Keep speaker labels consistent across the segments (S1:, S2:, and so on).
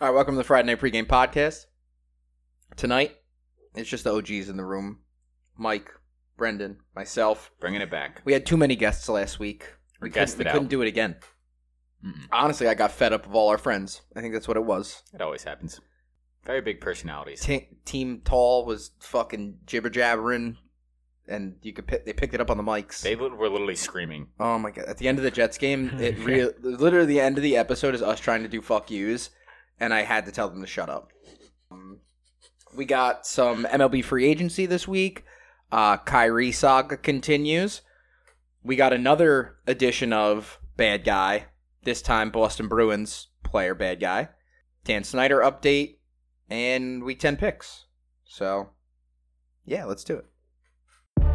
S1: All right, welcome to the Friday Night Pregame Podcast. Tonight, it's just the OGs in the room Mike, Brendan, myself.
S2: Bringing it back.
S1: We had too many guests last week.
S2: We
S1: couldn't-
S2: guessed
S1: we
S2: it
S1: couldn't
S2: out.
S1: do it again.
S2: Mm-mm.
S1: Honestly, I got fed up of all our friends. I think that's what it was.
S2: It always happens. Very big personalities.
S1: T- Team Tall was fucking jibber jabbering, and you could pick, they picked it up on the mics.
S2: They lit- were literally screaming.
S1: oh my god! At the end of the Jets game, it re- literally the end of the episode is us trying to do fuck yous, and I had to tell them to shut up. Um, we got some MLB free agency this week. Uh, Kyrie saga continues. We got another edition of bad guy. This time, Boston Bruins player bad guy. Dan Snyder update, and week ten picks. So, yeah, let's do it.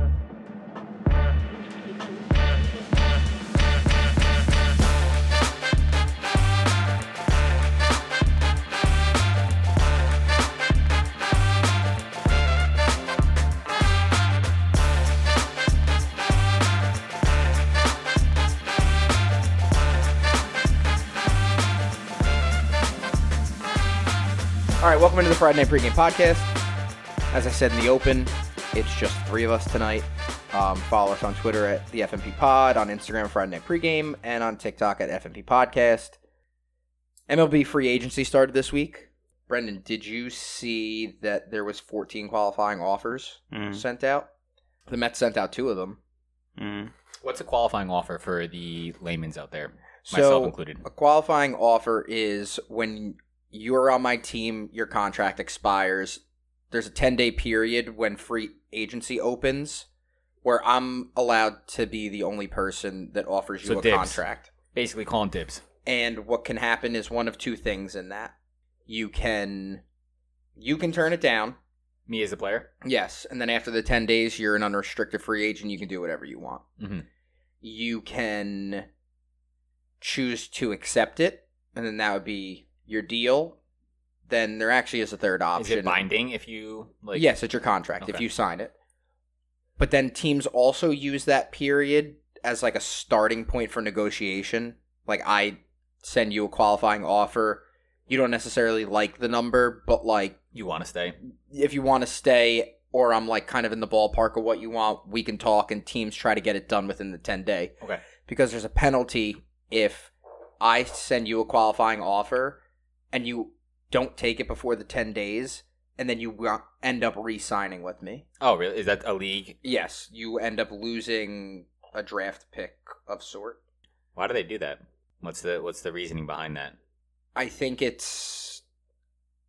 S1: All right, welcome into the Friday Night Pregame Podcast. As I said in the open, it's just three of us tonight. Um, follow us on Twitter at the FMP Pod, on Instagram Friday Night Pregame, and on TikTok at FMP Podcast. MLB free agency started this week. Brendan, did you see that there was 14 qualifying offers sent out? The Mets sent out two of them.
S2: What's a qualifying offer for the layman's out there?
S1: So
S2: Myself included.
S1: A qualifying offer is when you're on my team, your contract expires. There's a 10 day period when free agency opens where I'm allowed to be the only person that offers you
S2: So
S1: a
S2: dibs.
S1: contract.
S2: Basically calling dibs.
S1: And what can happen is one of two things in that. You can you can turn it down.
S2: Me as a player?
S1: Yes, and then after the 10 days you're an unrestricted free agent, you can do whatever you want.
S2: Mhm.
S1: You can choose to accept it and then that would be your deal. Then there actually is a third option.
S2: Is it binding if you like
S1: yes, it's your contract if
S2: Okay.
S1: you sign it. But then teams also use that period as like a starting point for negotiation. Like I send you a qualifying offer. You don't necessarily like the number, but like
S2: you want to stay?
S1: if you want to stay or I'm like kind of in the ballpark of what you want, we can talk and teams try to get it done within the 10 day
S2: Okay.
S1: because there's a penalty if I send you a qualifying offer and you don't take it before the 10 days and then you wa- end up re signing with me.
S2: Oh really? Is that a league?
S1: Yes, you end up losing a draft pick of sort.
S2: Why do they do that? What's the what's the reasoning behind that?
S1: I think it's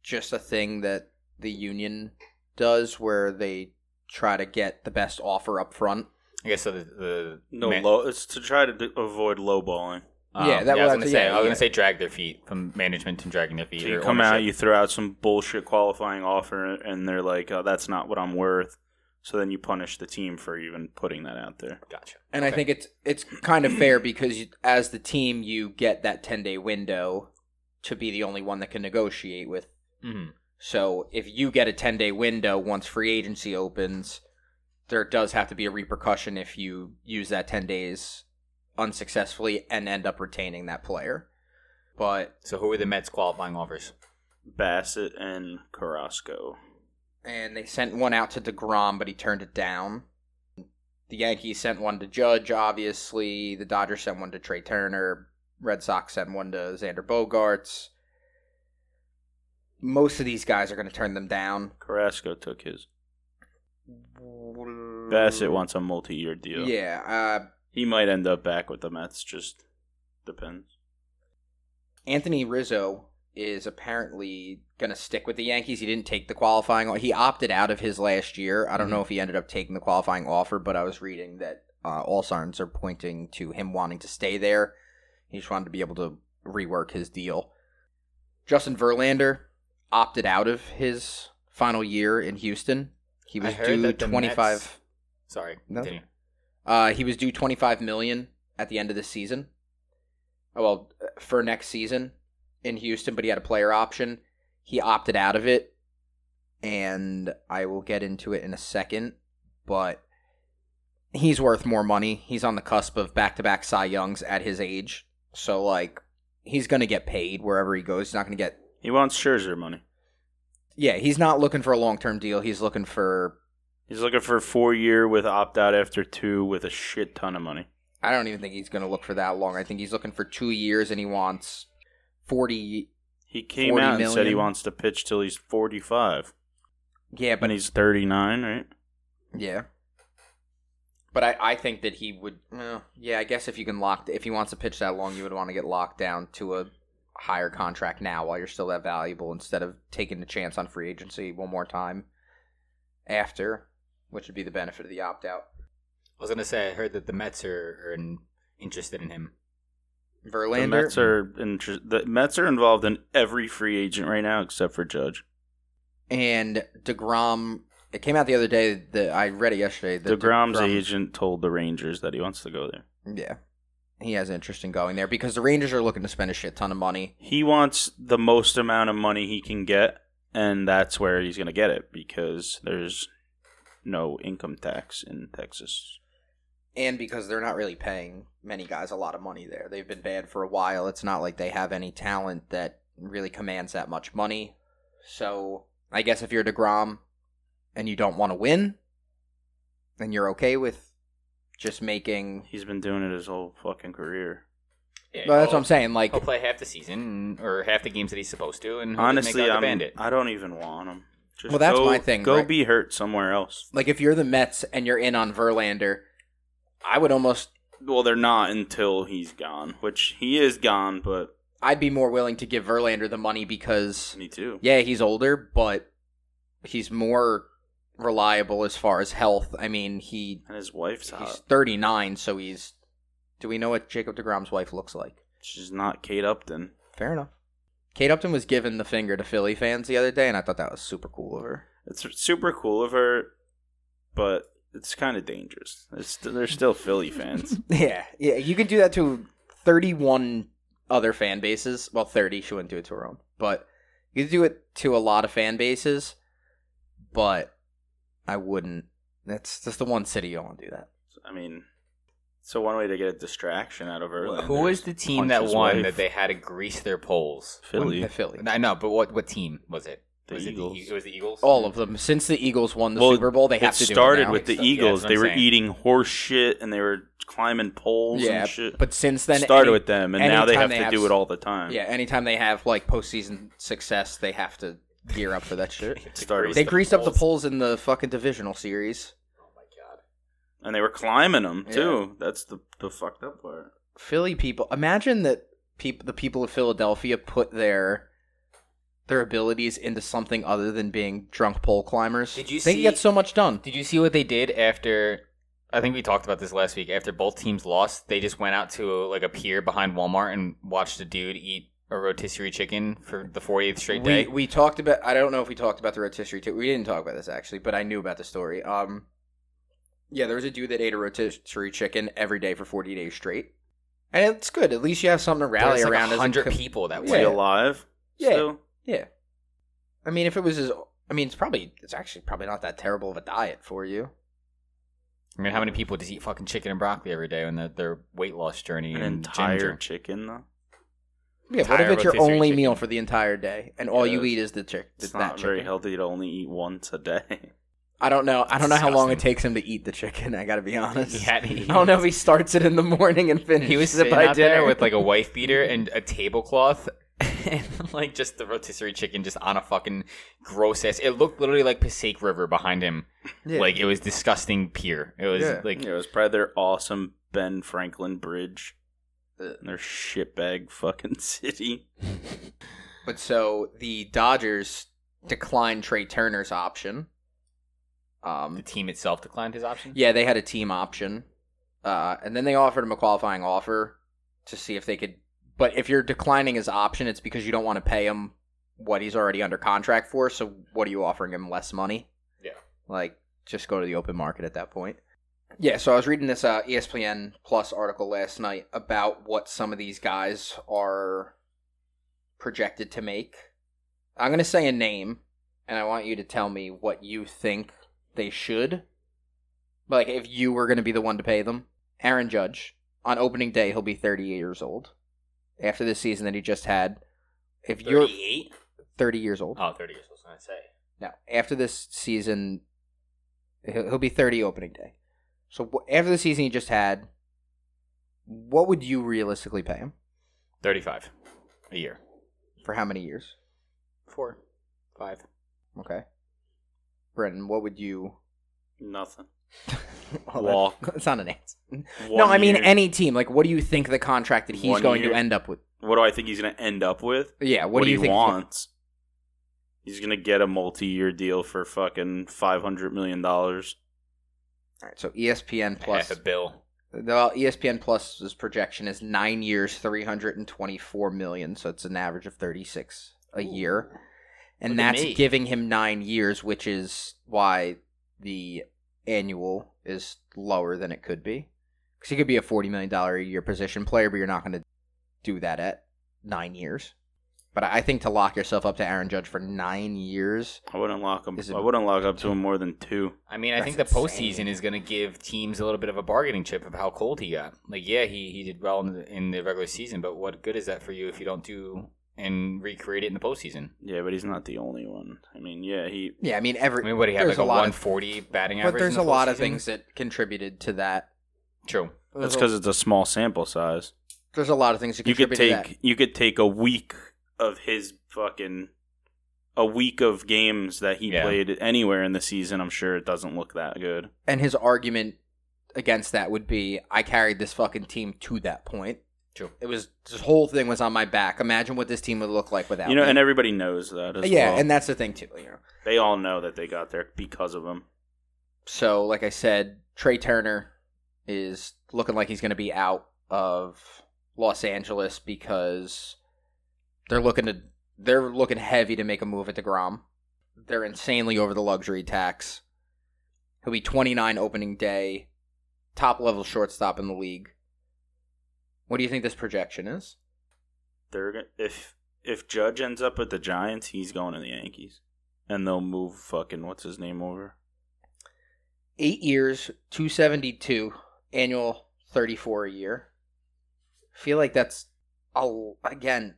S1: just a thing that the union does where they try to get the best offer up front.
S2: I guess so the, the
S3: No,
S2: man-
S3: low, it's to try to d- avoid lowballing.
S2: um,
S1: Yeah, that
S2: I was
S1: was-
S2: gonna say
S1: yeah,
S2: I was
S1: yeah.
S2: gonna say drag their feet from management and dragging their feet.
S3: So you
S2: or
S3: come out,
S2: ownership.
S3: you throw out some bullshit qualifying offer, and they're like, "Oh, that's not what I'm worth." So then you punish the team for even putting that out there.
S2: Gotcha.
S1: And I
S2: Okay.
S1: think it's it's kind of fair because you, as the team, you get that ten day window to be the only one that can negotiate with.
S2: Mhm.
S1: So if you get a ten day window once free agency opens, there does have to be a repercussion if you use that ten days unsuccessfully and end up retaining that player. But
S2: So who are the Mets qualifying offers?
S3: Bassett and Carrasco.
S1: and they sent one out to Degrom, but he turned it down. The Yankees sent one to Judge, obviously. The Dodgers sent one to Trey Turner. Red Sox sent one to Xander Bogarts. Most of these guys are going to turn them down.
S3: Carrasco took his. Bassett wants a multi-year deal.
S1: Yeah, uh,
S3: He might end up back with the Mets. Just depends.
S1: Anthony Rizzo is apparently going to stick with the Yankees. He didn't take the qualifying. He opted out of his last year. I don't
S2: Mm-hmm.
S1: know if he ended up taking the qualifying offer, but I was reading that uh, all signs are pointing to him wanting to stay there. He just wanted to be able to rework his deal. Justin Verlander opted out of his final year in Houston. He
S2: I
S1: was
S2: heard
S1: due
S2: that the
S1: twenty five.
S2: Mets- Sorry.
S1: No.
S2: continue.
S1: Uh, he was due 25 million at the end of the season. Oh, Well, for next season in Houston, but he had a player option. He opted out of it, and I will get into it in a second. But he's worth more money. He's on the cusp of back-to-back Cy Youngs at his age, so like he's gonna get paid wherever he goes. He's not gonna get
S3: He wants Scherzer money.
S1: Yeah, he's not looking for a long term deal. He's looking for
S3: He's looking for four year with opt out after two with a shit ton of money.
S1: I don't even think he's going to look for that long. I think he's looking for two years, and he wants forty.
S3: He came
S1: 40
S3: out and said he
S1: million.
S3: wants to pitch till he's forty five.
S1: Yeah, but
S3: But he's thirty nine, right?
S1: yeah, but I, I think that he would. well, yeah, I guess if you can lock, if he wants to pitch that long, you would want to get locked down to a higher contract now while you're still that valuable, instead of taking the chance on free agency one more time after, which would be the benefit of the opt out.
S2: I was gonna say I heard that the Mets are, are in, interested in him.
S1: Verlander,
S3: The Mets are inter- the Mets are involved in every free agent right now except for Judge.
S1: and Degrom. It came out the other day that I read it yesterday. That
S3: Degrom's
S1: DeGrom-
S3: agent told the Rangers that he wants to go there.
S1: Yeah. He has interest in going there because the Rangers are looking to spend a shit ton of money.
S3: He wants the most amount of money he can get, and that's where he's going to get it because there's no income tax in Texas.
S1: And because they're not really paying many guys a lot of money there. They've been bad for a while. It's not like they have any talent that really commands that much money. So I guess if you're DeGrom and you don't want to win, then you're okay with just making.
S3: He's been doing it his whole fucking career.
S2: Yeah, oh.
S1: Well, that's
S2: he'll-
S1: what I'm saying. Like,
S2: He'll play half the season or half the games that he's supposed to, and he'll make
S3: Honestly,
S2: out the
S3: I'm,
S2: bandit.
S3: I don't even want him. Just
S1: Well, that's
S3: go-
S1: my thing,
S3: Go
S1: right?
S3: be hurt somewhere else.
S1: like if you're the Mets and you're in on Verlander, I would almost
S3: Well, they're not until he's gone, which he is gone, but
S1: I'd be more willing to give Verlander the money because
S3: me too.
S1: yeah, he's older, but he's more reliable as far as health. I mean, he
S3: And his wife's
S1: he's
S3: hot.
S1: 39, so he's. Do we know what Jacob Degrom's wife looks like?
S3: She's not Kate Upton.
S1: Fair enough. Kate Upton was given the finger to Philly fans the other day, and I thought that was super cool of her.
S3: It's super cool of her, but it's kind of dangerous. It's, they're still Philly fans.
S1: Yeah, yeah, you could do that to 31 other fan bases. Well, 30. She wouldn't do it to her own, but you could do it to a lot of fan bases. But I wouldn't. That's just the one city you don't want to do that.
S3: I mean, so one way to get a distraction out of Verlander.
S2: Who was the team that
S3: Punches
S2: won
S3: wife.
S2: that they had to grease their poles?
S3: Philly?
S1: The Philly.
S2: I know, but what what team was it?
S3: The
S2: was
S3: Eagles.
S2: It, the, E- it was the Eagles.
S1: All of them. Since the Eagles won the
S3: Well,
S1: Super Bowl, they
S3: It
S1: have to do
S3: started
S1: it now.
S3: with the
S2: Yeah,
S3: Eagles.
S2: that's what
S3: they
S2: I'm
S3: were
S2: saying.
S3: eating horse shit and they were climbing poles
S1: yeah,
S3: and shit.
S1: but since then,
S3: started
S1: any-
S3: with them, and now they
S1: anytime
S3: have
S1: they
S3: to
S1: have
S3: do
S1: s-
S3: it all the time.
S1: yeah. Anytime they have like postseason success, they have to gear up for that shit.
S3: It started with
S1: they
S3: them.
S1: greased up the poles in the fucking divisional series.
S2: Oh my god.
S3: and they were climbing them
S1: Yeah.
S3: too. That's the the fucked up part.
S1: Philly people, imagine that people, the people of Philadelphia, put their their abilities into something other than being drunk pole climbers.
S2: Did you
S1: they can
S2: see-
S1: get so much done?
S2: Did you see what they did after? I think we talked about this last week. After both teams lost, they just went out to like a pier behind Walmart and watched a dude eat a rotisserie chicken for the 48th straight
S1: we
S2: day.
S1: we talked about. I don't know if we talked about the rotisserie. Too. We didn't talk about this actually, but I knew about the story. Um, yeah, there was a dude that ate a rotisserie chicken every day for forty days straight, and it's good. At least you have something to rally
S2: There's
S1: around. as
S2: like
S1: a
S2: hundred
S1: co-
S2: people that
S1: Yeah.
S3: Is he
S2: went.
S3: alive?
S1: Yeah.
S3: Still?
S1: Yeah, I mean, if it was as, I mean, it's probably it's actually probably not that terrible of a diet for you.
S2: I mean, how many people just eat fucking chicken and broccoli every day on their, their weight loss journey?
S3: An
S2: and
S3: entire
S2: ginger?
S3: chicken though.
S1: Yeah, what if
S2: entire
S1: it's your
S2: rotisserie
S1: only
S2: chicken.
S1: meal for the entire day, and all
S3: Yeah,
S1: you
S3: that's-
S1: eat is the chick?
S3: It's
S1: that
S3: not very
S1: chicken?
S3: healthy to only eat once a day.
S1: I don't know. I don't know how long it
S2: Disgusting.
S1: takes him to eat the chicken. I gotta be honest.
S2: He had- he-
S1: I don't know if he starts it in the morning and finishes
S2: He was
S1: it
S2: sitting
S1: by
S2: out
S1: dinner
S2: there with like a wife beater and a tablecloth, and like just the rotisserie chicken just on a fucking gross ass. It looked literally like Passaic River behind him.
S1: Yeah.
S2: Like it was disgusting pier. It was
S1: Yeah.
S2: like
S3: Yeah, it was probably their awesome Ben Franklin Bridge. in Their shitbag fucking city.
S1: But so the Dodgers declined Trey Turner's option.
S2: the
S1: Um,
S2: team itself declined his option.
S1: yeah, they had a team option, uh, and then they offered him a qualifying offer to see if they could. But if you're declining his option, it's because you don't want to pay him what he's already under contract for. So what are you offering him? Less money?
S2: Yeah.
S1: Like just go to the open market at that point. Yeah, so I was reading this uh, ESPN Plus article last night about what some of these guys are projected to make. I'm going to say a name, and I want you to tell me what you think they should. Like, if you were going to be the one to pay them. Aaron Judge, on opening day, he'll be 38 years old. After this season that he just had, if you're
S2: Thirty-eight.
S1: 30 years old.
S2: Oh, 30 years, I was going to say.
S1: Now, after this season, he'll, he'll be 30 opening day. So wh- after the season he just had, what would you realistically pay him
S2: 35 a year.
S1: for how many years?
S2: Four. Five.
S1: Okay. Brenton, what would you?
S3: Nothing.
S1: Well, that-
S3: Walk.
S1: It's not an answer. no, I mean any team. Like, what do you think the contract that he's
S3: One
S1: going
S3: year.
S1: to end up with?
S3: What do I think he's going to end up with?
S1: Yeah. What,
S3: What,
S1: do you
S3: he
S1: think?
S3: wants? He's going to get a multi-year deal for fucking five hundred million dollars.
S1: All right. So E ESPN Plus.
S2: Half a bill.
S1: Well, ESPN Plus's projection is nine years, three hundred and twenty-four million. So it's an average of thirty-six a year, and
S2: Look at
S1: that's
S2: me.
S1: giving him nine years, which is why the annual is lower than it could be, because he could be a forty million dollar a year position player, but you're not going to do that at nine years. But I I think to lock yourself up to Aaron Judge for nine years,
S3: I wouldn't lock him.
S1: Is it-
S3: I wouldn't lock up to him more than two.
S2: I mean, I
S1: That's
S2: think the
S1: insane.
S2: postseason is going to give teams a little bit of a bargaining chip of how cold he got. Like, yeah, he, he did well in the, in the regular season, but what good is that for you if you don't do and recreate it in the postseason?
S3: Yeah, but he's not the only one. I mean, yeah, he
S1: yeah, I mean every
S2: I mean, what do you have,
S1: There's
S2: like
S1: a
S2: a,
S1: lot of-
S2: 140 batting average?
S1: but
S2: in
S1: there's a
S2: the
S1: lot of
S2: postseason?
S1: things that contributed to that.
S2: True.
S1: There's
S3: that's
S1: a-
S3: because it's a small sample size.
S1: there's a lot of things that
S3: You could
S1: contribute to that.
S3: take you could take a week of his fucking a week of games that he
S2: Yeah.
S3: played anywhere in the season. I'm sure it doesn't look that good.
S1: and his argument against that would be I carried this fucking team to that point.
S2: True.
S1: It was this whole thing was on my back. Imagine what this team would look like without
S3: you know,
S1: me.
S3: and everybody knows that. As
S1: yeah,
S3: well.
S1: and that's the thing too. You know,
S3: they all know that they got there because of him.
S1: so like I said, Trey Turner is looking like he's going to be out of Los Angeles because they're looking to they're looking heavy to make a move at Degrom. They're insanely over the luxury tax. He'll be 29 opening day, top level shortstop in the league. What do you think this projection is?
S3: They're go- if if Judge ends up with the Giants, he's going to the Yankees, and they'll move fucking what's his name over.
S1: eight years, two seventy two annual, thirty four a year. feel like that's a, again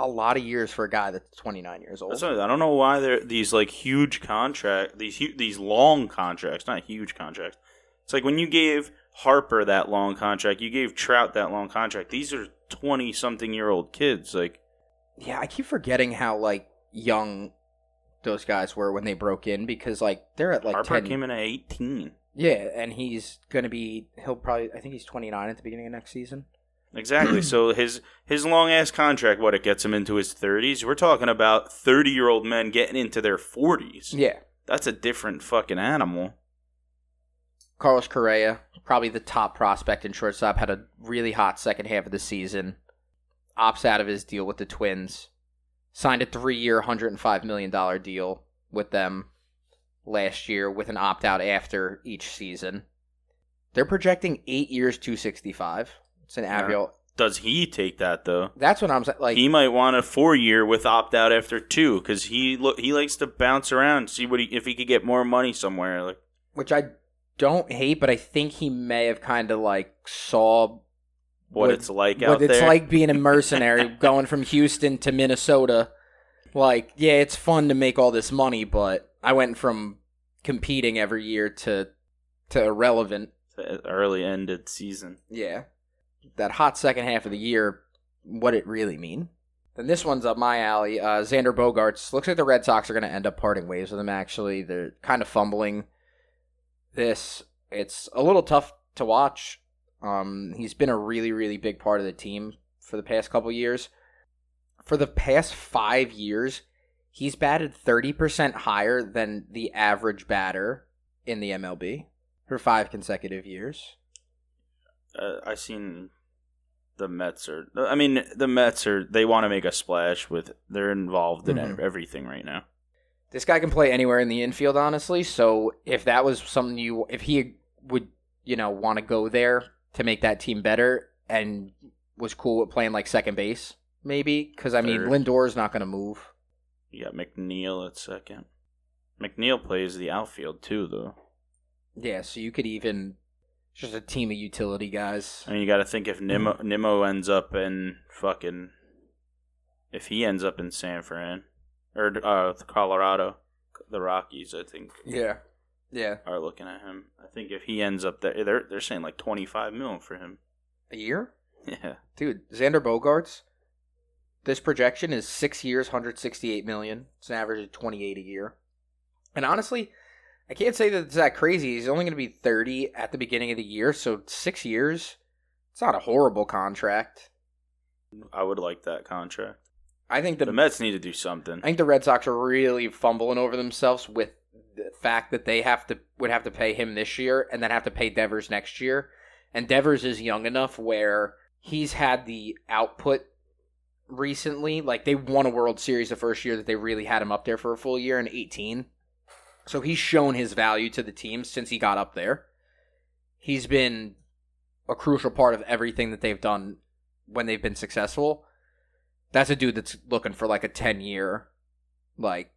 S1: a lot of years for a guy that's twenty nine years old.
S3: That's what, I don't know why they're these like huge contract these hu- these long contracts, not huge contracts. It's like when you gave Harper that long contract, you gave Trout that long contract. These are twenty something year old kids. Like
S1: yeah, I keep forgetting how like young those guys were when they broke in because like they're at like
S3: Harper
S1: 10
S3: came in at eighteen.
S1: yeah, and he's gonna be he'll probably I think he's twenty nine at the beginning of next season.
S3: Exactly. so his his long ass contract, what it gets him into his thirties. We're talking about thirty year old men getting into their forties.
S1: Yeah,
S3: That's a different fucking animal.
S1: Carlos Correa, probably the top prospect in shortstop, had a really hot second half of the season. Opts out of his deal with the Twins. Signed a three year, $105 million deal with them last year with an opt out after each season. They're projecting eight years, 265. It's an
S3: Yeah.
S1: average.
S3: Does he take that though?
S1: That's what I'm saying. Like,
S3: he might want a four year with opt out after two because he look he likes to bounce around, see what he, if he could get more money somewhere. Like
S1: which I don't hate, but I think he may have kind of like saw
S3: what,
S1: What-
S3: it's like
S1: what
S3: out
S1: it's
S3: there.
S1: like being a mercenary going from Houston to Minnesota. Like, yeah, it's fun to make all this money, but I went from competing every year to to irrelevant.
S3: The early ended season.
S1: Yeah. That hot second half of the year, what it really mean. Then this one's up my alley. Uh, Xander Bogarts looks like the Red Sox are going to end up parting ways with him. Actually, they're kind of fumbling. This it's a little tough to watch. Um, he's been a really, really big part of the team for the past couple years. For the past five years, he's batted thirty percent higher than the average batter in the MLB for five consecutive years.
S3: Uh, I seen the Mets are. I mean, the Mets are. They want to make a splash with. They're involved in
S1: Mhm.
S3: everything right now.
S1: this guy can play anywhere in the infield, honestly. So if that was something you, if he would, you know, want to go there to make that team better and was cool with playing like second base, maybe, because I mean,
S3: Third.
S1: Lindor's not going to move.
S3: You got McNeil at second. McNeil plays the outfield too, though.
S1: Yeah, so you could even just a team of utility guys.
S3: I mean, you got to think if
S1: Hmm.
S3: Nimmo Nimmo ends up in fucking, if he ends up in San Fran, or uh, Colorado, the Rockies. I think
S1: Yeah. Yeah.
S3: are looking at him. I think if he ends up there, they're they're saying like twenty five million for him.
S1: A year?
S3: Yeah,
S1: Dude, Xander Bogarts, this projection is six years, 168 million. It's an average of 28 a year. And honestly, I can't say that it's that crazy. He's only going to be 30 at the beginning of the year, so six years. It's not a horrible contract.
S3: I would like that contract.
S1: I think
S3: The,
S1: the,
S3: Mets need to do something.
S1: I think the Red Sox are really fumbling over themselves with the fact that they have to would have to pay him this year and then have to pay Devers next year. And Devers is young enough where he's had the output recently. Like they won a World Series the first year that they really had him up there for a full year in 18. So he's shown his value to the team since he got up there. He's been a crucial part of everything that they've done when they've been successful. That's a dude that's looking for like a 10 year like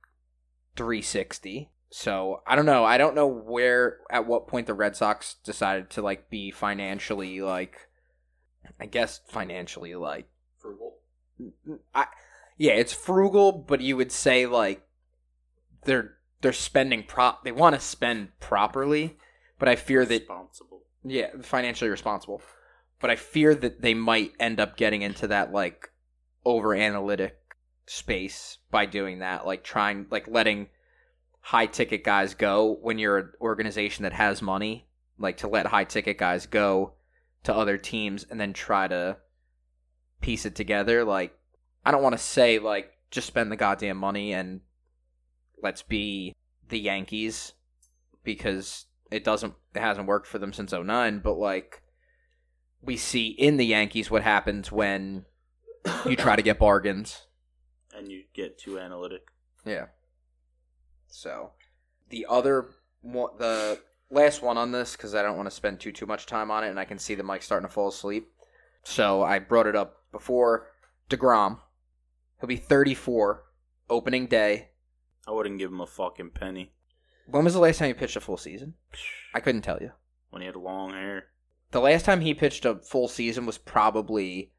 S1: 360. So I don't know. I don't know where at what point the Red Sox decided to like be financially like I guess financially like
S2: Frugal.
S1: I yeah, it's frugal, but you would say like they're they're spending prop they want to spend properly, but I fear that
S3: responsible.
S1: yeah, financially responsible. But I fear that they might end up getting into that like over analytic space by doing that, like trying like letting high ticket guys go when you're an organization that has money, like to let high ticket guys go to other teams and then try to piece it together. Like I don't want to say like just spend the goddamn money and let's be the Yankees because it doesn't it hasn't worked for them since 09 but like we see in the Yankees what happens when you try to get bargains
S3: And you get too analytic.
S1: yeah so the other one the last one on this cuz I don't want to spend too too much time on it and I can see the mic starting to fall asleep so I brought it up before DeGrom he'll be 34 opening day
S3: I wouldn't give him a fucking penny
S1: when was the last time you pitched a full season I couldn't tell you
S3: when he had long hair.
S1: the last time he pitched a full season was probably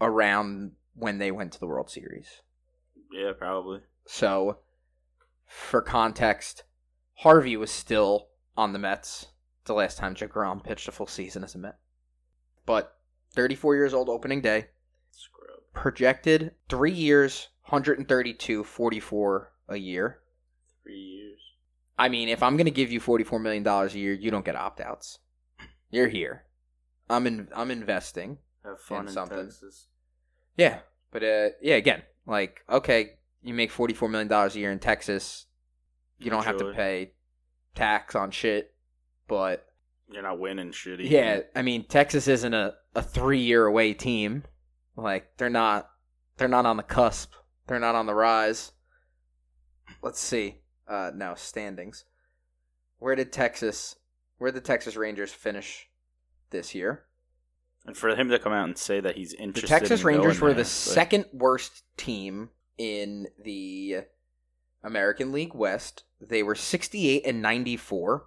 S1: around when they went to the World Series.
S3: Yeah, probably.
S1: So, for context, Harvey was still on the Mets the last time Jagrom pitched a full season as a Met. But 34 years old opening day,
S3: Scrub.
S1: projected 3 years, 132 44 a year.
S3: Three years.
S1: I mean, if I'm going to give you $44 million a year, you don't get opt-outs. You're here. I'm in, I'm investing.
S3: Have fun
S1: And
S3: in
S1: something.
S3: Texas.
S1: Yeah, but uh, yeah, again, like okay, you make forty four million dollars a year in Texas, you don't have to
S3: Enjoy.
S1: pay tax on shit. But
S3: You're not winning shitty.
S1: yeah, I mean Texas isn't a, a three year away team. Like they're not they're not on the cusp. They're not on the rise. Let's see. Uh no, standings. Where did Texas where did the Texas Rangers finish this year?
S3: And for him to come out and say that he's
S1: The
S3: interested.
S1: Texas
S3: in going
S1: Rangers were
S3: there,
S1: the
S3: it's like,
S1: second worst team in the American League West. They were 68 and 94.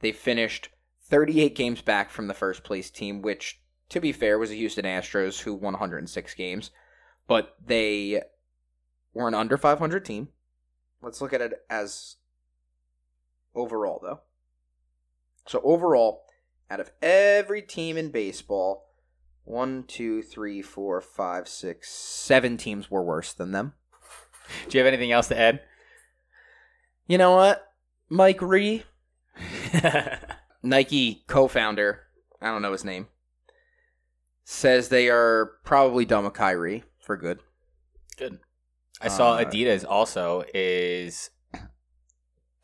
S1: They finished 38 games back from the first place team, which, to be fair, was the Houston Astros, who won 106 games. But they were an under 500 team. Let's look at it as overall, though. So, overall, out of every team in baseball, one, two, three, four, five, six, seven teams were worse than them.
S2: Do you have anything else to add?
S1: You know what? Mike Ree, Nike co founder, I don't know his name, says they are probably done with Kyrie for good.
S2: Good. I saw
S1: Uh,
S2: Adidas also is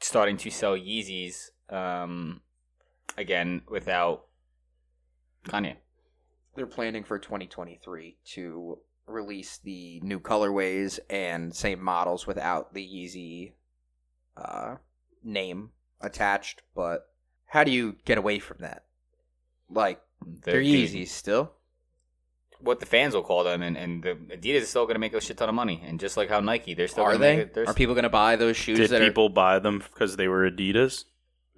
S2: starting to sell Yeezys um, again without Kanye.
S1: They're planning for 2023 to release the new colorways and same models without the Yeezy uh, name attached. But how do you get away from that? Like, they're
S2: the-
S1: Yeezys still.
S2: What the fans will call them, and, and the Adidas is still going to make a shit ton of money, and just like how Nike, they're still
S1: Are
S2: gonna
S1: they?
S2: Make it, they're
S1: Are people going to buy those shoes
S3: Did
S1: that are?
S3: people buy them because they were Adidas,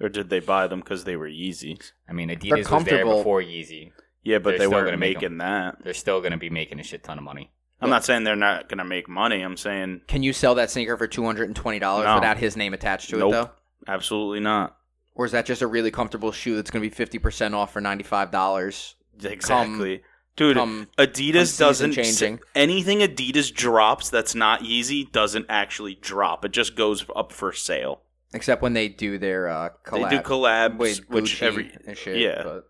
S3: or did they buy them because they were Yeezys?
S2: I mean, Adidas was there
S1: comfortable.
S2: before Yeezy.
S3: Yeah,
S2: They're
S3: but they
S2: still
S3: weren't
S2: gonna make
S3: making that.
S2: They're still going to be making a shit ton of money.
S3: I'm not saying they're not going to make money. I'm saying
S1: Can you sell that sneaker for two hundred and twenty dollars
S3: No.
S1: without his name attached to
S3: Nope.
S1: it though?
S3: absolutely not.
S1: Or is that just a really comfortable shoe that's going to be fifty percent off for ninety five dollars? Um,
S3: Exactly. Dude,
S1: come-
S3: Adidas
S1: season
S3: doesn't
S1: changing.
S3: anything Adidas drops that's not Yeezy doesn't actually drop. It just goes up for sale.
S1: Except when they do their uh, collab
S3: They do collabs,
S1: with
S3: which
S1: Gucci
S3: every
S1: and shit.
S3: yeah.
S1: but-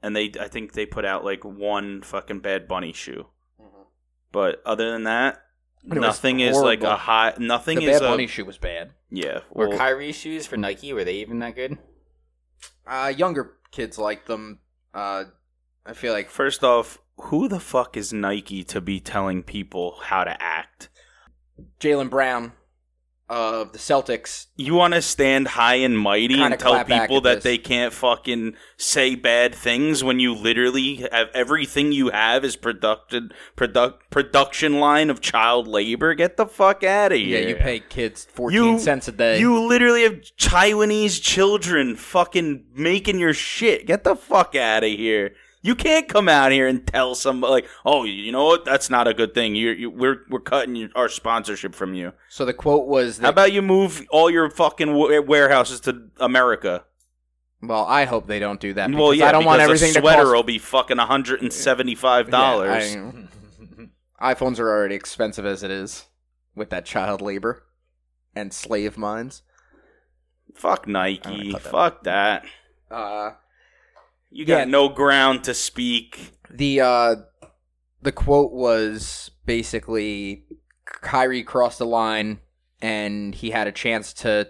S3: and they I think they put out like one fucking Bad Bunny shoe. But other than that,
S1: But it was
S3: nothing is like a
S1: horrible.
S3: high. Nothing
S1: the
S3: is um,
S1: Bad
S3: a
S1: Bunny shoe was bad.
S3: yeah.
S2: Were
S3: well,
S2: Kyrie shoes for Nike? Were they even that good?
S1: Uh, younger kids like them. Uh, I feel like
S3: first off, who the fuck is Nike to be telling people how to act?
S1: Jalen Brown of the Celtics.
S3: You want to stand high and mighty
S1: Kinda
S3: and tell
S1: clap back
S3: people
S1: at
S3: that
S1: this.
S3: they can't fucking say bad things when you literally have everything you have is producted product production line of child labor. Get the fuck out of
S1: Yeah,
S3: here.
S1: you pay kids fourteen
S3: You-
S1: cents a day.
S3: You literally have Taiwanese children fucking making your shit. Get the fuck out of here. You can't come out here and tell somebody like, "Oh, you know what? That's not a good thing. You're, you we're we're cutting your, our sponsorship from you.
S1: so the quote was
S3: How
S1: that.
S3: about you move all your fucking wa- warehouses to America?
S1: well, I hope they don't do that.
S3: well,
S1: because
S3: yeah,
S1: I don't want
S3: because
S1: everything
S3: a sweater
S1: to cost
S3: will be fucking one hundred and seventy-five dollars.
S1: Yeah, I- iPhones are already expensive as it is with that child labor and slave mines.
S3: fuck
S1: I'm
S3: Nike.
S1: gonna cut that.
S3: Fuck that.
S1: Uh,
S3: You got
S1: Yeah.
S3: no ground to speak.
S1: the uh, the quote was basically Kyrie crossed the line and he had a chance to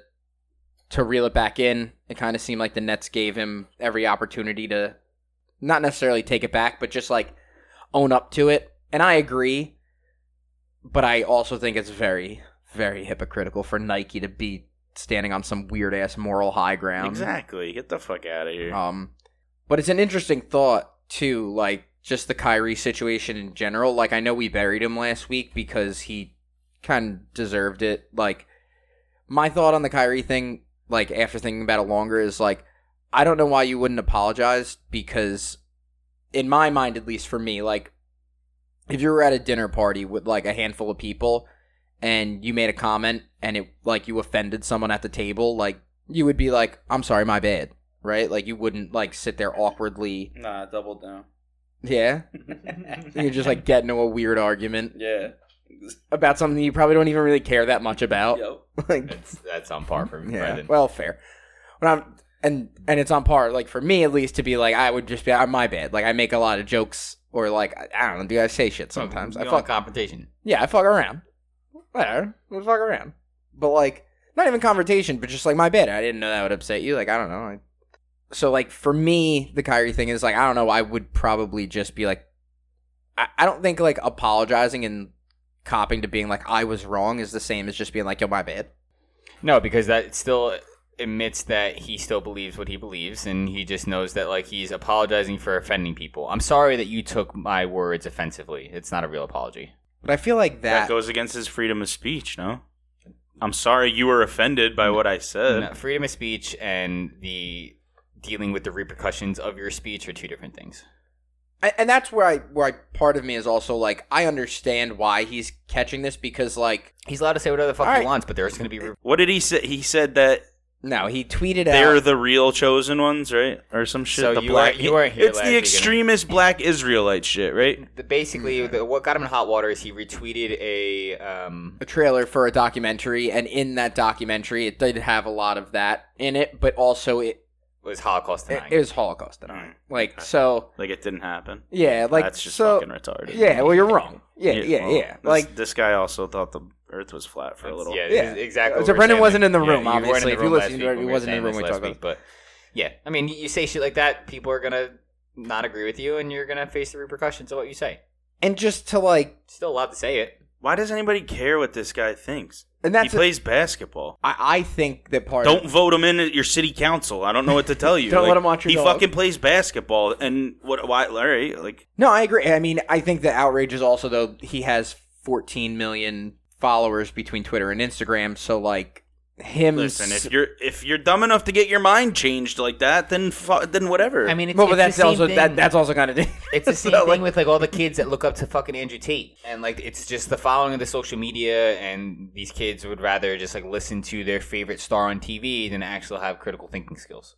S1: to reel it back in. It kind of seemed like the Nets gave him every opportunity to not necessarily take it back, but just like own up to it. And I agree, but I also think it's very very hypocritical for Nike to be standing on some weird ass moral high ground.
S3: exactly. Get the fuck out of here.
S1: Um, but it's an interesting thought too, like just the Kyrie situation in general. Like I know we buried him last week because he kind of deserved it. Like my thought on the Kyrie thing, like after thinking about it longer, is like I don't know why you wouldn't apologize because, in my mind, at least for me, like if you were at a dinner party with like a handful of people and you made a comment and it like you offended someone at the table, like you would be like, "I'm sorry, my bad." Right? Like you wouldn't like sit there awkwardly.
S3: Nah, double down.
S1: Yeah. You just like get into a weird argument
S3: yeah.
S1: about something you probably don't even really care that much
S3: Oh,
S1: about. Like
S2: That's that's on par for me.
S1: Yeah.
S2: Brendan.
S1: Well, fair. When I'm and and it's on par. Like for me at least, to be like, I would just be, "Ah, my bad. Like I make a lot of jokes or like I- I don't know. Do I say shit sometimes?
S2: We
S1: I
S2: don't
S1: fuck.
S2: want confrontation.
S1: Yeah, I fuck around. Whatever, we fuck around. But like, not even confrontation, but just like my bad. I didn't know that would upset you. Like I don't know. I... So like for me, the Kyrie thing is like I don't know. I would probably just be like, I, I don't think like apologizing and copping to being like I was wrong is the same as just being like yo my bad.
S2: No, because that still admits that he still believes what he believes, and he just knows that like he's apologizing for offending people. I'm sorry that you took my words offensively. It's not a real apology.
S1: But I feel like
S3: That
S1: that.
S3: goes against his freedom of speech, no? I'm sorry you were offended by what I said.
S2: No, freedom of speech and the dealing with the repercussions of your speech are two different things.
S1: and, and that's where I where I part of me is also like I understand why he's catching this because like
S2: He's allowed to say whatever the fuck
S1: All
S2: he
S1: right.
S2: wants, but there's going to be re-
S3: What did he say? He said that
S1: no he tweeted
S3: they're
S1: out
S3: the real chosen ones, right? Or some shit.
S2: So
S3: the
S2: you
S3: black.
S2: weren't- you weren't here
S3: it's
S2: last
S3: the
S2: weekend.
S3: extremist black Israelite shit, right?
S2: the, basically the, what got him in hot water is he retweeted a um,
S1: a trailer for a documentary, and in that documentary, it did have a lot of that in it, but also it
S2: was Holocaust
S1: it,
S2: denying.
S1: it was Holocaust denying.
S3: Alright.
S1: Like so,
S3: Like it didn't happen.
S1: yeah, like
S3: Mm, That's just
S1: so,
S3: fucking retarded.
S1: yeah. Well, you're wrong. Yeah, yeah, yeah.
S3: well, this-
S1: like
S3: this guy also thought the Earth was flat for a little.
S1: Yeah.
S2: Yeah, this is exactly. what
S1: So
S2: we're
S1: Brendan
S2: saying.
S1: wasn't in the
S2: Yeah,
S1: room,
S2: you weren't in the
S1: obviously. If you
S2: room last
S1: listened to
S2: week
S1: it,
S2: when
S1: you
S2: we were
S1: wasn't in the
S2: saying
S1: room
S2: this
S1: we
S2: last
S1: talked
S2: week, But yeah, I mean, you- you say shit like that, people are gonna not agree with you, and you're gonna face the repercussions of what you say.
S1: and just to like,
S2: Still allowed to say it.
S3: Why does anybody care what this guy thinks?
S1: and that's
S3: he
S1: I
S3: plays basketball.
S1: I I think that part.
S3: Don't vote him in at your city council. I don't know what to tell you.
S1: Don't let
S3: Like,
S1: him watch your
S3: He
S1: dog.
S3: fucking plays basketball, and what? Why? All right, like
S1: no, I agree. I mean, I think the outrage is also though he has 14 million followers between Twitter and Instagram, so like him.
S3: Listen, if you're if you're dumb enough to get your mind changed like that, then fu- then whatever.
S2: I mean, it's,
S1: well, but that's
S2: it's the same
S1: also
S2: thing.
S1: that, that's also kind of
S2: It's the same
S1: So,
S2: thing
S1: like-
S2: with like all the kids that look up to fucking Andrew Tate, and like it's just the following of the social media, and these kids would rather just like listen to their favorite star on TV than actually have critical thinking skills.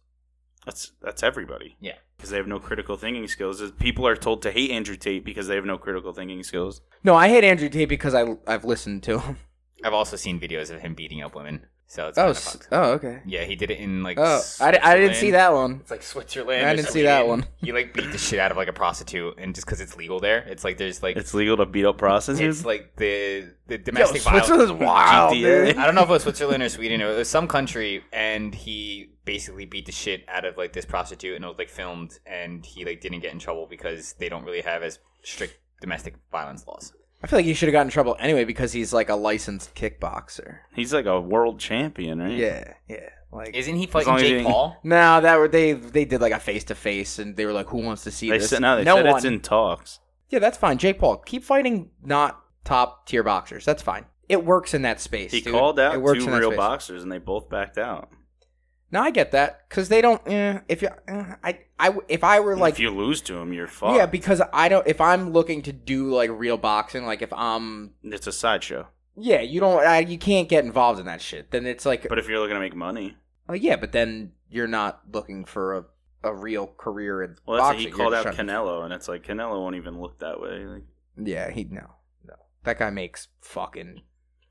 S3: that's that's everybody.
S2: Yeah.
S3: because they have no critical thinking skills. Is- People are told to hate Andrew Tate because they have no critical thinking skills.
S1: no. I hate Andrew Tate because I I've listened to him.
S2: I've also seen videos of him beating up women, so it's
S1: Oh,
S2: kind of
S1: s-
S2: fucked.
S1: oh, okay.
S2: Yeah, he did it in like.
S1: Oh, I, di- I didn't see
S2: Switzerland.
S1: that one.
S2: It's like Switzerland.
S1: I
S2: or
S1: didn't see that
S2: Sweden.
S1: one.
S2: He like beat the shit out of like a prostitute, and just because it's legal there, it's like there's like
S3: It's legal to beat up
S2: it's
S3: prostitutes.
S2: like the the
S1: Yo,
S2: domestic violence.
S1: Switzerland's wild,
S3: GTA.
S1: dude.
S2: I don't know if it was Switzerland or Sweden. It was some country, and he basically beat the shit out of like this prostitute, and it was like filmed, and he like didn't get in trouble because they don't really have as strict domestic violence laws.
S1: I feel like he should have gotten in trouble anyway because he's like a licensed kickboxer.
S3: He's like a world champion, right?
S1: Yeah, yeah. Like
S2: Isn't he
S3: long
S2: fighting
S3: as
S2: Jake
S3: you-
S2: Paul?
S1: no, that were they they did like a face to face and they were like, who wants to see
S3: They
S1: this?
S3: said no. They
S1: no
S3: said
S1: one.
S3: it's in talks.
S1: yeah, that's fine. Jake Paul, keep fighting not top tier boxers. That's fine. It works in that space.
S3: He
S1: dude.
S3: called out
S1: it works
S3: two
S1: in that
S3: real
S1: space.
S3: boxers, and they both backed out.
S1: No, I get that because they don't. Eh, if you, eh, I, I, if I were like
S3: if you lose to him, you're fucked.
S1: Yeah, because I don't. If I'm looking to do like real boxing, like if I'm,
S3: it's a sideshow.
S1: yeah, you don't, I, you can't get involved in that shit. Then it's like,
S3: But if you're looking to make money,
S1: oh yeah, but then you're not looking for a, a real career in
S3: well, that's
S1: boxing.
S3: it. he
S1: You're
S3: called
S1: just
S3: out
S1: trying to-
S3: Canelo, and it's like Canelo won't even look that way. Like,
S1: Yeah, he no, no. That guy makes fucking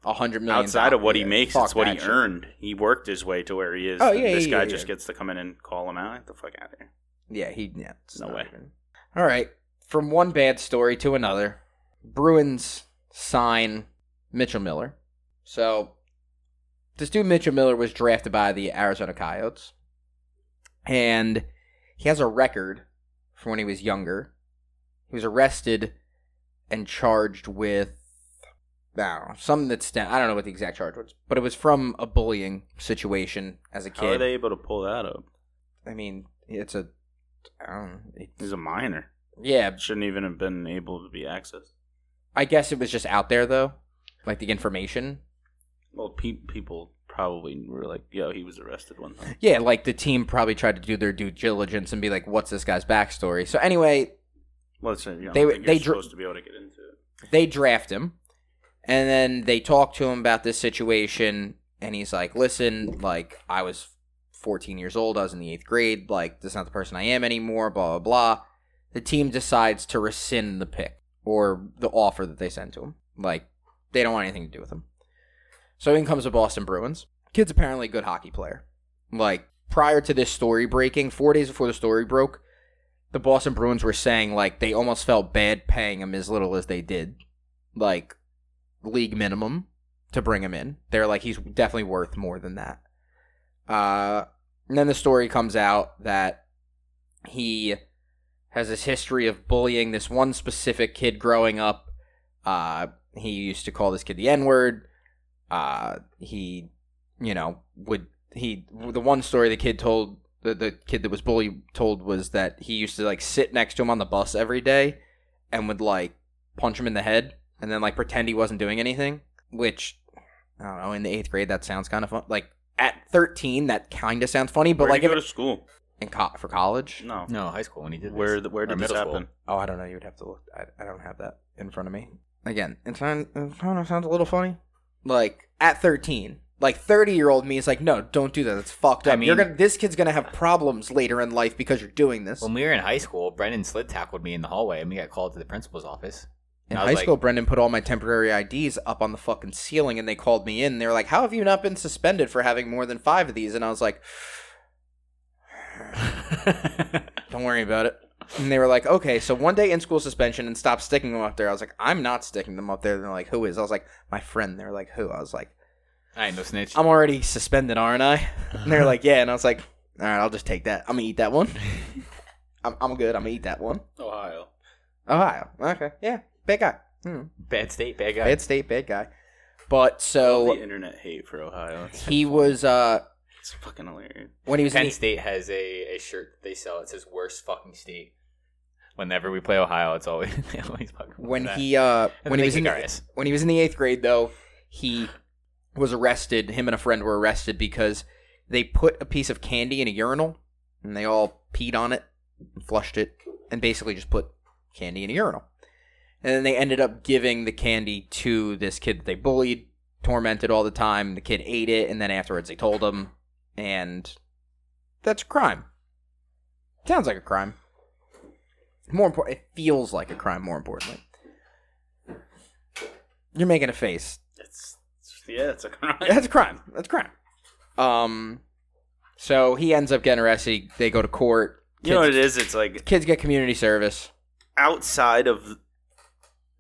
S1: a hundred million.
S3: outside of what he
S1: dollars.
S3: makes,
S1: Fuck
S3: it's what
S1: that
S3: he
S1: shit.
S3: earned. He worked his way to where he is.
S1: Oh,
S3: and
S1: yeah,
S3: this
S1: yeah,
S3: guy
S1: yeah,
S3: just
S1: yeah.
S3: gets to come in and call him out. Get the fuck out of here.
S1: Yeah, he. Yeah, it's
S3: No
S1: not
S3: way.
S1: even- All right, from one bad story to another, Bruins sign Mitchell Miller. So, this dude Mitchell Miller was drafted by the Arizona Coyotes, and he has a record from when he was younger. He was arrested and charged with. I don't know, something that's I don't know what the exact charge was, but it was from a bullying situation as a
S3: How are
S1: kid.
S3: they able to pull that up?
S1: I mean, it's a, I don't know, it-
S3: He's a minor.
S1: yeah,
S3: Shouldn't even have been able to be accessed.
S1: I guess it was just out there though, like the information.
S3: Well, pe- people probably were like, "Yo, he was arrested one time."
S1: Yeah, like the team probably tried to do their due diligence and be like, "What's this guy's backstory?" So anyway,
S3: Well, it's, you know,
S1: They-
S3: they think
S1: they
S3: you're
S1: dr-
S3: supposed to be able to get into it.
S1: they draft him, and then they talk to him about this situation, and he's like, "Listen, like I was 14 years old, I was in the eighth grade. Like that's not the person I am anymore." Blah blah blah. The team decides to rescind the pick or the offer that they sent to him. Like they don't want anything to do with him. So in comes the Boston Bruins. Kid's apparently a good hockey player. Like prior to this story breaking, four days before the story broke, the Boston Bruins were saying like they almost felt bad paying him as little as they did, like league minimum to bring him in. They're like he's definitely worth more than that. Uh, and then the story comes out that he has this history of bullying this one specific kid growing up. Uh, he used to call this kid the N word. Uh, he, you know, would he? The one story the kid told the the kid that was bullied told was that he used to like sit next to him on the bus every day, and would like punch him in the head and then like pretend he wasn't doing anything. Which I don't know. In the eighth grade, that sounds kind of fun. Like at thirteen, that kind of sounds funny, but
S3: Where'd
S1: like
S3: he
S1: if
S3: go
S1: it,
S3: to school?
S1: in co- for college.
S3: No,
S2: No, high school when he did this.
S3: where the, where
S2: Or
S3: did this
S2: middle school.
S3: happen?
S1: Oh, I don't know. You would have to look. I, I don't have that in front of me. Again, it sounds it kind of sounds a little funny. Like at thirteen, like thirty year old me is like, no, don't do that. That's fucked
S2: I
S1: up. you're
S2: mean-
S1: gonna this kid's gonna have problems later in life because you're doing this.
S2: When we were in high school, Brendan slid tackled me in the hallway, and we got called to the principal's office.
S1: in
S2: I
S1: high
S2: was
S1: school,
S2: like-
S1: Brendan put all my temporary IDs up on the fucking ceiling, and they called me in. They were like, "How have you not been suspended for having more than five of these?" And I was like, "Don't worry about it." And they were like, "Okay, so one day in school suspension and stop sticking them up there." I was like, "I'm not sticking them up there." And they're like, "Who is?" I was like, "My friend." They were like, "Who?" I was like.
S2: I ain't no snitch.
S1: I'm already suspended, aren't I? And they're like, yeah. And I was like, all right, I'll just take that. I'm gonna eat that one. I'm, I'm good. I'm gonna eat that one.
S3: Ohio.
S1: Ohio. Okay. Yeah. Bad guy. Hmm.
S2: Bad state, bad guy.
S1: Bad state. Bad guy. But
S3: the
S1: so
S3: internet hate for Ohio. It's,
S1: he was uh
S3: it's fucking hilarious.
S1: when he was in
S2: Penn
S1: the-
S2: State has a, a shirt that they sell. It says "Worst fucking state." Whenever we play Ohio, it's always they always fucking
S1: when
S2: that.
S1: he uh
S2: And
S1: when
S2: they
S1: he was in
S2: kick
S1: the-
S2: our ass.
S1: when he was in the eighth grade though he was arrested. Him and a friend were arrested because they put a piece of candy in a urinal and they all peed on it and flushed it and basically just put candy in a urinal. And then they ended up giving the candy to this kid that they bullied, tormented all the time. The kid ate it and then afterwards they told him. And that's a crime. Sounds like a crime. More important, it feels like a crime, more importantly. You're making a face.
S3: It's, yeah, it's a crime.
S1: That's a crime. That's a crime. Um, so he ends up getting arrested. They go to court. Kids,
S3: You know what it is? It's like
S1: kids get community service.
S3: outside of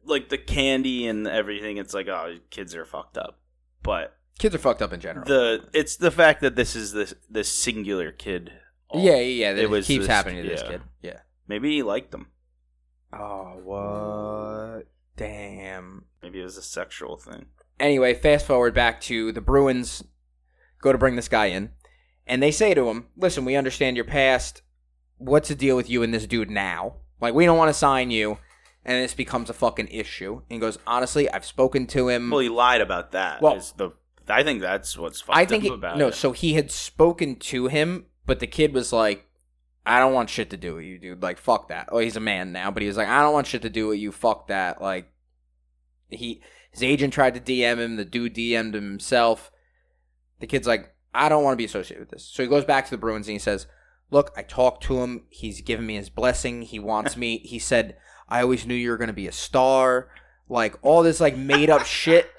S3: like the candy and everything, it's like oh, kids are fucked up. But
S1: Kids are fucked up in general.
S3: the it's the fact that this is this this singular kid.
S1: yeah, yeah, yeah. It
S3: It was
S1: keeps
S3: this-
S1: happening to this
S3: yeah.
S1: kid. Yeah.
S3: Maybe he liked them.
S1: Oh, what? Damn.
S3: Maybe it was a sexual thing.
S1: Anyway, fast forward back to the Bruins go to bring this guy in, and they say to him, "Listen, we understand your past. What's the deal with you and this dude now? Like, we don't want to sign you." And this becomes a fucking issue. And he goes, honestly, I've spoken to him.
S3: Well, he lied about that.
S1: Mm. Well-
S3: is the I think that's what's fucked
S1: I think
S3: up
S1: it,
S3: about
S1: no.
S3: it.
S1: So he had spoken to him, but the kid was like, "I don't want shit to do with you, dude. Like, fuck that." Oh, he's a man now, but he was like, "I don't want shit to do with you. Fuck that." Like, he his agent tried to DM him. The dude DM'd him himself. The kid's like, "I don't want to be associated with this." So he goes back to the Bruins and he says, "Look, I talked to him. He's given me his blessing. He wants me." He said, "I always knew you were gonna be a star." Like all this like made up shit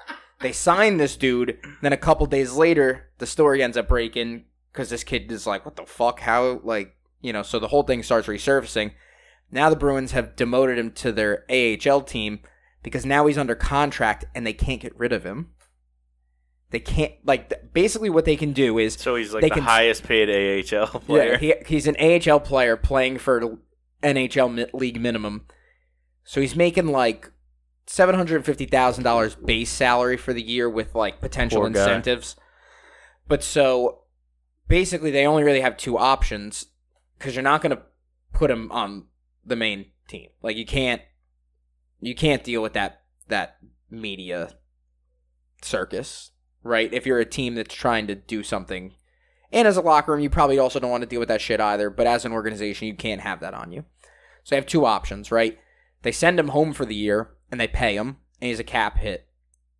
S1: they sign this dude. Then a couple days later, the story ends up breaking because this kid is like, "What the fuck? How?" Like, you know. So the whole thing starts resurfacing. Now the Bruins have demoted him to their AHL team because now he's under contract and they can't get rid of him. They can't like th- basically what they can do is
S3: So he's like
S1: They
S3: the
S1: can-
S3: highest paid AHL player.
S1: yeah, he, he's an AHL player playing for NHL mi- league minimum. So he's making like seven hundred fifty thousand dollars base salary for the year with like potential
S3: Poor guy.
S1: incentives. But so basically, they only really have two options because you're not going to put him on the main team. Like you can't, you can't deal with that that media circus, right? If you're a team that's trying to do something and as a locker room, you probably also don't want to deal with that shit either. But as an organization, you can't have that on you. So they have two options, right? They send him home for the year and they pay him, and he's a cap hit,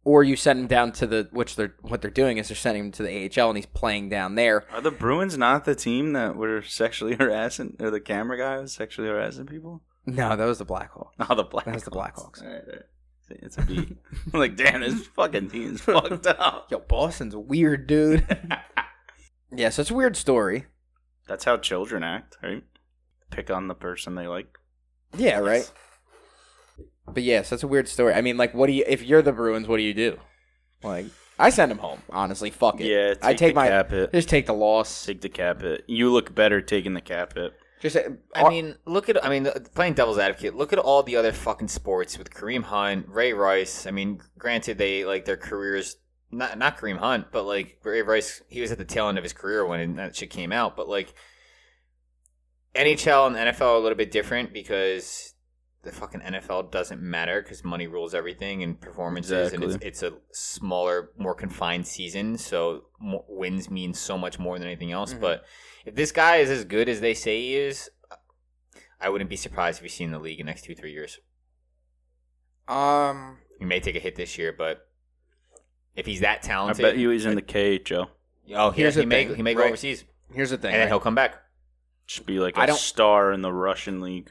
S1: or you send him down to the which they're what they're doing is they're sending him to the AHL and he's playing down there.
S3: Are the Bruins not the team that were sexually harassing, or the camera guy was sexually harassing people?
S1: No, that was the Black Hawk.
S3: Oh, the Blackhawks.
S1: That was the Blackhawks.
S3: All right, all right. See, It's a beat. I'm like, damn, this fucking team's fucked up.
S1: Yo, Boston's weird, dude. yeah, so it's a weird story.
S3: That's how children act, right? Pick on the person they like.
S1: Yeah, right. But yes, that's a weird story. I mean, like, what do you if you're the Bruins? What do you do? Like, I send him home. Honestly, fuck it.
S3: Yeah,
S1: I take
S3: the
S1: my
S3: cap hit.
S1: just take the loss.
S3: Take the cap hit. You look better taking the cap hit.
S1: Just uh,
S2: I mean, look at I mean, playing devil's advocate, look at all the other fucking sports with Kareem Hunt, Ray Rice. I mean, granted they like their careers not not Kareem Hunt, but like Ray Rice, he was at the tail end of his career when that shit came out, but like NHL and NFL are a little bit different because the fucking NFL doesn't matter because money rules everything and performances, and
S3: Exactly.
S2: it's, it's a smaller, more confined season, so mo wins mean so much more than anything else.
S3: Mm-hmm.
S1: Mhm.
S2: But if this guy is as good as they say he is, I wouldn't be surprised if he's seen the league in the next two, three years.
S1: um,
S2: He may take a hit this year, but if he's that
S3: I
S2: talented,
S3: bet you he's in the KHL.
S2: oh, he,
S1: Here's
S2: he
S1: the
S2: may
S1: thing,
S2: he may go
S1: right.
S2: overseas,
S1: here's the thing.
S2: and then
S1: right?
S2: he'll come back.
S3: Should be like
S1: I
S3: a
S1: don't-
S3: star in the Russian league.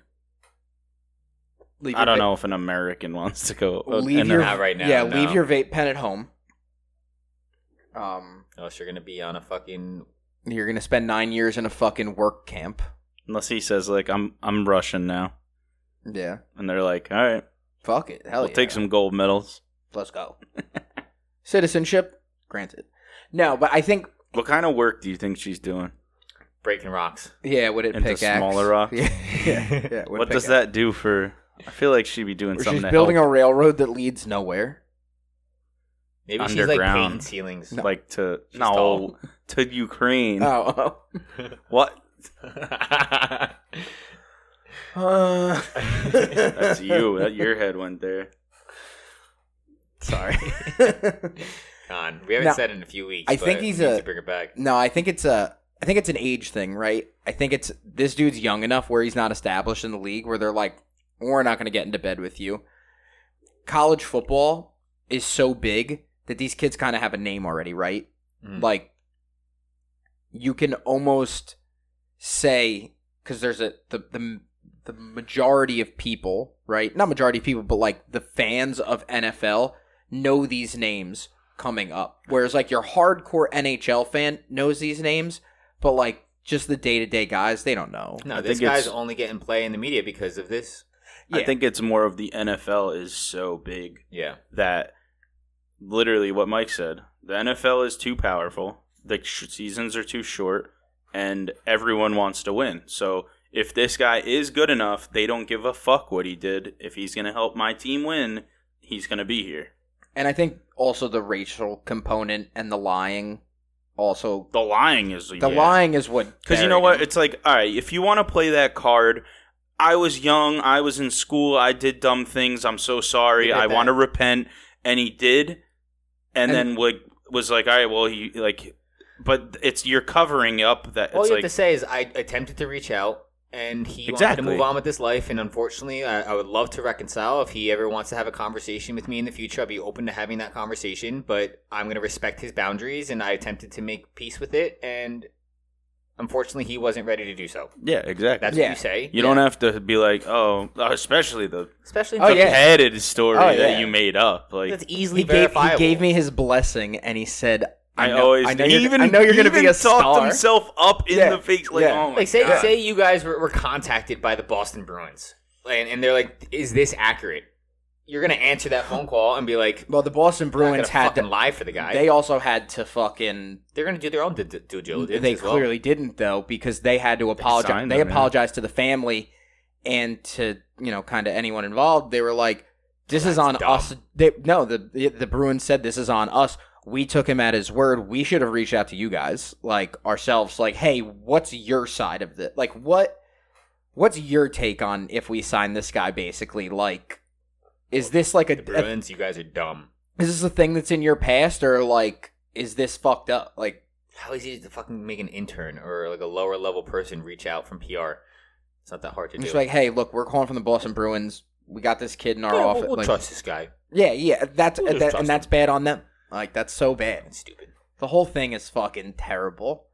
S1: Leave
S3: I
S1: your
S3: don't
S1: va-
S3: know if an American wants to go.
S1: Leave
S3: Oh, and
S1: your
S2: not right now,
S1: Yeah,
S2: no.
S1: leave your vape pen at home. Um,
S2: Unless you're Oh, gonna be on a fucking
S1: you're gonna spend nine years in a fucking work camp.
S3: Unless he says like, I'm I'm Russian now,
S1: Yeah,
S3: and they're like, all right,
S1: fuck it. Hell
S3: we'll
S1: yeah.
S3: take some gold medals.
S1: Let's go. Citizenship granted. No, but I think
S3: What kind of work do you think she's doing?
S2: breaking rocks.
S1: yeah. Would it
S3: Into
S1: pick
S3: smaller rocks?
S1: Yeah, yeah. yeah, would
S3: what
S1: it
S3: does
S1: pickaxe?
S3: that do for? I feel like she'd be doing
S1: Or
S3: something.
S1: She's building
S3: to
S1: a railroad that leads nowhere.
S2: Maybe she's like
S3: Underground.
S2: painting ceilings.
S3: help, like to
S2: She's
S3: no
S2: tall.
S3: to Ukraine.
S1: Oh,
S3: What?
S1: uh,
S3: That's you. that, your head went there.
S1: sorry.
S2: on. We haven't
S1: Now,
S2: said in a few weeks.
S1: I
S2: but
S1: think he's
S2: we need
S1: a-
S2: to bring it back.
S1: No, I think it's a. I think it's an age thing, right? I think it's this dude's young enough where he's not established in the league where they're like, we're not going to get into bed with you. College football is so big that these kids kind of have a name already, right?
S2: Mm.
S1: Like, you can almost say because there's a the, the the majority of people, right? Not majority of people, but like the fans of NFL know these names coming up. Whereas like your hardcore NHL fan knows these names, but like just the day to day guys, they don't know.
S2: No,
S3: I
S2: this
S3: think
S2: guy's
S3: it's-
S2: only getting play in the media because of this.
S3: I think it's more of the NFL is so big
S2: Yeah.
S3: that literally what Mike said. The NFL is too powerful. The sh- seasons are too short, and everyone wants to win. So if this guy is good enough, they don't give a fuck what he did. If he's gonna help my team win, he's gonna be here.
S1: and I think also the racial component and the lying also
S3: The lying is
S1: the lying is what
S3: because you know what? It's like all right, if you want to play that card. I was young. I was in school. I did dumb things. I'm so
S2: He
S3: sorry.
S2: did
S3: I
S2: that.
S3: want to repent, and he did. And,
S1: And-
S3: then like was like, all right, well, he like, but it's you're covering up that
S2: All
S3: it's
S2: you
S3: like
S2: have to say is I attempted to reach out, and he wanted
S3: Exactly.
S2: to move on with his life. And unfortunately, I, I would love to reconcile. If he ever wants to have a conversation with me in the future, I'd be open to having that conversation. But I'm going to respect his boundaries, and I attempted to make peace with it. And unfortunately, he wasn't ready to do so.
S3: yeah, exactly.
S2: That's
S1: Yeah.
S2: what you say.
S3: you don't have to be like, oh, especially the,
S2: especially.
S1: Oh,
S3: the
S1: yeah.
S3: padded story
S1: Oh, yeah.
S3: that you made up. Like
S2: That's easily
S1: he gave, he
S2: verifiable.
S1: gave me his blessing and he said
S3: I,
S1: know,
S3: always,
S1: I know
S3: he
S1: you're,
S3: even,
S1: I know you're
S3: he
S1: gonna be
S3: even
S1: a
S3: talked
S1: star.
S3: himself up in
S1: Yeah.
S3: the face. Like,
S1: Yeah.
S3: oh my
S2: like say
S3: God.
S2: say you guys were, were contacted by the Boston Bruins, and, and they're like, "Is this accurate?" You're gonna answer that phone call and be like,
S1: Well, the Boston
S2: "We're not
S1: Bruins
S2: gonna
S1: had
S2: fucking
S1: to.
S2: lie for the guy."
S1: They also had to fucking.
S2: They're gonna do their own d- d- due diligence.
S1: They
S2: as well.
S1: clearly didn't though because they had to apologize.
S3: signed
S1: They,
S3: them, yeah.
S1: apologized to the family and to you know kind of anyone involved. They were like, "This is on
S2: dumb.
S1: us." They, no, the the Bruins said this is on us. We took him at his word. We should have reached out to you guys, like ourselves, like, "Hey, what's your side of this? Like, what what's your take on if we sign this guy? Basically, like, is this like
S2: the
S1: a, a
S2: Bruins. You guys are dumb.
S1: is this a thing that's in your past or like is this fucked up like
S2: How easy to fucking make an intern or like a lower level person reach out from PR? It's not that hard to
S1: it's
S2: do.
S1: like hey look we're calling from the boston bruins we got this kid in our
S2: yeah, we'll-
S1: office
S2: we'll,
S1: like,
S2: trust this guy.
S1: yeah yeah that's
S2: We'll just
S1: that,
S2: trust
S1: and that's bad on them like that's so bad
S2: That's stupid.
S1: the whole thing is fucking terrible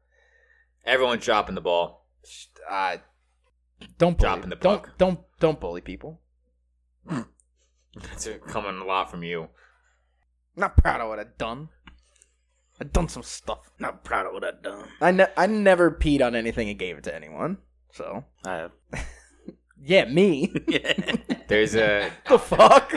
S2: Everyone's dropping the ball.
S1: uh, don't bully,
S2: Dropping the
S1: don't
S2: puck.
S1: don't don't bully people
S2: That's coming a lot from you.
S1: not proud of what i've done i've done some stuff
S3: not proud of what I've done.
S1: i, ne- I never peed on anything and gave it to anyone so
S3: I have.
S1: yeah me
S2: There's a
S1: the fuck?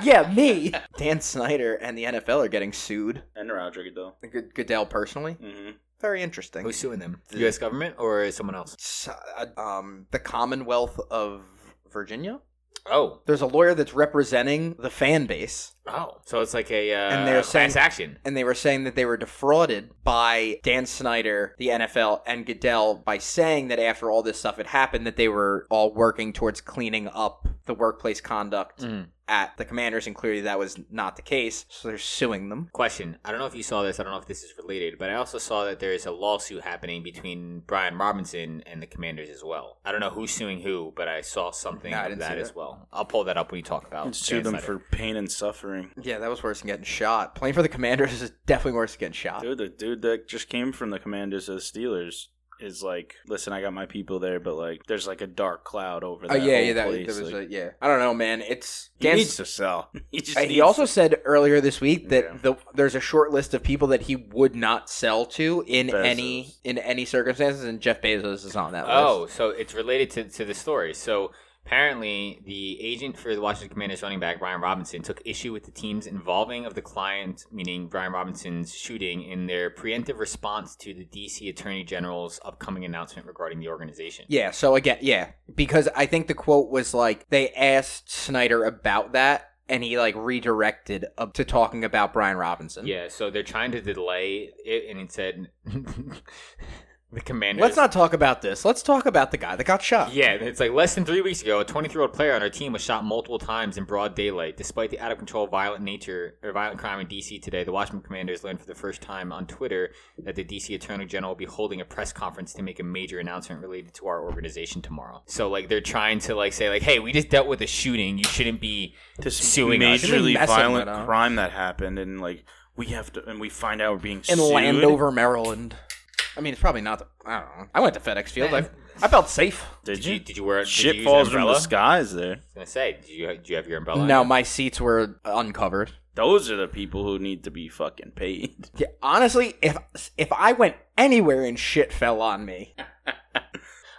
S1: yeah, me. Dan Snyder and the NFL are getting sued.
S3: and Roger Goodell.
S1: Good- Goodell personally,
S3: Mm-hmm.
S1: very interesting.
S2: who's suing them? The U.S. government or is someone else?
S1: S- uh, Um, the Commonwealth of Virginia.
S2: Oh,
S1: There's a lawyer that's representing the fan base,
S2: oh. So it's like a uh,
S1: And they're
S2: class
S1: saying-
S2: action.
S1: and they were saying that they were defrauded by Dan Snyder, the NFL, and Goodell by saying that after all this stuff had happened, that they were all working towards cleaning up the workplace conduct at the Commanders, and clearly that was not the case. So they're suing them.
S2: Question. I don't know if you saw this. I don't know if this is related, but I also saw that there is a lawsuit happening between Brian Robinson and the Commanders as well. I don't know who's suing who, but I saw something
S1: No, I
S2: of
S1: didn't
S2: that
S1: see
S2: as
S1: that.
S2: well. I'll pull that up when you talk about.
S3: Sue
S2: Dan
S3: them
S2: Snyder.
S3: for pain and suffering.
S1: Yeah, that was worse than getting shot. Playing for the Commanders is definitely worse than getting shot.
S3: Dude, the dude that just came from the Commanders to the Steelers is like, listen, I got my people there, but like, there's like a dark cloud over
S1: oh
S3: that.
S1: yeah,
S3: whole
S1: yeah, that,
S3: place.
S1: there was
S3: like,
S1: a, yeah. I don't know, man. It's
S3: he
S1: Dan.
S3: needs to sell. He, just
S1: uh, he
S3: needs
S1: also
S3: to-
S1: said earlier this week that
S3: Yeah.
S1: the, there's a short list of people that he would not sell to in
S3: Bezos.
S1: any in any circumstances, and Jeff Bezos is on that
S2: Oh,
S1: list.
S2: so it's related to, to the story. So apparently, the agent for the Washington Commanders running back Brian Robinson took issue with the team's involving of the client, meaning Brian Robinson's shooting, in their preemptive response to the D.C. Attorney General's upcoming announcement regarding the organization.
S1: Yeah, so again, yeah, because I think the quote was like they asked Snyder about that, and he like redirected up to talking about Brian Robinson.
S2: Yeah, so they're trying to delay it, and it said the Commanders.
S1: Let's not talk about this. Let's talk about the guy that got shot.
S2: Yeah, it's like less than three weeks ago, a 23-year-old player on our team was shot multiple times in broad daylight. Despite the out-of-control violent nature or violent crime in D.C. today, the Washington Commanders learned for the first time on Twitter that the D.C. Attorney General will be holding a press conference to make a major announcement related to our organization tomorrow. So, like, they're trying to like say like, "Hey, we just dealt with a shooting. You shouldn't be
S3: This
S2: Suing us.
S1: Shouldn't be
S3: majorly
S1: messing
S3: violent
S1: that up.
S3: crime that happened, and like we have to, and we find out we're being
S1: in
S3: sued.
S1: Landover, Maryland. I mean, it's probably not. The, I don't know. I went to FedEx Field. I, I felt safe.
S3: Did
S2: did you
S3: you?
S2: did you wear did you
S3: Shit
S2: use an
S3: falls from
S2: umbrella?"
S3: the skies there.
S2: I was gonna say, did you do you have your umbrella?
S1: No, my seats were uncovered.
S3: Those are the people who need to be fucking paid.
S1: Yeah, honestly, if if I went anywhere and shit fell on me,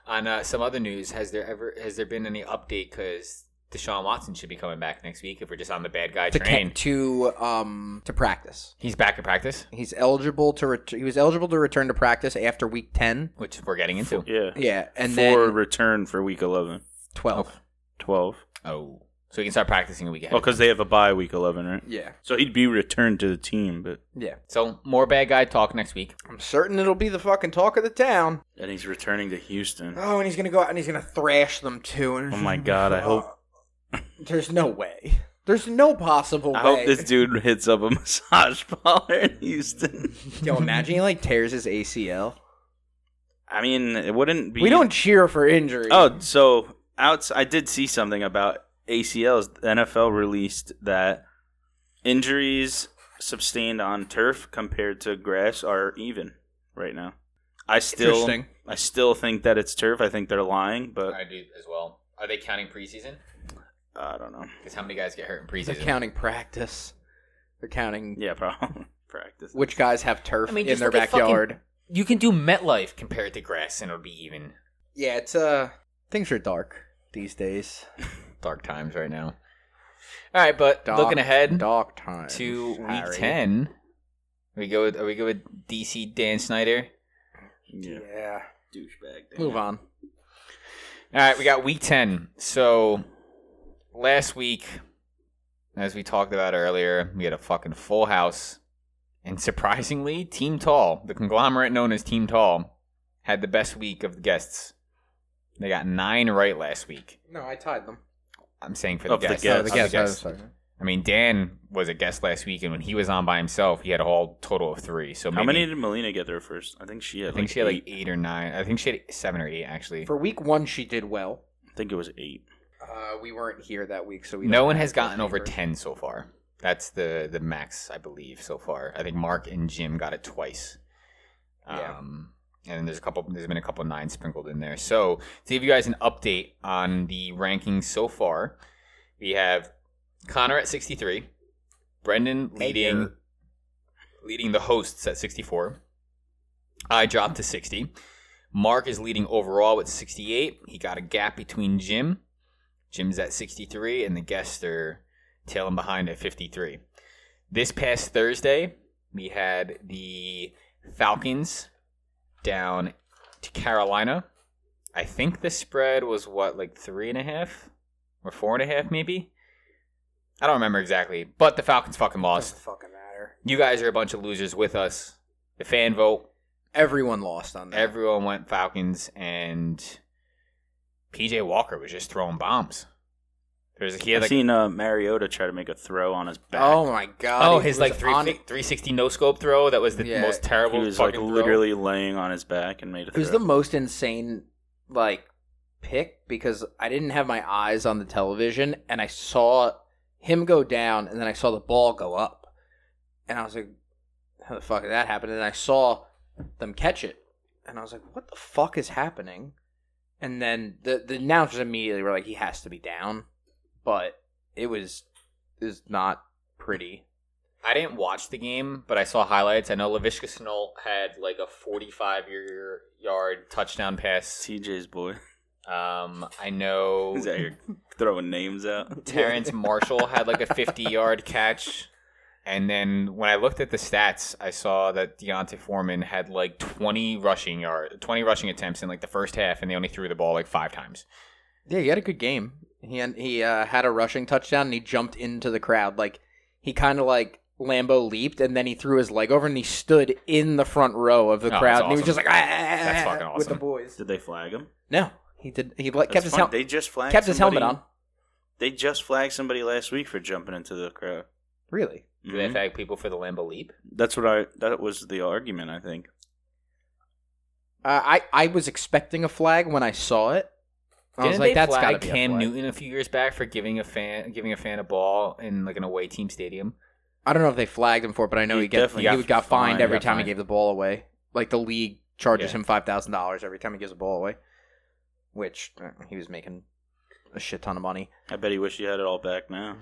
S2: On uh, some other news, has there ever has there been any update? Because Deshaun Watson should be coming back next week. If we're just on the bad guy
S1: to
S2: train,
S1: ca- to um to practice,
S2: he's back at practice,
S1: he's eligible to ret- he was eligible to return to practice after week ten.
S2: which we're getting into.
S3: Yeah.
S1: Yeah, and
S3: for
S1: then
S3: return for week 11.
S1: twelve.
S3: 12.
S2: Oh, so he can start practicing a week ahead.
S3: Well, because Oh, they have a bye week 11, right?
S1: Yeah,
S3: So he'd be returned to the team, but.
S1: yeah.
S2: So more bad guy talk next week.
S1: I'm certain it'll be the fucking talk of the town.
S3: And he's returning to Houston.
S1: Oh, and he's gonna go out and he's gonna thrash them too. And
S3: Oh my god, I hope
S1: There's no way. There's no possible
S3: I
S1: way.
S3: hope this dude hits up a massage parlor in Houston.
S1: Yo, imagine he like tears his ACL.
S3: I mean, it wouldn't be
S1: We don't cheer for injury.
S3: Oh, so outs I did see something about ACLs. The NFL released that injuries sustained on turf compared to grass are even right now. I still
S1: Interesting.
S3: I still think that it's turf. I think they're lying, but
S2: I do as well. Are they counting preseason?
S3: I don't know.
S2: Because how many guys get hurt in
S1: They're
S2: preseason?
S1: counting practice. They're counting
S3: Yeah, probably practice.
S1: which guys have turf
S2: I mean,
S1: in
S2: just
S1: their
S2: look at fucking-
S1: backyard.
S2: you can do MetLife compared to grass, and it'll be even.
S1: Yeah, it's uh things are dark these days.
S2: Dark times right now. All right, but
S1: Dark,
S2: looking ahead
S1: dark time
S2: to week ten, we go. With, are we go with DC Dan Snyder?
S3: Yeah,
S1: Yeah,
S3: douchebag. damn
S1: move
S3: it.
S1: on.
S2: All right, we got week 10. So last week, as we talked about earlier, we had a fucking full house. And surprisingly, Team Tall, the conglomerate known as Team Tall, had the best week of the guests. They got nine right last week.
S1: No, I tied them.
S2: I'm saying for the
S3: Of the
S2: guests.
S3: guests.
S1: oh, the
S3: Yes,
S2: Of
S1: guess.
S2: the guests. I mean, Dan was a guest last week, and when he was on by himself, he had a whole total of three. So
S3: How
S2: maybe-
S3: many did Melina get there first? I think she
S2: I
S3: had.
S2: think
S3: like
S2: she had like
S3: eight.
S2: eight or nine. I think she had seven or eight actually.
S1: For week one, she did well.
S3: I think it was eight.
S1: Uh, we weren't here that week, so we
S2: No
S1: don't
S2: one
S1: have
S2: has
S1: those
S2: gotten over
S1: numbers.
S2: ten so far. That's the the max, I believe, so far. I think Mark and Jim got it twice.
S1: Yeah.
S2: Um, and then there's a couple. There's been a couple nines sprinkled in there. So to give you guys an update on the rankings so far, we have Connor at 63, Brendan leading
S1: Mayor.
S2: leading the hosts at 64. I dropped to 60. Mark is leading overall with 68. He got a gap between Jim. Jim's at 63, and the guests are tailing behind at 53. This past Thursday, we had the Falcons down to Carolina. I think the spread was what, like three and a half or four and a half, maybe. I don't remember exactly, but the Falcons fucking lost.
S1: Doesn't fucking matter.
S2: You guys are a bunch of losers with us. The fan vote,
S1: Everyone lost on that.
S2: everyone went Falcons, and PJ Walker was just throwing bombs. There's he had
S3: I've
S2: like
S3: seen uh, Mariota try to make a throw on his back.
S1: oh my god!
S2: oh
S1: he
S2: his
S1: was
S2: like three,
S1: on-
S2: 360 no scope throw that was the
S1: Yeah,
S2: most
S3: he
S2: terrible.
S3: was like
S2: fucking throw.
S3: literally laying on his back and made a
S1: It
S3: throw.
S1: was the most insane like pick because I didn't have my eyes on the television and I saw him go down and then I saw the ball go up. And I was like, How the fuck did that happen? And I saw them catch it. And I was like, What the fuck is happening? And then the the announcers immediately were like, He has to be down. But it was is not pretty.
S2: I didn't watch the game, but I saw highlights. I know Lavisca Snow had like a 45 year yard touchdown pass.
S3: TJ's boy.
S2: Um, I know
S3: He's out here throwing names out.
S2: Terrence Marshall had like a 50 yard catch. And then when I looked at the stats, I saw that Deontay Foreman had like 20 rushing yard, 20 rushing attempts in like the first half, and they only threw the ball like five times.
S1: Yeah, he had a good game. He he uh, had a rushing touchdown and he jumped into the crowd like he kind of like Lambo leaped and then he threw his leg over and he stood in the front row of the
S2: that's
S1: crowd and he was
S2: awesome.
S1: just like, ah, that's
S2: fucking
S1: with the
S2: awesome.
S1: boys.
S3: Did they flag him?
S1: No, he did. He like, kept
S3: That's
S1: his
S3: fun.
S1: helmet.
S3: They just flagged.
S1: kept his helmet
S3: somebody-
S1: on.
S3: They just flagged somebody last week for jumping into the crowd.
S1: Really?
S2: Do they
S3: Mhm.
S2: flag people for the Lambo leap?
S3: That's what I. That was the argument. I think.
S1: Uh, I I was expecting a flag when I saw it. I was
S2: Didn't
S1: like,
S2: they
S1: that's
S2: flag
S1: gotta be a
S2: Cam
S1: flag.
S2: Newton a few years back for giving a fan giving a fan a ball in like an away team stadium?
S1: I don't know if they flagged him for it, but I know
S3: He
S1: he, get,
S3: definitely
S1: he
S3: got
S1: got, got fined
S3: fined.
S1: every
S2: Got
S1: time
S2: fined.
S1: he gave the ball away. Like the league charges
S2: Yeah.
S1: him five thousand dollars every time he gives a ball away, which uh, he was making a shit ton of money.
S3: I bet he wish he had it all back now.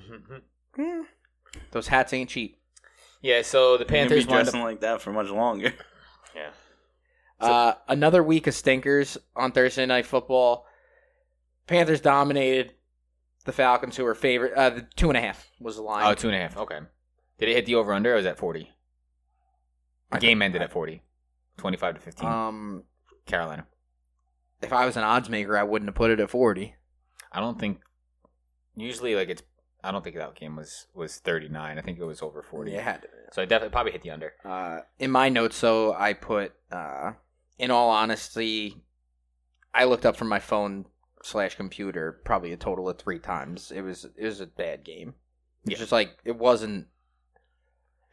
S2: Mm-hmm.
S1: Those hats ain't cheap.
S2: yeah, so the Panthers
S3: Panthers be
S2: wound up
S3: dressing like that for much longer.
S2: yeah.
S1: uh, another week of stinkers on Thursday Night Football. Panthers dominated the Falcons, who were favorite. Uh, the two and a half was the line.
S2: Oh, two and a half. Okay. Did it hit the over under or was that forty? The
S1: I
S2: game ended at forty. Twenty five to fifteen.
S1: um,
S2: Carolina.
S1: if I was an odds maker, I wouldn't have put it at forty.
S2: I don't think usually like it's I don't think that game was was thirty nine. I think it was over forty.
S1: Yeah, it had to.
S2: So I definitely probably hit the under.
S1: uh, in my notes, so I put, uh, in all honesty, I looked up from my phone slash computer probably a total of three times. It was it was a bad game. It's
S2: Yeah.
S1: just like it wasn't.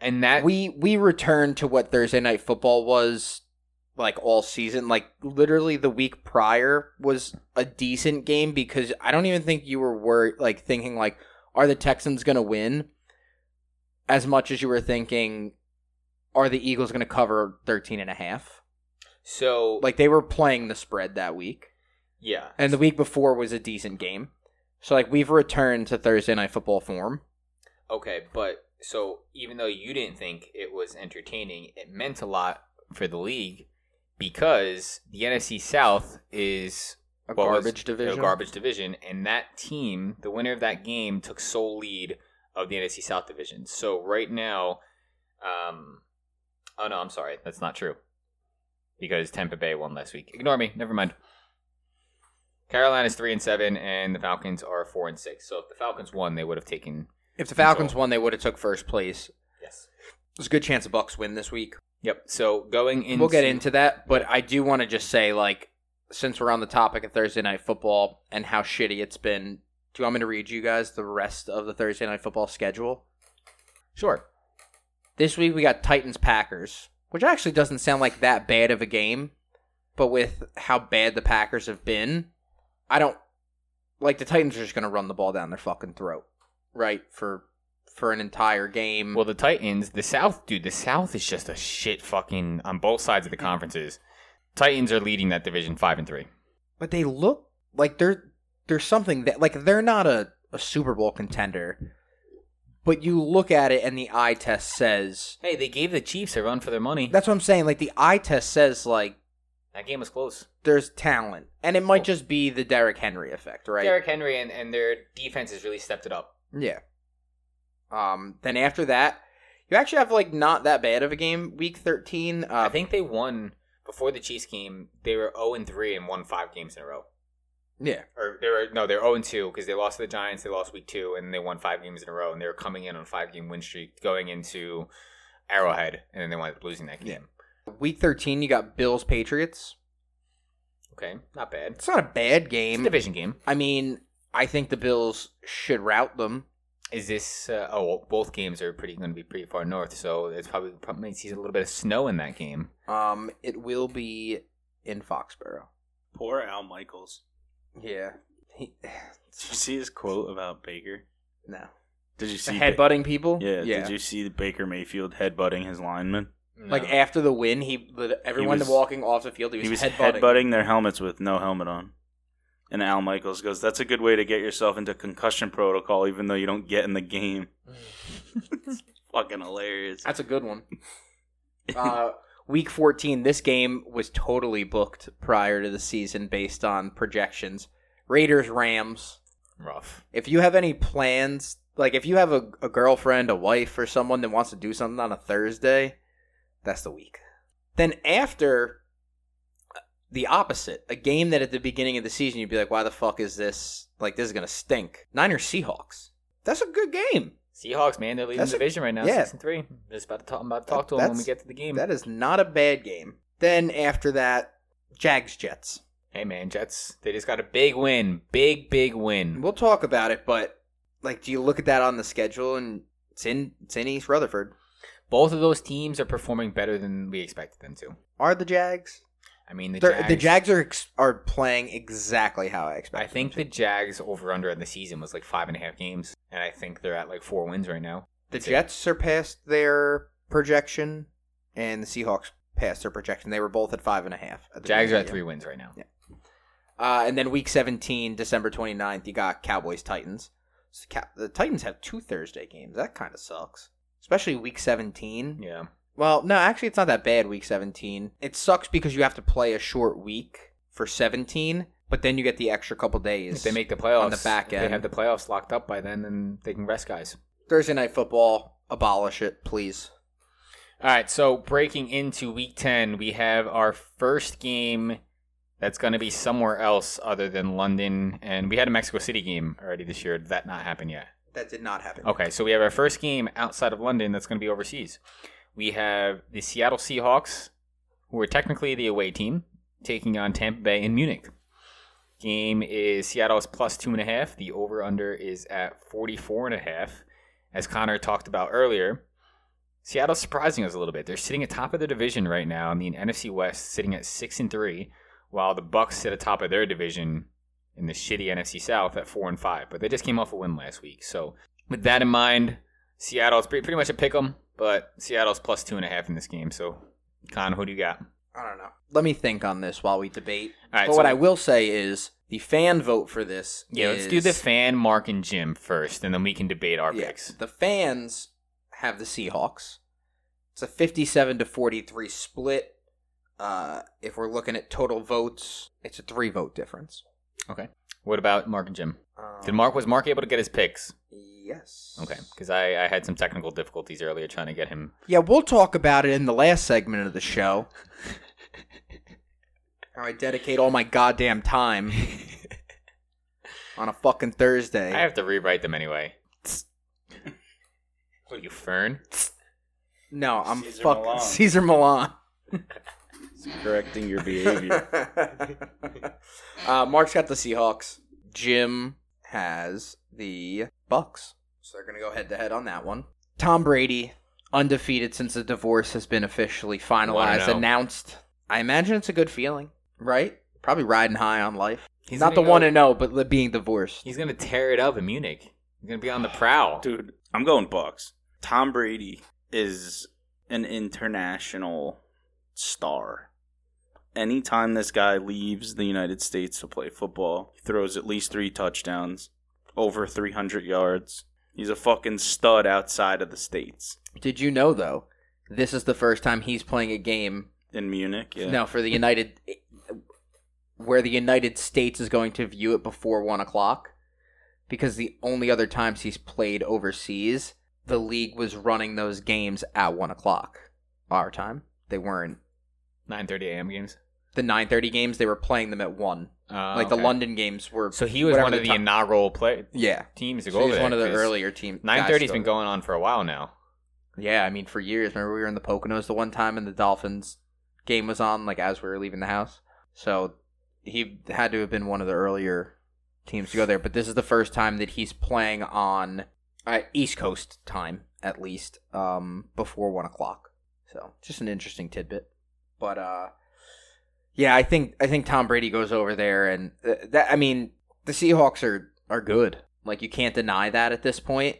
S2: And that
S1: We we returned to what Thursday night football was like all season. Like literally the week prior was a decent game because I don't even think you were worried like thinking like are the Texans gonna win as much as you were thinking are the Eagles gonna cover 13 and a half?
S2: so like
S1: Like they were playing the spread that week.
S2: yeah.
S1: And the week before was a decent game. So like we've returned to Thursday night football form.
S2: Okay, but so even though you didn't think it was entertaining, it meant a lot for the league because the NFC South is
S1: A
S2: what was-
S1: garbage division.
S2: A garbage division, and that team, the winner of that game, took sole lead of the NFC South division. So right now, um, oh no, I'm sorry, that's not true, because Tampa Bay won last week. Ignore me. Never mind. Carolina's three and seven, and the Falcons are four and six. So if the Falcons won, they would have taken
S1: If the Falcons won, they would have took first place.
S2: yes.
S1: There's a good chance the Bucks win this week.
S2: Yep. So going in,
S1: We'll get into that, but I do want to just say, like, since we're on the topic of Thursday night football and how shitty it's been, do you want me to read you guys the rest of the Thursday night football schedule?
S2: Sure.
S1: This week we got Titans Packers, which actually doesn't sound like that bad of a game, but with how bad the Packers have been, I don't like the Titans are just going to run the ball down their fucking throat, right? For for an entire game.
S2: Well, the Titans, the South, dude, the South is just a shit fucking on both sides of the conferences. Titans are leading that division five and three.
S1: but they look like they're there's something that like they're not a, a Super Bowl contender, but you look at it and the eye test says
S2: Hey, they gave the Chiefs a run for their money.
S1: that's what I'm saying. Like the eye test says like
S2: That game was close.
S1: there's talent, and it might just be the Derrick Henry effect, right?
S2: Derrick Henry and, and their defense has really stepped it up.
S1: Yeah. Um. Then after that, you actually have like not that bad of a game. Week thirteen. Uh,
S2: I think they won before the Chiefs game. They were zero and three and won five games in a row.
S1: yeah.
S2: Or they were no, they're zero and two because they lost to the Giants. They lost week two and they won five games in a row. And they were coming in on a five game win streak going into Arrowhead, and then they wound up losing that game.
S1: Week thirteen, you got Bills Patriots.
S2: Okay, not bad.
S1: It's not a bad
S2: It's a
S1: game.
S2: division game.
S1: I mean, I think the Bills should route them.
S2: Is this? Uh, oh, well, both games are pretty going to be pretty far north, so it's probably probably might see a little bit of snow in that game.
S1: Um, it will be in Foxborough.
S3: Poor Al Michaels.
S1: Yeah. He,
S3: Did you see his quote about Baker?
S1: no.
S3: Did you see Ba-
S1: Headbutting people.
S3: yeah,
S1: Yeah.
S3: Did you see the Baker Mayfield headbutting his lineman?
S1: Like after the win, he lit- everyone
S3: was-
S1: walking off the field. He
S3: He
S1: was,
S3: was,
S1: headbutting.
S3: headbutting. their helmets with no helmet on. And Al Michaels goes, "That's a good way to get yourself into concussion protocol, even though you don't get in the game."
S1: eh,
S3: It's fucking hilarious.
S1: That's a good one. Uh, week 14, this game was totally booked prior to the season based on projections. Raiders, Rams.
S2: rough.
S1: If you have any plans, like if you have a, a girlfriend, a wife, or someone that wants to do something on a Thursday, that's the week. Then after the opposite, a game that at the beginning of the season you'd be like, why the fuck is this? Like, this is going to stink. Niners, Seahawks. That's a good game.
S2: Seahawks, man, they're leading
S1: That's
S2: the
S1: a-
S2: division right now,
S1: yeah.
S2: six and three. Just about to talk, I'm about to talk to them when we
S1: That's-
S2: get to the game.
S1: That is not a bad game. Then after that, Jags Jets.
S2: hey, man, Jets, they just got a big win, big big win.
S1: We'll talk about it, but like, do you look at that on the schedule and it's in it's in East Rutherford?
S2: Both of those teams are performing better than we expected them to.
S1: Are the Jags?
S2: I mean, the
S1: They're-
S2: Jags,
S1: The Jags are ex- are playing exactly how I expect.
S2: I think the Jags over under in the season was like five and a half games, and I think they're at like four wins right now.
S1: the
S2: That's it.
S1: Jets surpassed their projection, and the Seahawks passed their projection. They were both at five and a half. at the
S2: Jags
S1: beginning
S2: are
S1: of
S2: at
S1: the
S2: three wins right now.
S1: Uh, and then week 17, December 29th, you got Cowboys Titans. So Cow- the Titans have two Thursday games. That kind of sucks. Especially week 17.
S2: Yeah,
S1: Well, no, actually, it's not that bad, week 17. It sucks because you have to play a short week for 17, but then you get the extra couple days.
S2: if they make the playoffs
S1: on the back
S2: if they
S1: end.
S2: have the playoffs locked up by then, then they can rest guys.
S1: Thursday night football, abolish it, please.
S2: All right, so breaking into week 10, we have our first game that's going to be somewhere else other than London. And we had a Mexico City game already this year. Did that not happen yet?
S1: That did not happen.
S2: Okay, so we have our first game outside of London that's going to be overseas. We have the Seattle Seahawks, who are technically the away team, taking on Tampa Bay in Munich. Game is Seattle's plus two and a half. The over under is at 44 and a half. As Connor talked about earlier, Seattle's surprising us a little bit. They're sitting atop of their division right now in the NFC West, sitting at six and three, while the Bucks sit atop of their division in the shitty NFC South at four and five. But they just came off a win last week, so with that in mind, Seattle it's pretty, pretty much a pick 'em, but Seattle's plus two and a half in this game. So, Con, who do you got? All
S1: I don't know. Let me think on this while we debate.
S2: right,
S1: but
S2: so
S1: what I will say is the fan vote for this
S2: yeah, let's
S1: is-
S2: do the fan, Mark, and Jim first, and then we can debate our
S1: Yeah.
S2: picks.
S1: The fans have the Seahawks. It's a 57 to 43 split. Uh, if we're looking at total votes, it's a three vote difference.
S2: What about Mark and Jim?
S1: Um,
S2: Did Mark was Mark able to get his picks?
S1: Yes.
S2: Okay, because I, I had some technical difficulties earlier trying to get him.
S1: Yeah, we'll talk about it in the last segment of the show. How I dedicate all my goddamn time on a fucking Thursday.
S2: I have to rewrite them anyway. What you, Fern?
S1: no, I'm
S3: Cesar
S1: fucking
S3: Millan.
S1: Caesar Milan.
S3: correcting your behavior.
S1: uh, Mark's got the Seahawks. Jim has the Bucks. So they're going to go head to head on that one. Tom Brady, undefeated since the divorce has been officially finalized,
S2: 1-0.
S1: announced. I imagine it's a good feeling, right? Probably riding high on life.
S2: He's
S1: Not
S2: gonna
S1: the
S2: go-
S1: one and know, but li- being divorced.
S2: He's gonna tear it up in Munich. He's gonna be on the prowl.
S3: Dude, I'm going Bucks. Tom Brady is an international star. Anytime this guy leaves the United States to play football, he throws at least three touchdowns, over 300 yards. He's a fucking stud outside of the states.
S1: Did you know though? This is the first time he's playing a game
S3: In Munich, yeah.
S1: No, for the United, where the United States is going to view it before one o'clock, because the only other times he's played overseas, the league was running those games at one o'clock our time. They weren't
S2: Nine thirty a.m. games.
S1: the nine thirty games; they were playing them at one.
S2: Uh,
S1: like the
S2: okay.
S1: London games were.
S2: So he was
S1: whatever
S2: one of
S1: the
S2: the,
S1: top-
S2: inaugural play
S1: yeah,
S2: teams to
S1: so
S2: go
S1: he
S2: over
S1: was
S2: there,
S1: one of the
S2: 'cause
S1: earlier team. guys
S2: 930's
S1: to
S2: been
S1: go
S2: going on for a while now.
S1: over. Yeah, I mean for years. Remember we were in the Poconos the one time, and the Dolphins game was on like as we were leaving the house. So he had to have been one of the earlier teams to go there, but this is the first time that he's playing on uh, East Coast time, at least, um, before one o'clock. So just an interesting tidbit. But uh, yeah, I think I think Tom Brady goes over there, and uh, that I mean the Seahawks are are good. Like you can't deny that at this point.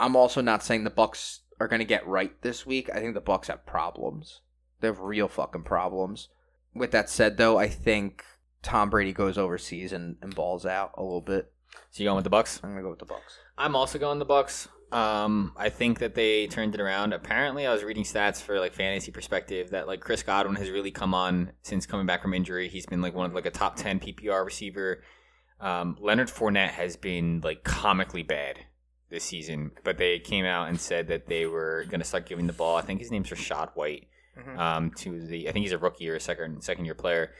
S1: I'm also not saying the Bucks are going to get right this week. I think the Bucks have problems. They have real fucking problems. With that said, though, I think Tom Brady goes overseas and, and balls out a little bit.
S2: So you going with the Bucks?
S1: I'm gonna go with the Bucks.
S2: I'm also going the Bucks. Um, I think that they turned it around. Apparently, I was reading stats for like fantasy perspective that like Chris Godwin has really come on since coming back from injury. He's been like one of like a top ten PPR receiver. Um, Leonard Fournette has been like comically bad this season, but they came out and said that they were going to start giving the ball. I think his name's Rashad White. um, to the I think he's a rookie or a second second year player.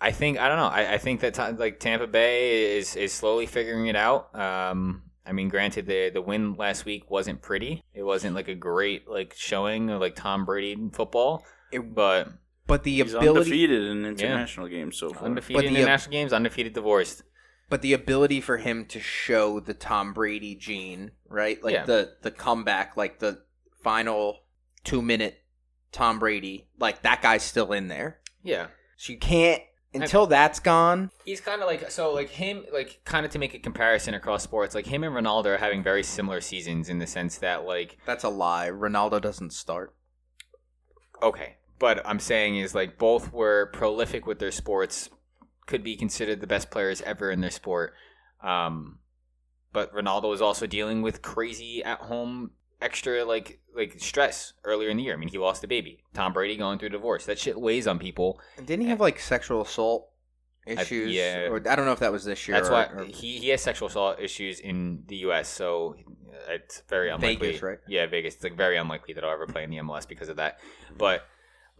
S2: I think I don't know. I, I think that Ta- like Tampa Bay is is slowly figuring it out. Um, I I mean, granted, the the win last week wasn't pretty. It wasn't like a great like showing of like Tom Brady in football,
S1: It-
S2: but
S1: but the
S3: He's
S1: ability,
S3: undefeated in international games so far.
S2: undefeated
S1: But
S2: in
S1: the-
S2: international games, undefeated divorced.
S1: but the ability for him to show the Tom Brady gene, right? Like
S2: Yeah.
S1: the the comeback, like the final two minute Tom Brady, like that guy's still in there.
S2: Yeah,
S1: So you can't until that's gone.
S2: he's kind of like so like him like kind of to make a comparison across sports like him and ronaldo are having very similar seasons in the sense that like
S1: That's a lie. Ronaldo doesn't start.
S2: okay but i'm saying is like both were prolific with their sports could be considered the best players ever in their sport um but ronaldo is also dealing with crazy at home extra like like stress earlier in the year i mean he lost a baby tom brady going through a divorce that shit weighs on people
S1: And didn't he have like sexual assault issues?
S2: yeah.
S1: Or, I don't know if that was this year.
S2: That's
S1: or,
S2: why
S1: or-
S2: he, he has sexual assault issues in the U.S. So it's very unlikely.
S1: Vegas, right?
S2: Yeah, Vegas. It's like very unlikely that I'll ever play in the MLS because of that. But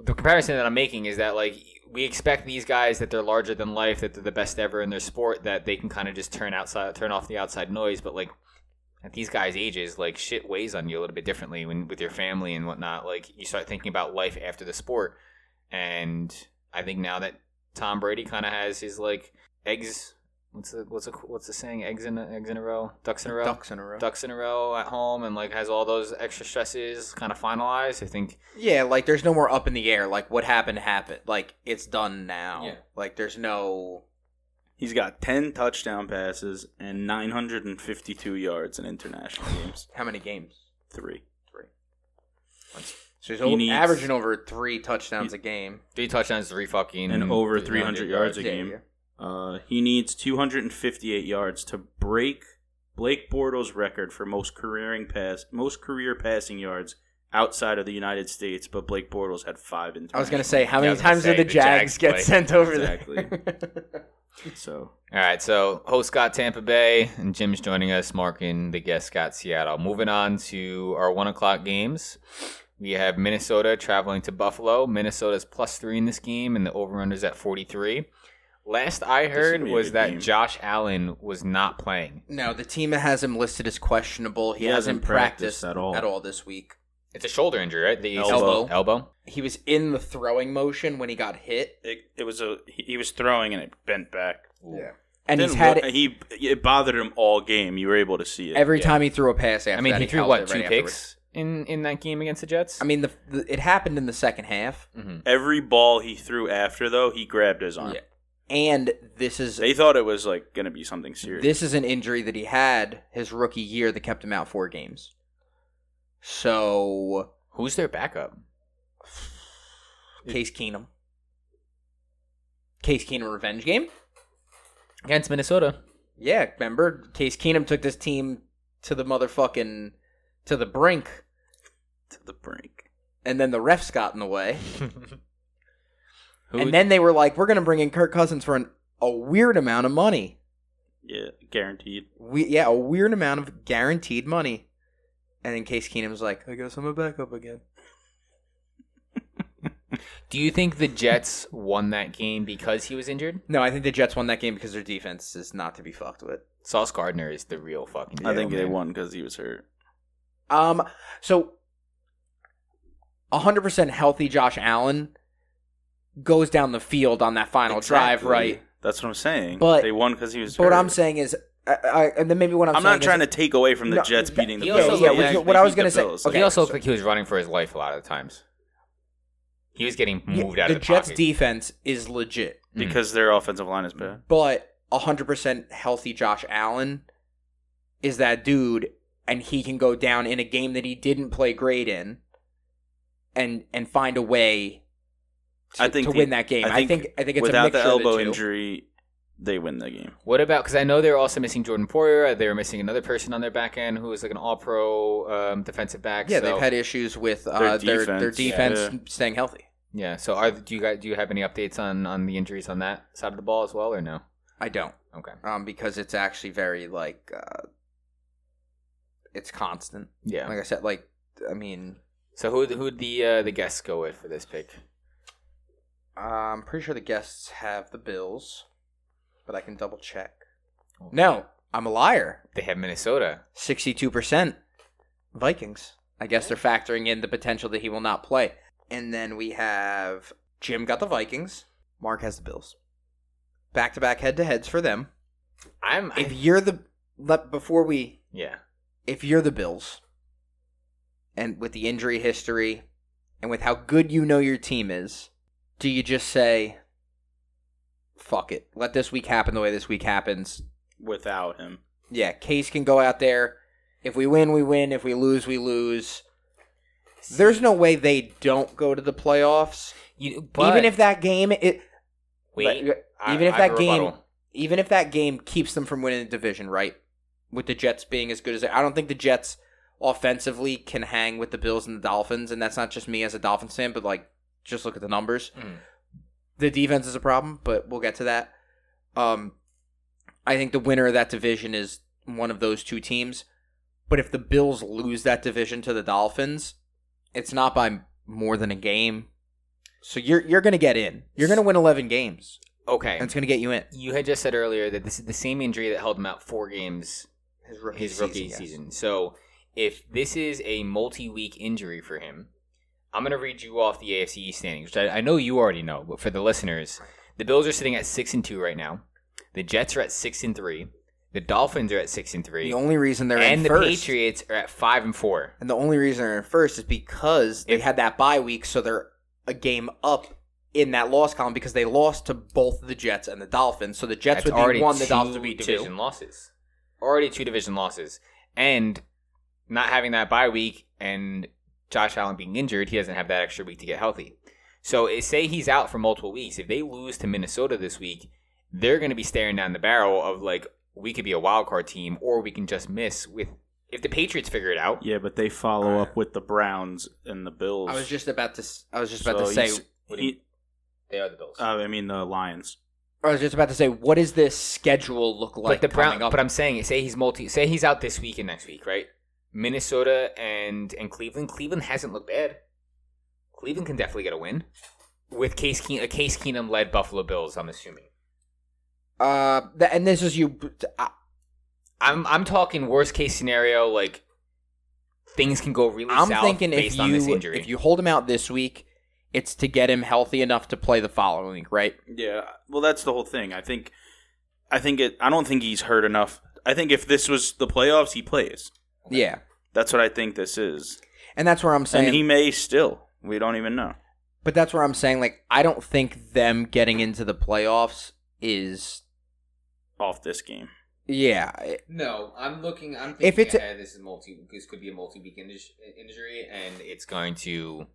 S2: the comparison that I'm making is that like we expect these guys that they're larger than life, that they're the best ever in their sport, that they can kind of just turn outside, turn off the outside noise. But like at these guys' ages, like shit weighs on you a little bit differently when with your family and whatnot. Like you start thinking about life after the sport, and I think now that Tom Brady kind of has his like eggs. What's the what's the what's the saying? Eggs in a, eggs in a row, ducks in a row,
S1: ducks in a row.
S2: ducks in a row at home, and like has all those extra stresses kind of finalized. I think
S1: Yeah, like there's no more up in the air. Like what happened happened. Like it's done now.
S2: Yeah.
S1: Like there's no.
S3: He's got 10 touchdown passes and 952 yards in international games.
S1: How many games?
S3: Three.
S1: So he's
S3: He
S1: over-
S3: needs-
S1: averaging over three touchdowns a game.
S2: three touchdowns, three fucking,
S3: And over 300 yards a
S1: Yeah,
S3: game.
S1: yeah.
S3: Uh, he needs 258 yards to break Blake Bortles' record for most careering pass, most career passing yards outside of the United States, but Blake Bortles had five in
S1: I was gonna
S3: total.
S1: say, how
S2: Yeah, I
S1: many
S2: was gonna
S1: times did
S2: say,
S1: the
S2: the
S1: Jags,
S2: Jags
S1: get
S2: play.
S1: sent over there?
S3: Exactly. So
S2: All right, so host Scott Tampa Bay, and Jim's joining us, marking the guest Scott Seattle. Moving on to our one o'clock games. We have Minnesota traveling to Buffalo. Minnesota's plus three in this game, and the over-under's at 43. Last I
S3: is
S2: heard
S3: gonna be a
S2: was
S3: good
S2: that
S3: game.
S2: Josh Allen was not playing.
S1: no, the team that has him listed as questionable. He,
S3: He
S1: hasn't,
S3: hasn't
S1: practiced,
S3: practiced at all.
S1: at all this week.
S2: It's a shoulder injury, right? The
S3: Elbow.
S2: Elbow?
S1: He was in the throwing motion when he got hit.
S3: it, it was a he he was throwing and it bent back.
S1: and he's
S3: Didn't
S1: had
S3: look-
S1: it
S3: he it bothered him all game. You were able to see it.
S1: every
S2: yeah.
S1: time he threw a pass. After
S2: I mean,
S1: that,
S2: he threw,
S1: held
S2: what,
S1: it
S2: two
S1: right afterwards.
S2: picks in, in that game against the Jets?
S1: I mean, the, the it happened in the second half,
S2: hmm
S3: Every ball he threw after though, he grabbed his arm.
S1: Yeah. and this is
S3: They thought it was like going to be something serious.
S1: this is an injury that he had his rookie year that kept him out four games. So
S2: Who's their backup?
S1: Case Keenum, Case Keenum revenge game.
S2: Against Minnesota.
S1: Yeah, remember Case Keenum took this team to the motherfucking to the brink,
S3: to the brink.
S1: and then the refs got in the way,
S2: Who
S1: and then they were like, "We're gonna bring in Kirk Cousins for an, a weird amount of money."
S3: Yeah, guaranteed.
S1: we yeah a weird amount of guaranteed money and then case keenum's like i guess i'm a backup again
S2: Do you think the Jets won that game because he was injured?
S1: no i think the jets won that game because their defense is not to be fucked with
S2: Sauce Gardner is the real fucking.
S3: I
S2: deal,
S3: think they
S2: man.
S3: won because he was hurt.
S1: um so 100% healthy josh allen goes down the field on that final drive
S3: Exactly.
S1: right
S3: That's what I'm saying.
S1: But-
S3: they won because he was.
S1: but what
S3: hurt.
S1: i'm saying is I, I, and then maybe what i'm,
S3: I'm,
S1: saying
S3: not trying
S1: is,
S3: to take away from the
S1: No,
S3: Jets
S1: that-
S3: beating the
S2: he
S3: Bills.
S2: also- yeah,
S3: They
S2: which-
S3: actually
S1: what I was
S3: beat the
S1: gonna say-
S3: Bills.
S1: okay.
S2: he also
S1: so-
S2: looked like he was running for his life a lot of the times. He was getting
S1: yeah,
S2: moved out
S1: the
S2: of the
S1: jets
S2: pocket.
S1: defense is legit
S3: because their offensive line is bad.
S1: but 100% healthy Josh Allen is that dude and he can go down in a game that he didn't play great in and and find a way to,
S3: I think
S1: to
S3: the-
S1: win that game. I think I think, it's
S3: without
S1: a mixture
S3: the elbow
S1: of the two.
S3: injury, they win the game.
S2: What about? Because I know they're also missing Jordan Poirier. They were missing another person on their back end who was like an All-Pro um, defensive back.
S1: Yeah,
S2: so,
S1: they've had issues with uh, their, their,
S3: defense,
S1: defense
S3: yeah.
S1: staying healthy.
S2: Yeah. So, are do you guys do you have any updates on on the injuries on that side of the ball as well, or no?
S1: I don't
S2: Okay.
S1: um, because it's actually very like uh, it's constant.
S2: Yeah.
S1: Like I said, like I mean,
S2: so who who the uh, the guests go with for this pick?
S1: Uh, I'm pretty sure the guests have the Bills, but I can double check. No, I'm a liar.
S2: They have Minnesota.
S1: 62% Vikings. I guess they're factoring in the potential that he will not play. And then we have Jim got the Vikings, Mark has the Bills. Back to back head to heads for them.
S2: I'm.
S1: If you're the let before we
S2: yeah.
S1: if you're the Bills and with the injury history and with how good you know your team is, do you just say fuck it. Let this week happen the way this week happens
S3: without him.
S1: yeah, Case can go out there. If we win, we win. If we lose, we lose. There's no way they don't go to the playoffs.
S2: You, but
S1: even if that game, it
S2: wait,
S1: even if
S2: I- I
S1: that
S2: have a
S1: game-
S2: rebuttal.
S1: even if that game keeps them from winning the division, right? With the Jets being as good as they, I don't think the Jets offensively can hang with the Bills and the Dolphins, and that's not just me as a Dolphins fan, but like just look at the numbers.
S2: Mm.
S1: The defense is a problem, but we'll get to that. Um, I think the winner of that division is one of those two teams. But if the Bills lose that division to the Dolphins, it's not by more than a game. So you're you're gonna get in. You're gonna win eleven games,
S2: okay,
S1: and it's gonna get you in.
S2: you had just said earlier that this is the same injury that held him out four games
S1: His rookie
S2: his rookie season. So if this is a multi-week injury for him, I'm going to read you off the AFC East standings, which I, I know you already know, but for the listeners, the Bills are sitting at six and two right now. The Jets are at six and three. The Dolphins are at six and three,
S1: The only reason they're in
S2: and the
S1: first,
S2: Patriots are at five and four.
S1: and the only reason they're in first is because they
S2: If-
S1: had that bye week, so they're a game up in that loss column because they lost to both the Jets and the Dolphins. So the Jets
S2: That's
S1: would
S2: already
S1: be one, the
S2: two
S1: Dolphins would be two.
S2: division losses. Already two division losses, and not having that bye week and Josh Allen being injured, he doesn't have that extra week to get healthy. So eh, say he's out for multiple weeks. If they lose to Minnesota this week, they're going to be staring down the barrel of like we could be a wild card team, or we can just miss with if the Patriots figure it out.
S3: Yeah, but they follow up with the Browns and the Bills.
S1: I was just about to. s- I was just about to
S3: So
S1: say.
S3: he's-
S2: What do you-
S3: he-
S2: They are the Bills.
S3: uh, I mean the Lions.
S1: I was just about to say. What does this schedule look like?
S2: but the Brown,
S1: coming up?
S2: but I'm saying, say he's multi, say he's out this week and next week, right? Minnesota and and Cleveland. Cleveland hasn't looked bad. Cleveland can definitely get a win with Case Keen, a Case Keenum led Buffalo Bills. I'm assuming.
S1: Uh, th- and this is you. Uh,
S2: I'm I'm talking worst case scenario, like things can go really
S1: I'm
S2: south
S1: thinking
S2: based
S1: if
S2: on this
S1: you
S2: injury.
S1: if you hold him out this week, it's to get him healthy enough to play the following week, right?
S3: Yeah, well, that's the whole thing. I think, I think it. I don't think he's hurt enough. I think if this was the playoffs, he plays.
S1: Yeah,
S3: That's what I think this is,
S1: and that's where I'm saying.
S3: and he may still. We don't even know.
S1: But that's where I'm saying, like, I don't think them getting into the playoffs is,
S3: Off this game,
S1: yeah, it-
S2: no, I'm looking. I'm
S1: If thinking it's a-
S2: this is multi. This could be a multi week injury, and it's going to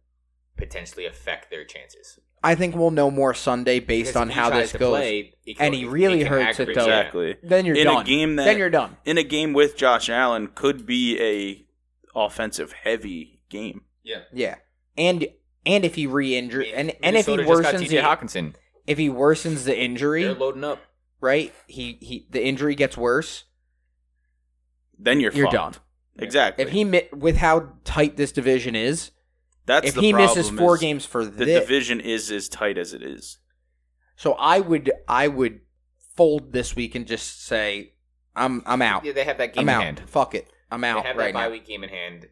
S2: potentially affect their chances.
S1: I think we'll know more Sunday based
S2: Because
S1: on
S2: if he
S1: how
S2: tries
S1: this
S2: to
S1: goes.
S2: play, it can-
S1: And he
S2: it-
S1: really
S2: can
S1: hurts it,
S2: aggravate
S1: though.
S2: that.
S3: exactly.
S1: Then you're
S3: In a
S1: done.
S3: game that-
S1: then you're done.
S3: In a game with Josh Allen, could be a offensive heavy game.
S2: Yeah.
S1: Yeah, and and if he re-injures and and if he
S2: Minnesota just got
S1: worsens
S2: T.J.
S1: the,
S2: Hawkinson,
S1: if he worsens the
S2: they're
S1: injury,
S2: loading up.
S1: right? He he the injury gets worse.
S3: Then you're
S1: You're done.
S3: fucked. Exactly.
S1: If he mi- with how tight this division is,
S3: that's
S1: if
S3: the
S1: he misses
S3: problem
S1: four
S3: is
S1: games for
S3: the
S1: this,
S3: division is as tight as it is.
S1: so I would I would fold this week and just say I'm I'm out.
S2: Yeah, they have that game
S1: I'm
S2: in
S1: out.
S2: hand.
S1: Fuck it. I'm
S2: They
S1: out
S2: have
S1: right
S2: that bye
S1: now.
S2: week game in hand.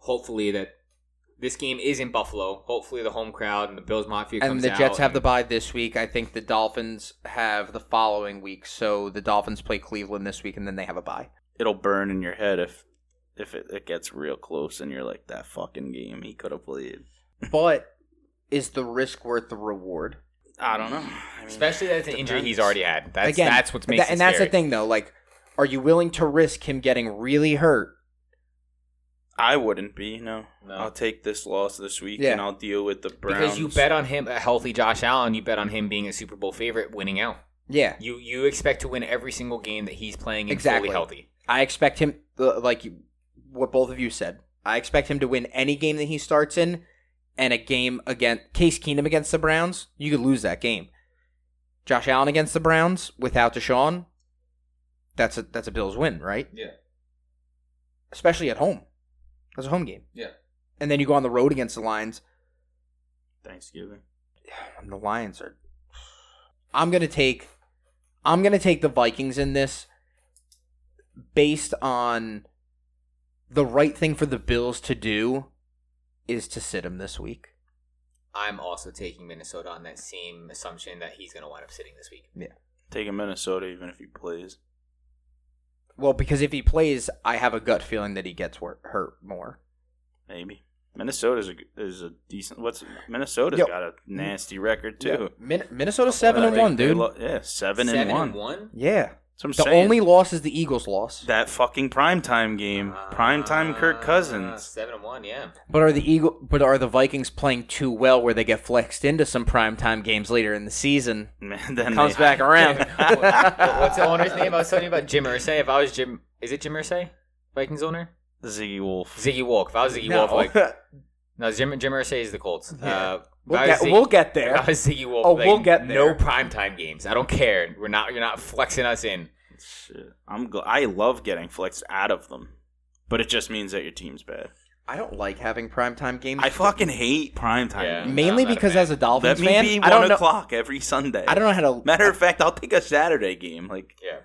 S2: Hopefully that this game is in Buffalo. Hopefully the home crowd and the Bills Mafia
S1: And
S2: comes
S1: the
S2: out
S1: Jets have
S2: and-
S1: the bye this week. I think the Dolphins have the following week. So the Dolphins play Cleveland this week, and then they have a bye.
S3: It'll burn in your head if if it, it gets real close and you're like that fucking game he could have played.
S1: But is the risk worth the reward?
S3: I don't know. I mean,
S2: Especially that it's an injury he's
S3: depends.
S2: already had. That's
S1: Again,
S2: that's what's
S1: Tha-
S2: making
S1: and that's the thing, though. Like, are you willing to risk him getting really hurt?
S3: I wouldn't be. No.
S2: No.
S3: I'll take this loss this week
S1: Yeah.
S3: and I'll deal with the Browns.
S2: Because you bet on him, a healthy Josh Allen, you bet on him being a Super Bowl favorite, winning out.
S1: Yeah,
S2: You you expect to win every single game that he's playing in
S1: Exactly.
S2: fully healthy.
S1: I expect him. the- Like you- what both of you said, I expect him to win any game that he starts in, and a game against Case Keenum against the Browns, you could lose that game. Josh Allen against the Browns without Deshaun, that's a that's a Bills win, right?
S2: Yeah.
S1: Especially at home, that's a home game.
S2: Yeah.
S1: And then you go on the road against the Lions.
S3: Thanksgiving.
S1: And the Lions are. I'm gonna take, I'm gonna take the Vikings in this, based on the right thing for the Bills to do is to sit him this week.
S2: I'm also taking Minnesota on that same assumption that he's going to wind up sitting this week.
S3: Taking Minnesota, even if he plays.
S1: Well, because if he plays, I have a gut feeling that he gets wor- hurt more.
S3: Maybe Minnesota's a is a decent. What's Minnesota's
S1: Yo.
S3: got a nasty record too.
S1: Min- Minnesota seven and
S3: They-
S1: one,
S3: they
S1: dude.
S3: lo- yeah, seven, and one.
S1: yeah,
S3: That's what I'm
S1: the
S3: saying.
S1: only loss is the Eagles' loss.
S3: that fucking primetime game, primetime Kirk Cousins.
S2: Uh, Seven and one, yeah.
S1: But are the Eagle? But are the Vikings playing too well where they get flexed into some primetime games later in the season?
S3: Man, then
S1: Comes
S3: they-
S1: back around.
S2: What's the owner's name? I was telling you about Jim Irsay. If I was Jim, is it Jim Irsay? Vikings owner?
S3: Ziggy Wolf.
S2: Ziggy Wolf. If I was Ziggy
S1: No.
S2: Wolf, like no, Jim Jim Irsay is the Colts. Uh, if I
S1: we'll,
S2: was
S1: get,
S2: Zig-
S1: we'll get
S2: if I
S1: there.
S2: was Ziggy Wolf.
S1: Oh,
S2: like,
S1: we'll get there.
S2: No primetime games. I don't care. We're not. You're not flexing us in.
S3: Shit. I'm gl- I love getting flexed out of them, but it just means that your team's bad.
S1: I don't like having primetime games.
S3: I fucking hate primetime.
S2: Yeah.
S3: games.
S1: mainly
S2: I'm not a
S1: because
S2: fan.
S1: as a Dolphins
S3: Let me
S1: fan,
S3: be
S1: I
S3: one
S1: don't know.
S3: o'clock every Sunday.
S1: I don't know how to.
S3: Matter of fact, I'll take a Saturday game. Like
S2: Yeah.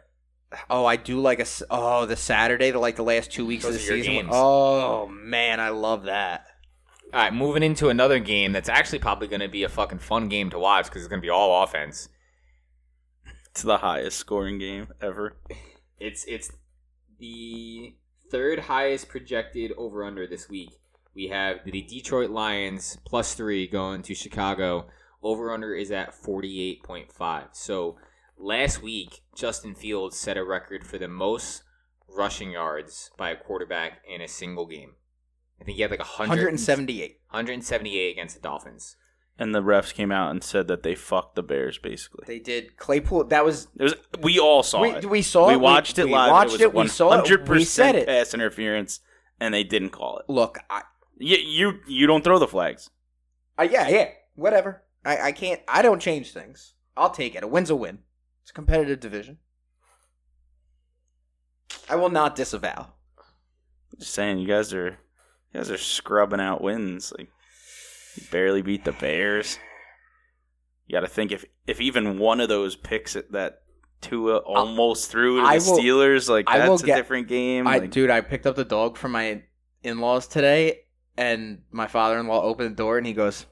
S1: Oh, I do like a s- oh the Saturday to like the last two weeks of
S2: Those
S1: the
S2: are your
S1: season.
S2: games.
S1: Oh man, I love that.
S2: All right, moving into another game that's actually probably going to be a fucking fun game to watch because it's going to be all offense.
S3: it's the highest scoring game ever.
S2: It's it's the third highest projected over under this week. We have the Detroit Lions plus three going to Chicago. Over under is at forty eight point five. So last week, Justin Fields set a record for the most rushing yards by a quarterback in a single game. I think he had like 100,
S1: 178.
S2: 178 against the Dolphins.
S3: And the refs came out and said that they fucked the Bears. Basically,
S1: They did Claypool. That was
S3: it was we all saw
S1: we,
S3: it.
S1: we saw
S3: we
S1: it.
S3: watched it
S1: we
S3: live.
S1: Watched
S3: it
S1: it.
S3: was
S1: We saw it. We said it.
S3: pass interference, and they didn't call it.
S1: Look, I,
S3: You you, you don't throw the flags.
S1: I yeah yeah whatever. I I can't. I don't change things. I'll take it. A win's a win. It's a competitive division. I will not disavow.
S3: Just saying, you guys are you guys are scrubbing out wins. Like you barely beat the Bears. You got to think if if even one of those picks at that Tua almost threw to the
S1: I will-
S3: Steelers, like
S1: I
S3: that's
S1: will
S3: a
S1: get-
S3: different game.
S1: I
S3: like,
S1: dude, I picked up the dog from my in-laws today, and my father-in-law opened the door and he goes,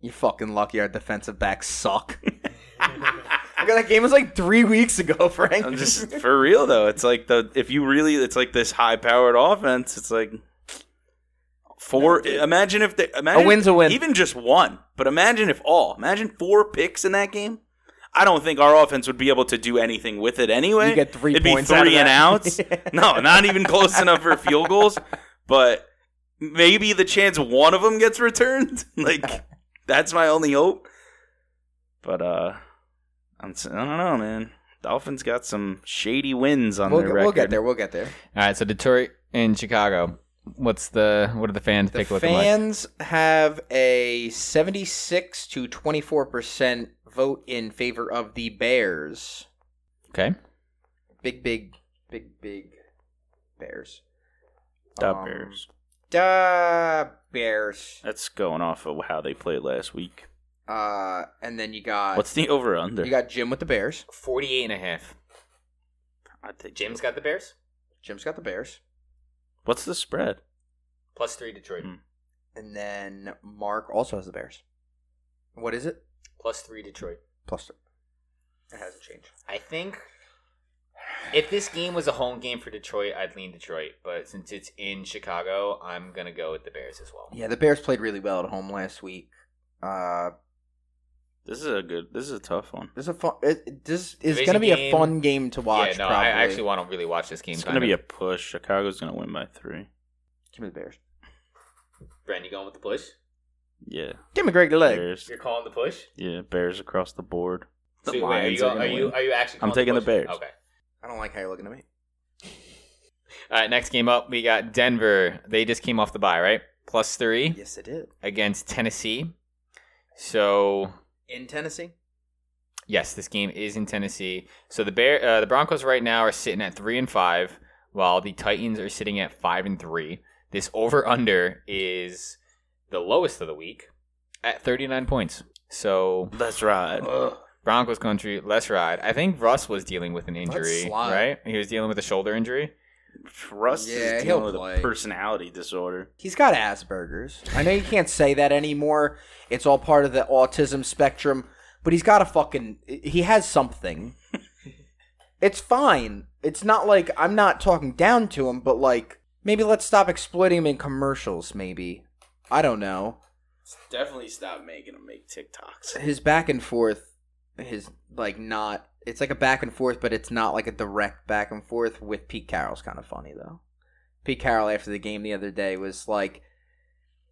S1: "You fucking lucky our defensive backs suck." I got that game was like three weeks ago, Frank.
S3: I'm just for real though. It's like the if you really, it's like this high powered offense. It's like four. Imagine if they imagine
S1: win's a win.
S3: Even just one, but imagine if all. Imagine four picks in that game. I don't think our offense would be able to do anything with it anyway.
S1: You get three
S3: It'd
S1: points
S3: be
S1: out of
S3: three and
S1: that.
S3: outs. no, not even close enough for field goals. But maybe the chance one of them gets returned. Like that's my only hope. But uh, I'm s- I don't know, man. Dolphins got some shady wins on
S1: we'll,
S3: their
S1: get,
S3: record.
S1: we'll get there. We'll get there.
S2: All right, so Detroit and Chicago. What's the what are the fans
S1: The
S2: pick looking like?
S1: fans have a 76 to 24 percent vote in favor of the Bears.
S2: Okay,
S1: Big, big, big, big Bears.
S3: The
S1: Um,
S3: Bears.
S1: Da Bears.
S3: That's going off of how they played last week.
S1: Uh, and then you got
S3: What's the over under?
S1: you got Jim with the Bears.
S2: forty-eight and a half. Jim's got the Bears
S1: Jim's got the Bears,
S3: What's the spread?
S2: plus three Detroit,
S3: Hmm.
S1: and then Mark also has the Bears. What is it?
S2: plus three Detroit.
S1: Plus three. It hasn't changed.
S2: I think if this game was a home game for Detroit, I'd lean Detroit. But since it's in Chicago, I'm gonna go with the Bears as well.
S1: Yeah, the Bears played really well at home last week. Uh,
S3: This is a good. This is a tough one.
S1: this is a fun. It, this is
S2: Division
S1: going to be a
S2: game.
S1: fun game to watch.
S2: yeah, no,
S1: probably.
S2: I actually want to really watch this game.
S3: It's
S2: kind
S3: gonna be a
S2: of.
S3: push. Chicago's gonna win by three.
S1: give me the Bears.
S2: Brand, you going with the push?
S3: Yeah,
S1: Give me Greg the leg.
S3: Bears.
S2: You're calling the push?
S3: Yeah, Bears across the board. The
S2: So, wait, are,
S3: Lions
S2: you,
S3: are gonna
S2: are you
S3: win.
S2: are you actually?
S3: I'm
S2: calling
S3: taking the
S2: push?
S3: Bears.
S2: Okay.
S1: I don't like how you're looking at me.
S2: All right, next game up, we got Denver. They just came off the bye, right? Plus three
S1: Yes, it did
S2: against Tennessee. So
S1: in Tennessee.
S2: yes, this game is in Tennessee. So the Bear, uh, the Broncos right now are sitting at three and five, while the Titans are sitting at five and three. This over under is the lowest of the week at thirty nine points. So
S1: Oh,
S3: That's right.
S1: Ugh.
S2: Broncos country, let's ride. I think Russ was dealing with an injury,
S1: slide.
S2: right? He was dealing with a shoulder injury.
S3: Russ
S1: Yeah,
S3: is
S1: he'll
S3: dealing with
S1: play.
S3: a personality disorder.
S1: He's got Asperger's. I know you can't say that anymore. It's all part of the autism spectrum, but he's got a fucking he has something. it's fine. It's not like I'm not talking down to him, but like maybe let's stop exploiting him in commercials maybe. I don't know.
S3: Definitely stop making him make TikToks.
S1: His back and forth his like not it's like a back and forth, but it's not like a direct back and forth with Pete Carroll's kind of funny though. Pete Carroll after the game the other day was like,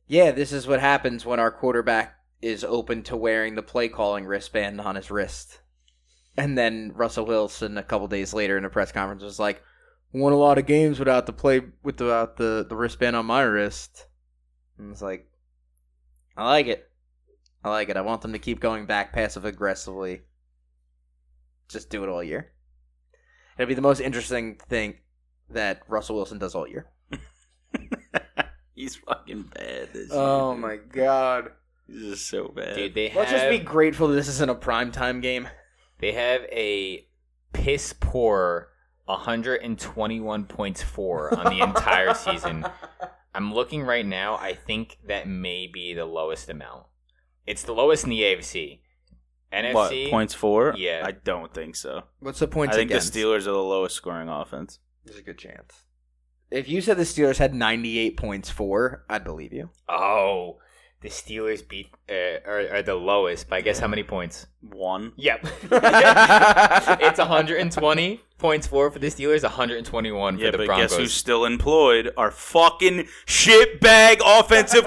S1: "Yeah, this is what happens when our quarterback is open to wearing the play calling wristband on his wrist." And then Russell Wilson a couple days later in a press conference was like, "Won a lot of games without the play without the the wristband on my wrist." And it's like, "I like it. I like it. I want them to keep going back passive aggressively. Just do it all year. It'll be the most interesting thing that Russell Wilson does all year."
S3: He's fucking bad. This
S1: Oh
S3: year,
S1: my god.
S3: dude. he's just so bad.
S2: Dude, they
S1: Uh, Let's just
S2: have-
S1: be grateful this isn't a primetime game.
S2: They have a piss poor 121 points four on the entire season. I'm looking right now. I think that may be the lowest amount. It's the lowest in the AFC. NFC.
S3: what points four?
S2: Yeah.
S3: I don't think so.
S1: What's the
S3: I
S1: point?
S3: think the Steelers are the lowest scoring offense.
S1: There's a good chance. If you said the Steelers had 98 points for, I'd believe you.
S2: Oh, the Steelers beat uh, are, are the lowest by guess how many points?
S3: One.
S2: Yep. it's 120 points four for the Steelers. 121 for
S3: yeah,
S2: the
S3: but
S2: Broncos.
S3: guess who's still employed? Our fucking shitbag offensive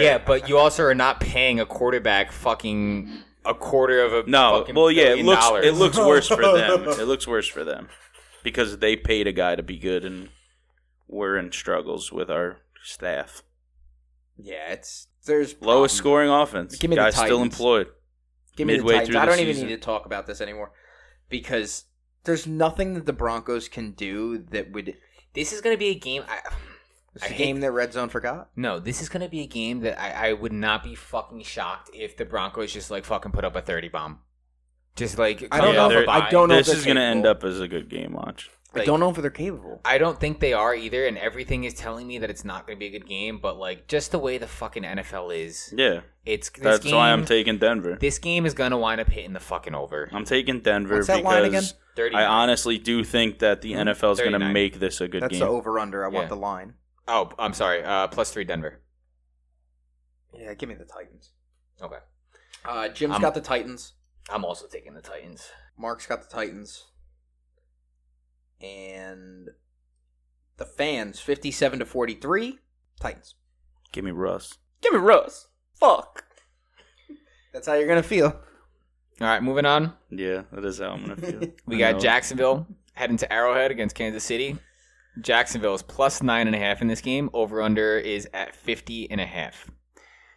S2: Yeah, but you also are not paying a quarterback fucking a quarter of a
S3: No.
S2: Fucking
S3: Well, yeah. It
S2: billion
S3: looks
S2: dollars.
S3: it looks worse for them. It looks worse for them because they paid a guy to be good, and we're in struggles with our staff.
S1: Yeah, it's there's
S2: Um,
S3: Lowest scoring offense.
S1: Give me the
S3: Guys still
S1: Titans.
S3: employed.
S1: Give me
S3: midway
S1: the Titans.
S3: through
S1: I
S3: the
S1: don't even
S3: season.
S1: need to talk about this anymore because there's nothing that the Broncos can do that would.
S2: This is gonna be a game. I,
S1: It's
S2: I
S1: a
S2: hate-
S1: game that Red Zone forgot.
S2: no, this is gonna be a game that I, I would not be fucking shocked if the Broncos just like fucking put up a thirty bomb. Just like
S1: I don't know.
S3: Yeah,
S1: If,
S3: they're-
S1: I don't know.
S3: This
S1: if
S3: is going to end
S1: up.
S3: up as a good game watch.
S1: I don't know if they're capable.
S2: I don't think they are either, and everything is telling me that it's not gonna be a good game. But like just the way the fucking NFL is,
S3: Yeah,
S2: it's this
S3: that's why I'm
S2: game-
S3: taking Denver.
S2: This game is gonna wind up hitting the fucking over.
S3: I'm taking Denver
S1: What's that
S3: because
S1: line again?
S2: Thirty.
S3: I honestly do think that the NFL is going to
S2: 39.
S3: make this a good
S1: That's the
S3: game.
S1: over under. I
S2: Yeah.
S1: want the line.
S2: oh, I'm sorry. Uh, plus three Denver.
S1: Yeah, give me the Titans.
S2: Okay.
S1: Uh, Jim's
S2: I'm-
S1: got the Titans.
S2: I'm also taking the Titans.
S1: Mark's got the Titans. And the fans, fifty-seven to forty-three. Titans.
S3: Give me Russ.
S1: Give me Russ. Fuck. That's how you're gonna feel.
S2: All right, moving on.
S3: Yeah, that is how I'm going to feel.
S2: We
S3: I
S2: got
S3: know.
S2: Jacksonville heading to Arrowhead against Kansas City. Jacksonville is plus nine and a half in this game. Over under is at 50 and a half.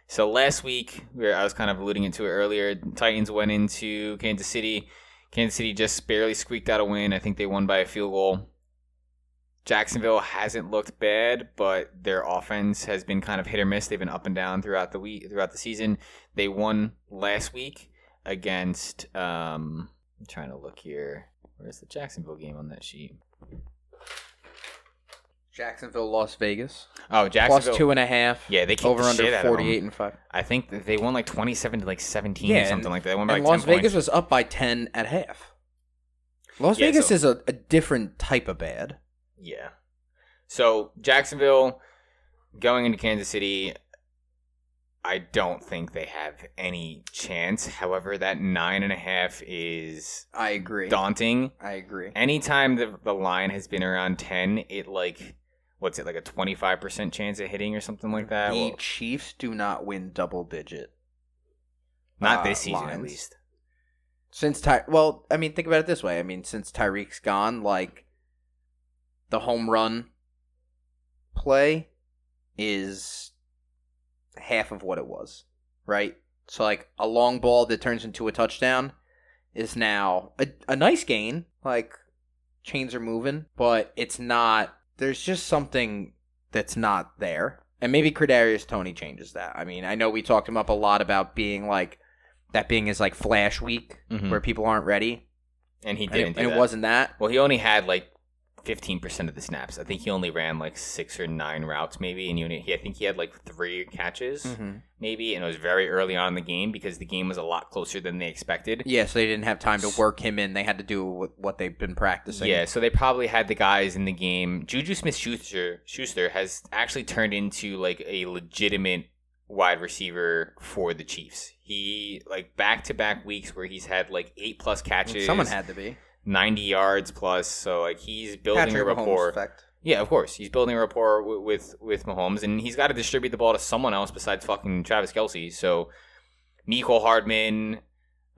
S2: So last week, we were, I was kind of alluding to it earlier. Titans went into Kansas City. Kansas City just barely squeaked out a win. I think they won by a field goal. Jacksonville hasn't looked bad, but their offense has been kind of hit or miss. They've been up and down throughout the week, throughout the season. They won last week against. Um, I'm trying to look here. Where's the Jacksonville game on that sheet?
S1: Jacksonville, Las Vegas,
S2: Oh, Jacksonville.
S1: plus two and a half.
S2: Yeah, they kicked
S1: over
S2: the shit
S1: under
S2: out of them.
S1: forty-eight and five.
S2: I think that they won like 27 to like 17
S1: Yeah,
S2: or something
S1: and-
S2: like that. They won by
S1: And
S2: like
S1: Las
S2: 10
S1: Vegas
S2: points.
S1: was up by ten at half. Las
S2: Yeah,
S1: Vegas
S2: so-
S1: is a, a different type of bad.
S2: Yeah. So Jacksonville going into Kansas City, I don't think they have any chance. However, that nine and a half is
S1: I agree.
S2: daunting.
S1: I agree.
S2: Anytime the the line has been around ten, it like what's it like a twenty five percent chance of hitting or something like that.
S1: the
S2: Well,
S1: Chiefs do not win double digit
S2: not this
S1: uh,
S2: season, at
S1: lines.
S2: least.
S1: since Ty. Well, I mean, think about it this way. I mean, since Tyreek's gone, like the home run play is half of what it was, right? So, like a long ball that turns into a touchdown is now a, a nice gain. Like chains are moving, but it's not. There's just something that's not there. And maybe Kadarius Tony changes that. I mean, I know we talked him up a lot about being like that being his like flash week
S2: Mhm.
S1: where people aren't ready.
S2: and he
S1: And, it,
S2: didn't. do
S1: and it
S2: that.
S1: wasn't that.
S2: Well, he only had like fifteen percent of the snaps. I think he only ran like six or nine routes, maybe. And he, only- he I think he had like three catches,
S1: Mm-hmm.
S2: maybe. And it was very early on in the game because the game was a lot closer than they expected.
S1: Yeah, so they didn't have time to work him in. They had to do what, what they've been practicing.
S2: Yeah, so they probably had the guys in the game. Juju Smith Schuster Schuster has actually turned into like a legitimate wide receiver for the Chiefs. He like back to back weeks where he's had like eight plus catches,
S1: someone had to be
S2: ninety yards plus. So like he's building a
S1: Patrick Mahomes
S2: rapport.
S1: effect.
S2: Yeah, of course. He's building a rapport w- with with Mahomes, and he's got to distribute the ball to someone else besides fucking Travis Kelsey. So, Miko Hardman,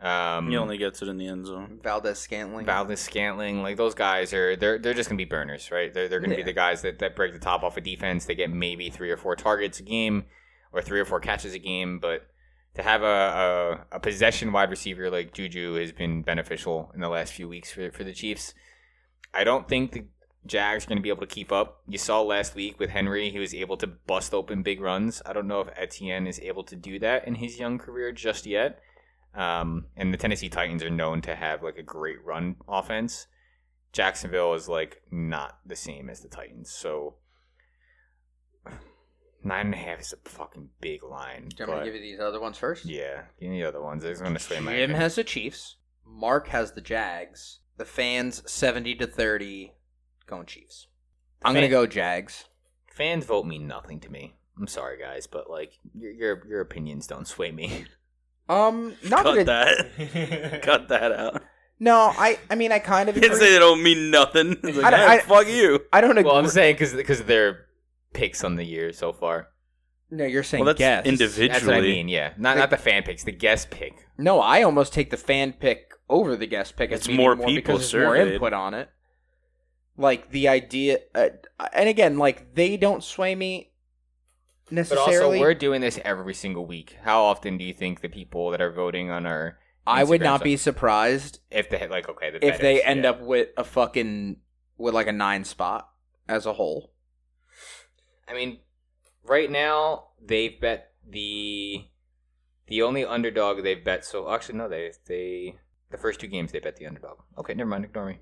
S2: um,
S3: He only gets it in the end zone.
S1: Valdez Scantling.
S2: Valdez Scantling, like those guys are they're they're just gonna be burners, right? They're they're gonna be
S1: Yeah.
S2: the guys that, that break the top off a defense. They get maybe three or four targets a game or three or four catches a game, but to have a, a, a possession wide receiver like Juju has been beneficial in the last few weeks for for the Chiefs. I don't think the Jags are going to be able to keep up. You saw last week with Henry, he was able to bust open big runs. I don't know if Etienne is able to do that in his young career just yet. Um, and the Tennessee Titans are known to have like a great run offense. Jacksonville is like not the same as the Titans, so nine and a half is a fucking big line.
S1: Do you want me
S2: but-
S1: to give you these other ones first?
S2: yeah, give me the other ones. It's going to sway my.
S1: Jim
S2: opinion.
S1: has the Chiefs. Mark has the Jags. The fans seventy to thirty, going Chiefs. I'm gonna
S2: Fan-
S1: go Jags.
S2: Fans vote mean nothing to me. I'm sorry, guys, but like your your, your opinions don't sway me.
S1: Um, not that,
S3: Cut
S1: it-
S3: that. Cut that out.
S1: No, I. I mean, I kind of.
S3: Kids say
S1: Agree.
S3: they don't mean nothing. It's like,
S1: I don't-
S3: "Hey,
S1: I-
S3: fuck you.
S1: I don't agree.
S2: well, I'm saying because because their picks on the year so far.
S1: no, you're saying
S3: Well, that's
S1: guess.
S3: individual.
S2: That's what I
S3: Individually.
S2: mean. Yeah, not not the fan picks, the guest pick.
S1: No, I almost take the fan pick over the guest pick. as
S3: It's
S1: meaning
S3: more people
S1: because there's more
S3: surveyed.
S1: input on it. Like the idea, uh, and again, like they don't sway me
S2: But also,
S1: necessarily.
S2: we're doing this every single week. How often do you think the people that are voting on our
S1: I would
S2: Instagram
S1: not
S2: stuff-
S1: be surprised
S2: if they like okay the
S1: if they
S2: betters,
S1: end
S2: yeah.
S1: up with a fucking with like a nine spot as a whole.
S2: I mean, right now they've bet the the only underdog they've bet. So actually, no, they they the first two games they bet the underdog. Okay, never mind. Ignore me.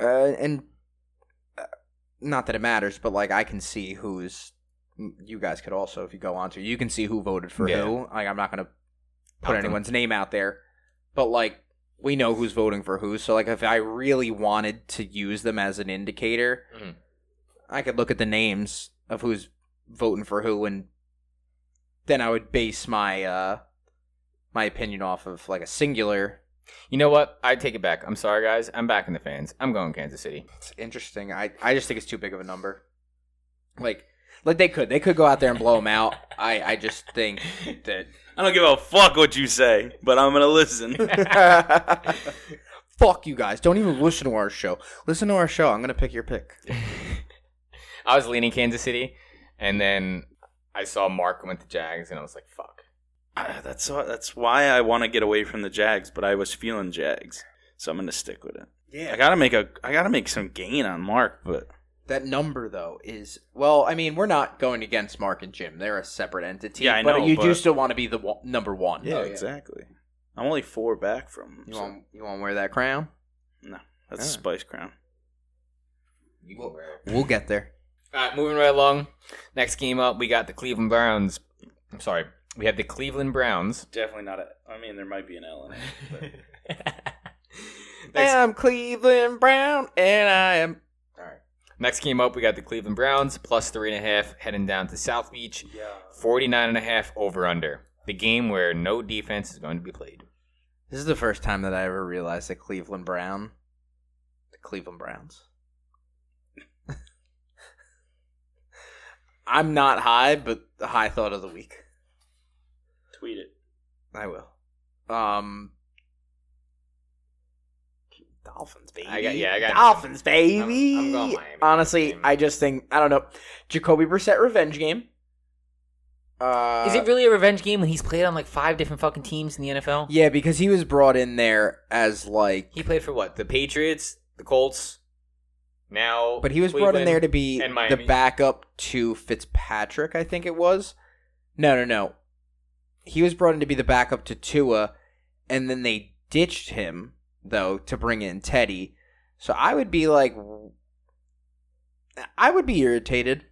S1: Uh, and uh, not that it matters, but like I can see who's. You guys could also, if you go on to, you can see who voted for
S2: Yeah.
S1: who. Like I'm not gonna put
S2: Not them.
S1: anyone's name out there, but like we know who's voting for who. So like if I really wanted to use them as an indicator,
S2: Mhm.
S1: I could look at the names of who's voting for who, and then I would base my uh my opinion off of like a singular.
S2: You know what? I take it back. I'm sorry, guys. I'm back in the fans. I'm going Kansas City.
S1: It's interesting. I I just think it's too big of a number. Like like they could they could go out there and blow them out. I I just think that
S3: I don't give a fuck what you say, but I'm gonna listen.
S1: Fuck you guys. Don't even listen to our show. Listen to our show. I'm going to pick your pick.
S2: I was leaning Kansas City, and then I saw Mark went to Jags, and I was like, fuck.
S3: Ah, that's that's why I want to get away from the Jags, but I was feeling Jags, so I'm gonna stick with it.
S1: Yeah.
S3: I gotta make a I gotta make some gain on Mark, but
S1: that number, though, is. Well, I mean, we're not going against Mark and Jim. They're a separate entity.
S3: Yeah, I
S1: but
S3: know,
S1: you do
S3: but-
S1: still want to be the one, number one. Oh,
S3: Oh, yeah, exactly. I'm only four back from him,
S1: You
S3: so
S1: want you want to wear that crown?
S3: that's
S1: Yeah.
S3: a spice crown.
S2: You can wear it.
S1: We'll get there.
S2: All right, moving right along. Next game up, we got the Cleveland Browns. I'm sorry. We have the Cleveland Browns.
S3: Definitely not. A, I mean, there might be an L
S2: Next
S1: I'm Cleveland Brown, and I am.
S2: Next game up, we got the Cleveland Browns plus three and a half heading down to South Beach.
S3: yeah.
S2: 49 and a half over under. The game where no defense is going to be played.
S1: This is the first time that I ever realized that Cleveland Brown, the Cleveland Browns. I'm not high, but the high thought of the week.
S3: Tweet it.
S1: I will. Um, Dolphins, baby.
S2: I got- yeah, I got-
S1: Dolphins, baby.
S2: I'm- I'm going Miami.
S1: Honestly,
S2: Miami.
S1: I just think I don't know. Jacoby Brissett revenge game. Uh,
S2: really a revenge game when he's played on like five different fucking teams in the NFL?
S1: Yeah, because he was brought in there as like,
S2: He played for what? The Patriots, the Colts, now.
S1: but he was brought in there to be
S2: and
S1: the
S2: Miami.
S1: backup to Fitzpatrick. I think it was. No, no, no. he was brought in to be the backup to Tua, and then they ditched him though to bring in Teddy. So I would be like, I would be irritated.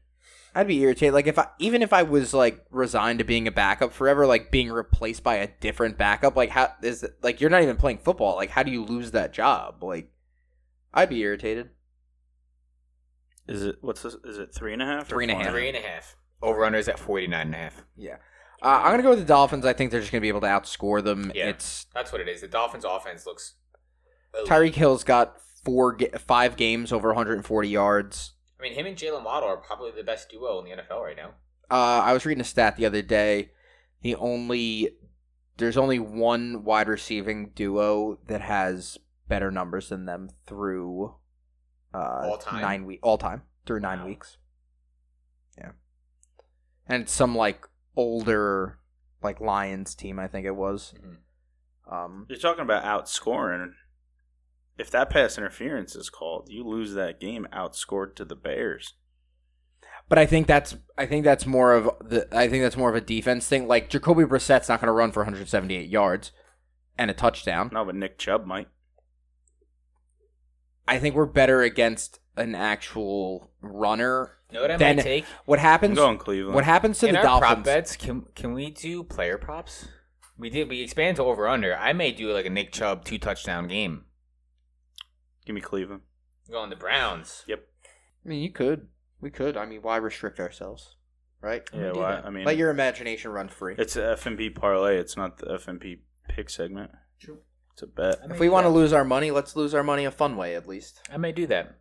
S1: I'd be irritated. Like if I even if I was like resigned to being a backup forever, like being replaced by a different backup, like how is it, like you're not even playing football. Like how do you lose that job? Like I'd be irritated.
S3: Is it what's this, is it three and a half? or
S1: Three and a
S3: four
S1: half.
S2: Three and a half. Over-under is at 49 and a half.
S1: Uh, I'm gonna go with the Dolphins. I think they're just gonna be able to outscore them.
S2: Yeah.
S1: It's
S2: That's what it is. The Dolphins' offense looks. elite.
S1: Tyreek Hill's got four, ga- five games over 140 yards.
S2: I mean, him and Jalen Waddle are probably the best duo in the NFL right now.
S1: Uh, I was reading a stat the other day. The only there's only one wide receiving duo that has better numbers than them through uh,
S2: All time?
S1: nine week all time through nine
S2: Wow.
S1: weeks. Yeah, and it's some like older like Lions team. I think it was.
S2: Mm-hmm.
S1: Um,
S3: You're talking about outscoring. If that pass interference is called, you lose that game outscored to the Bears.
S1: But I think that's I think that's more of the I think that's more of a defense thing. Like Jacoby Brissett's not going to run for 178 yards and a touchdown.
S3: No, but Nick Chubb might.
S1: I think we're better against an actual runner.
S2: You know what I
S1: Then-
S2: might take?
S1: What
S3: I'm
S1: happens?
S3: going Cleveland.
S1: What happens to
S2: In
S1: the
S2: our prop
S1: Dolphins?
S2: bets, can, can we do player props? We did. We expand to over-under. I may do like a Nick Chubb two-touchdown game.
S3: Give me Cleveland.
S2: Going the Browns.
S3: Yep.
S1: I mean, you could, we could. I mean, why restrict ourselves, right?
S2: I'm gonna
S3: Yeah,
S2: do
S3: well, I-
S2: that.
S3: I mean,
S1: Let your imagination run free.
S3: it's a FMP parlay. It's not the FMP pick segment.
S2: True.
S3: It's a bet.
S2: I may
S1: If we
S2: do
S1: want to
S2: that.
S1: lose our money, let's lose our money a fun way at least.
S2: I may do that.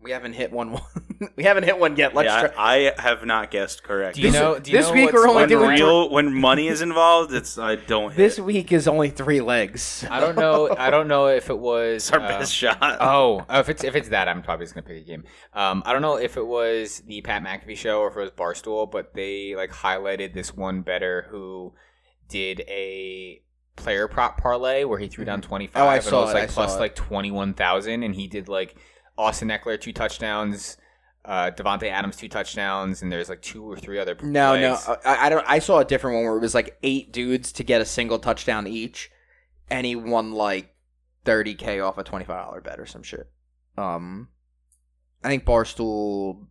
S1: We haven't hit one. we haven't hit one yet. Let's
S3: yeah,
S1: try.
S3: I, I have not guessed correct.
S2: Do you
S1: This-
S2: know? Do you
S1: this
S2: know
S1: week
S2: what's
S1: we're only
S3: when
S2: fun
S1: doing
S2: right-
S3: real when money is involved, it's I don't hit.
S1: This
S3: it.
S1: week is only three legs.
S2: I don't know. I don't know if it was
S3: it's our
S2: uh,
S3: best shot.
S2: Oh, oh, if it's if it's that, I'm probably just gonna pick a game. Um, I don't know if it was the Pat McAfee show or if it was Barstool, but they like highlighted this one better who did a player prop parlay where he threw down 25
S1: Oh, I
S2: and
S1: saw
S2: it was
S1: it,
S2: like
S1: I saw
S2: plus
S1: it.
S2: like 21,000 and he did like Austin Eckler two touchdowns, uh Devontae Adams two touchdowns and there's like two or three other
S1: No, uh,
S2: plays.
S1: no, I, I don't. I saw a different one where it was like eight dudes to get a single touchdown each, and he won like thirty k off a twenty five dollar bet or some shit. Um, I think Barstool.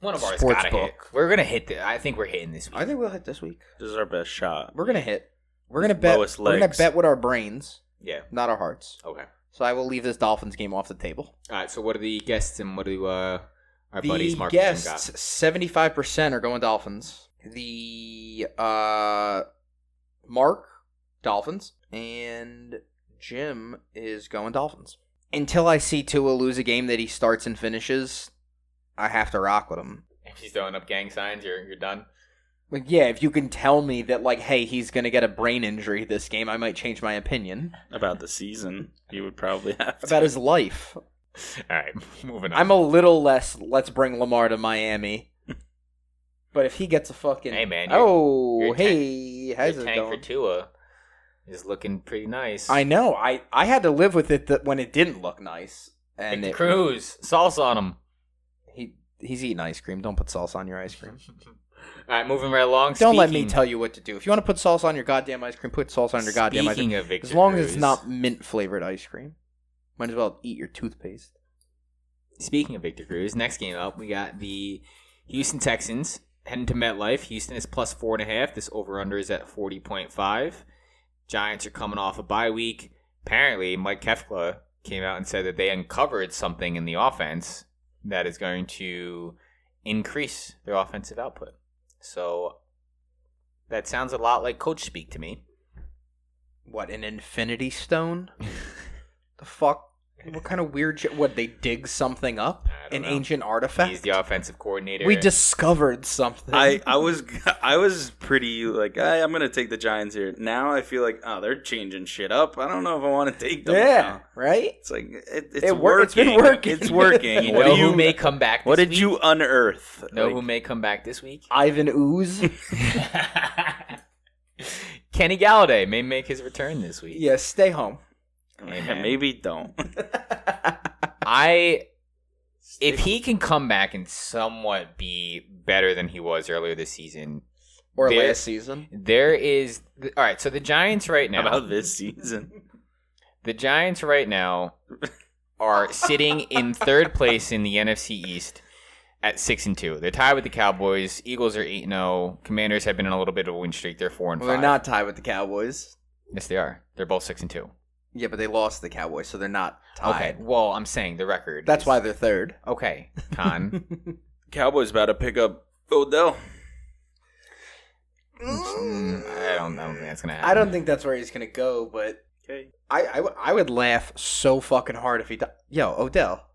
S2: One of ours
S1: sports
S2: got to hit.
S1: book.
S2: We're going to hit the I think we're hitting this week.
S1: I think we'll hit this week.
S3: This is our best shot.
S1: We're gonna hit. We're gonna bet.
S3: Lowest
S1: We're gonna
S3: legs.
S1: bet with our brains,
S2: Yeah.
S1: not our hearts.
S2: Okay.
S1: So I will leave this Dolphins game off the table.
S2: All right, so what are the guests and what do uh, our buddies
S1: the
S2: Mark and Jim got?
S1: guests seventy five percent are going Dolphins. The uh, Mark Dolphins and Jim is going Dolphins. Until I see Tua lose a game that he starts and finishes, I have to rock with him.
S2: If he's throwing up gang signs, you're you're done.
S1: Like, yeah, if you can tell me that, like, hey, he's gonna get a brain injury this game, I might change my opinion
S3: About the season, you would probably have to.
S1: about his life.
S2: All right, moving on.
S1: I'm a little less. Let's bring Lamar to Miami. But if he gets a fucking
S2: Hey, man, you're-
S1: oh
S2: you're a
S1: hey, how's
S2: Your
S1: it
S2: tank for
S1: going?
S2: Tua is looking pretty nice.
S1: I know. I I had to live with it that when it didn't look nice,
S2: and
S1: and it,
S2: Cruz salsa on him.
S1: he he's eating ice cream. Don't put sauce on your ice cream.
S2: All right, moving right along.
S1: Don't let me
S2: Speaking-
S1: tell you what to do. If you want to put sauce on your goddamn ice cream, put sauce on your goddamn ice cream.
S2: Speaking of Victor
S1: As long as
S2: Cruz,
S1: it's not mint flavored ice cream, might as well eat your toothpaste.
S2: Speaking of Victor Cruz, next game up we got the Houston Texans heading to MetLife. Houston is plus four and a half. This over under is at forty point five. Giants are coming off a bye week. Apparently, Mike Kefka came out and said that they uncovered something in the offense that is going to increase their offensive output. So that sounds a lot like coach speak to me.
S1: What an infinity stone? the fuck? What kind of weird shit? What they dig something up?
S2: I don't
S1: An
S2: know.
S1: ancient artifact?
S2: He's the offensive coordinator.
S1: We discovered something.
S3: I, I was I was pretty like "Hey, I'm gonna take the Giants here. Now I feel like oh they're changing shit up. I don't know if I want to take them.
S1: yeah,
S3: now.
S1: right.
S3: it's like it, it's
S1: It wor-
S3: working.
S1: it's been working.
S3: It's working.
S2: You
S3: what
S2: know
S3: do you
S2: who may come back. This
S3: What did
S2: week?
S3: you unearth?
S2: know?
S3: Like,
S2: who may come back this week?
S1: Ivan Ooze.
S2: Kenny Galladay may make his return this week.
S1: yeah, stay home.
S2: Hey,
S3: yeah,
S2: man.
S3: maybe don't.
S2: I if he can come back and somewhat be better than he was earlier this season,
S1: or
S2: There-
S1: last season.
S2: There is all right. So the Giants right now,
S3: about this season.
S2: the Giants right now are sitting in third place in the NFC East at six and two. They're tied with the Cowboys. Eagles are eight and zero. Commanders have been in a little bit of a win streak. They're four and
S1: Well,
S2: five.
S1: they're not tied with the Cowboys.
S2: Yes, they are. They're both six and two.
S1: Yeah, but they lost the Cowboys, so they're not
S2: Okay.
S1: tied.
S2: Well, I'm saying the record.
S1: That's
S2: is-
S1: why they're third.
S2: Okay, Con.
S3: Cowboys about to pick up Odell.
S2: Mm, I don't. I don't think that's gonna happen.
S1: I don't think that's where he's gonna go, but
S3: Okay.
S1: I, I, w- I would laugh so fucking hard if he. Di- Yo, Odell,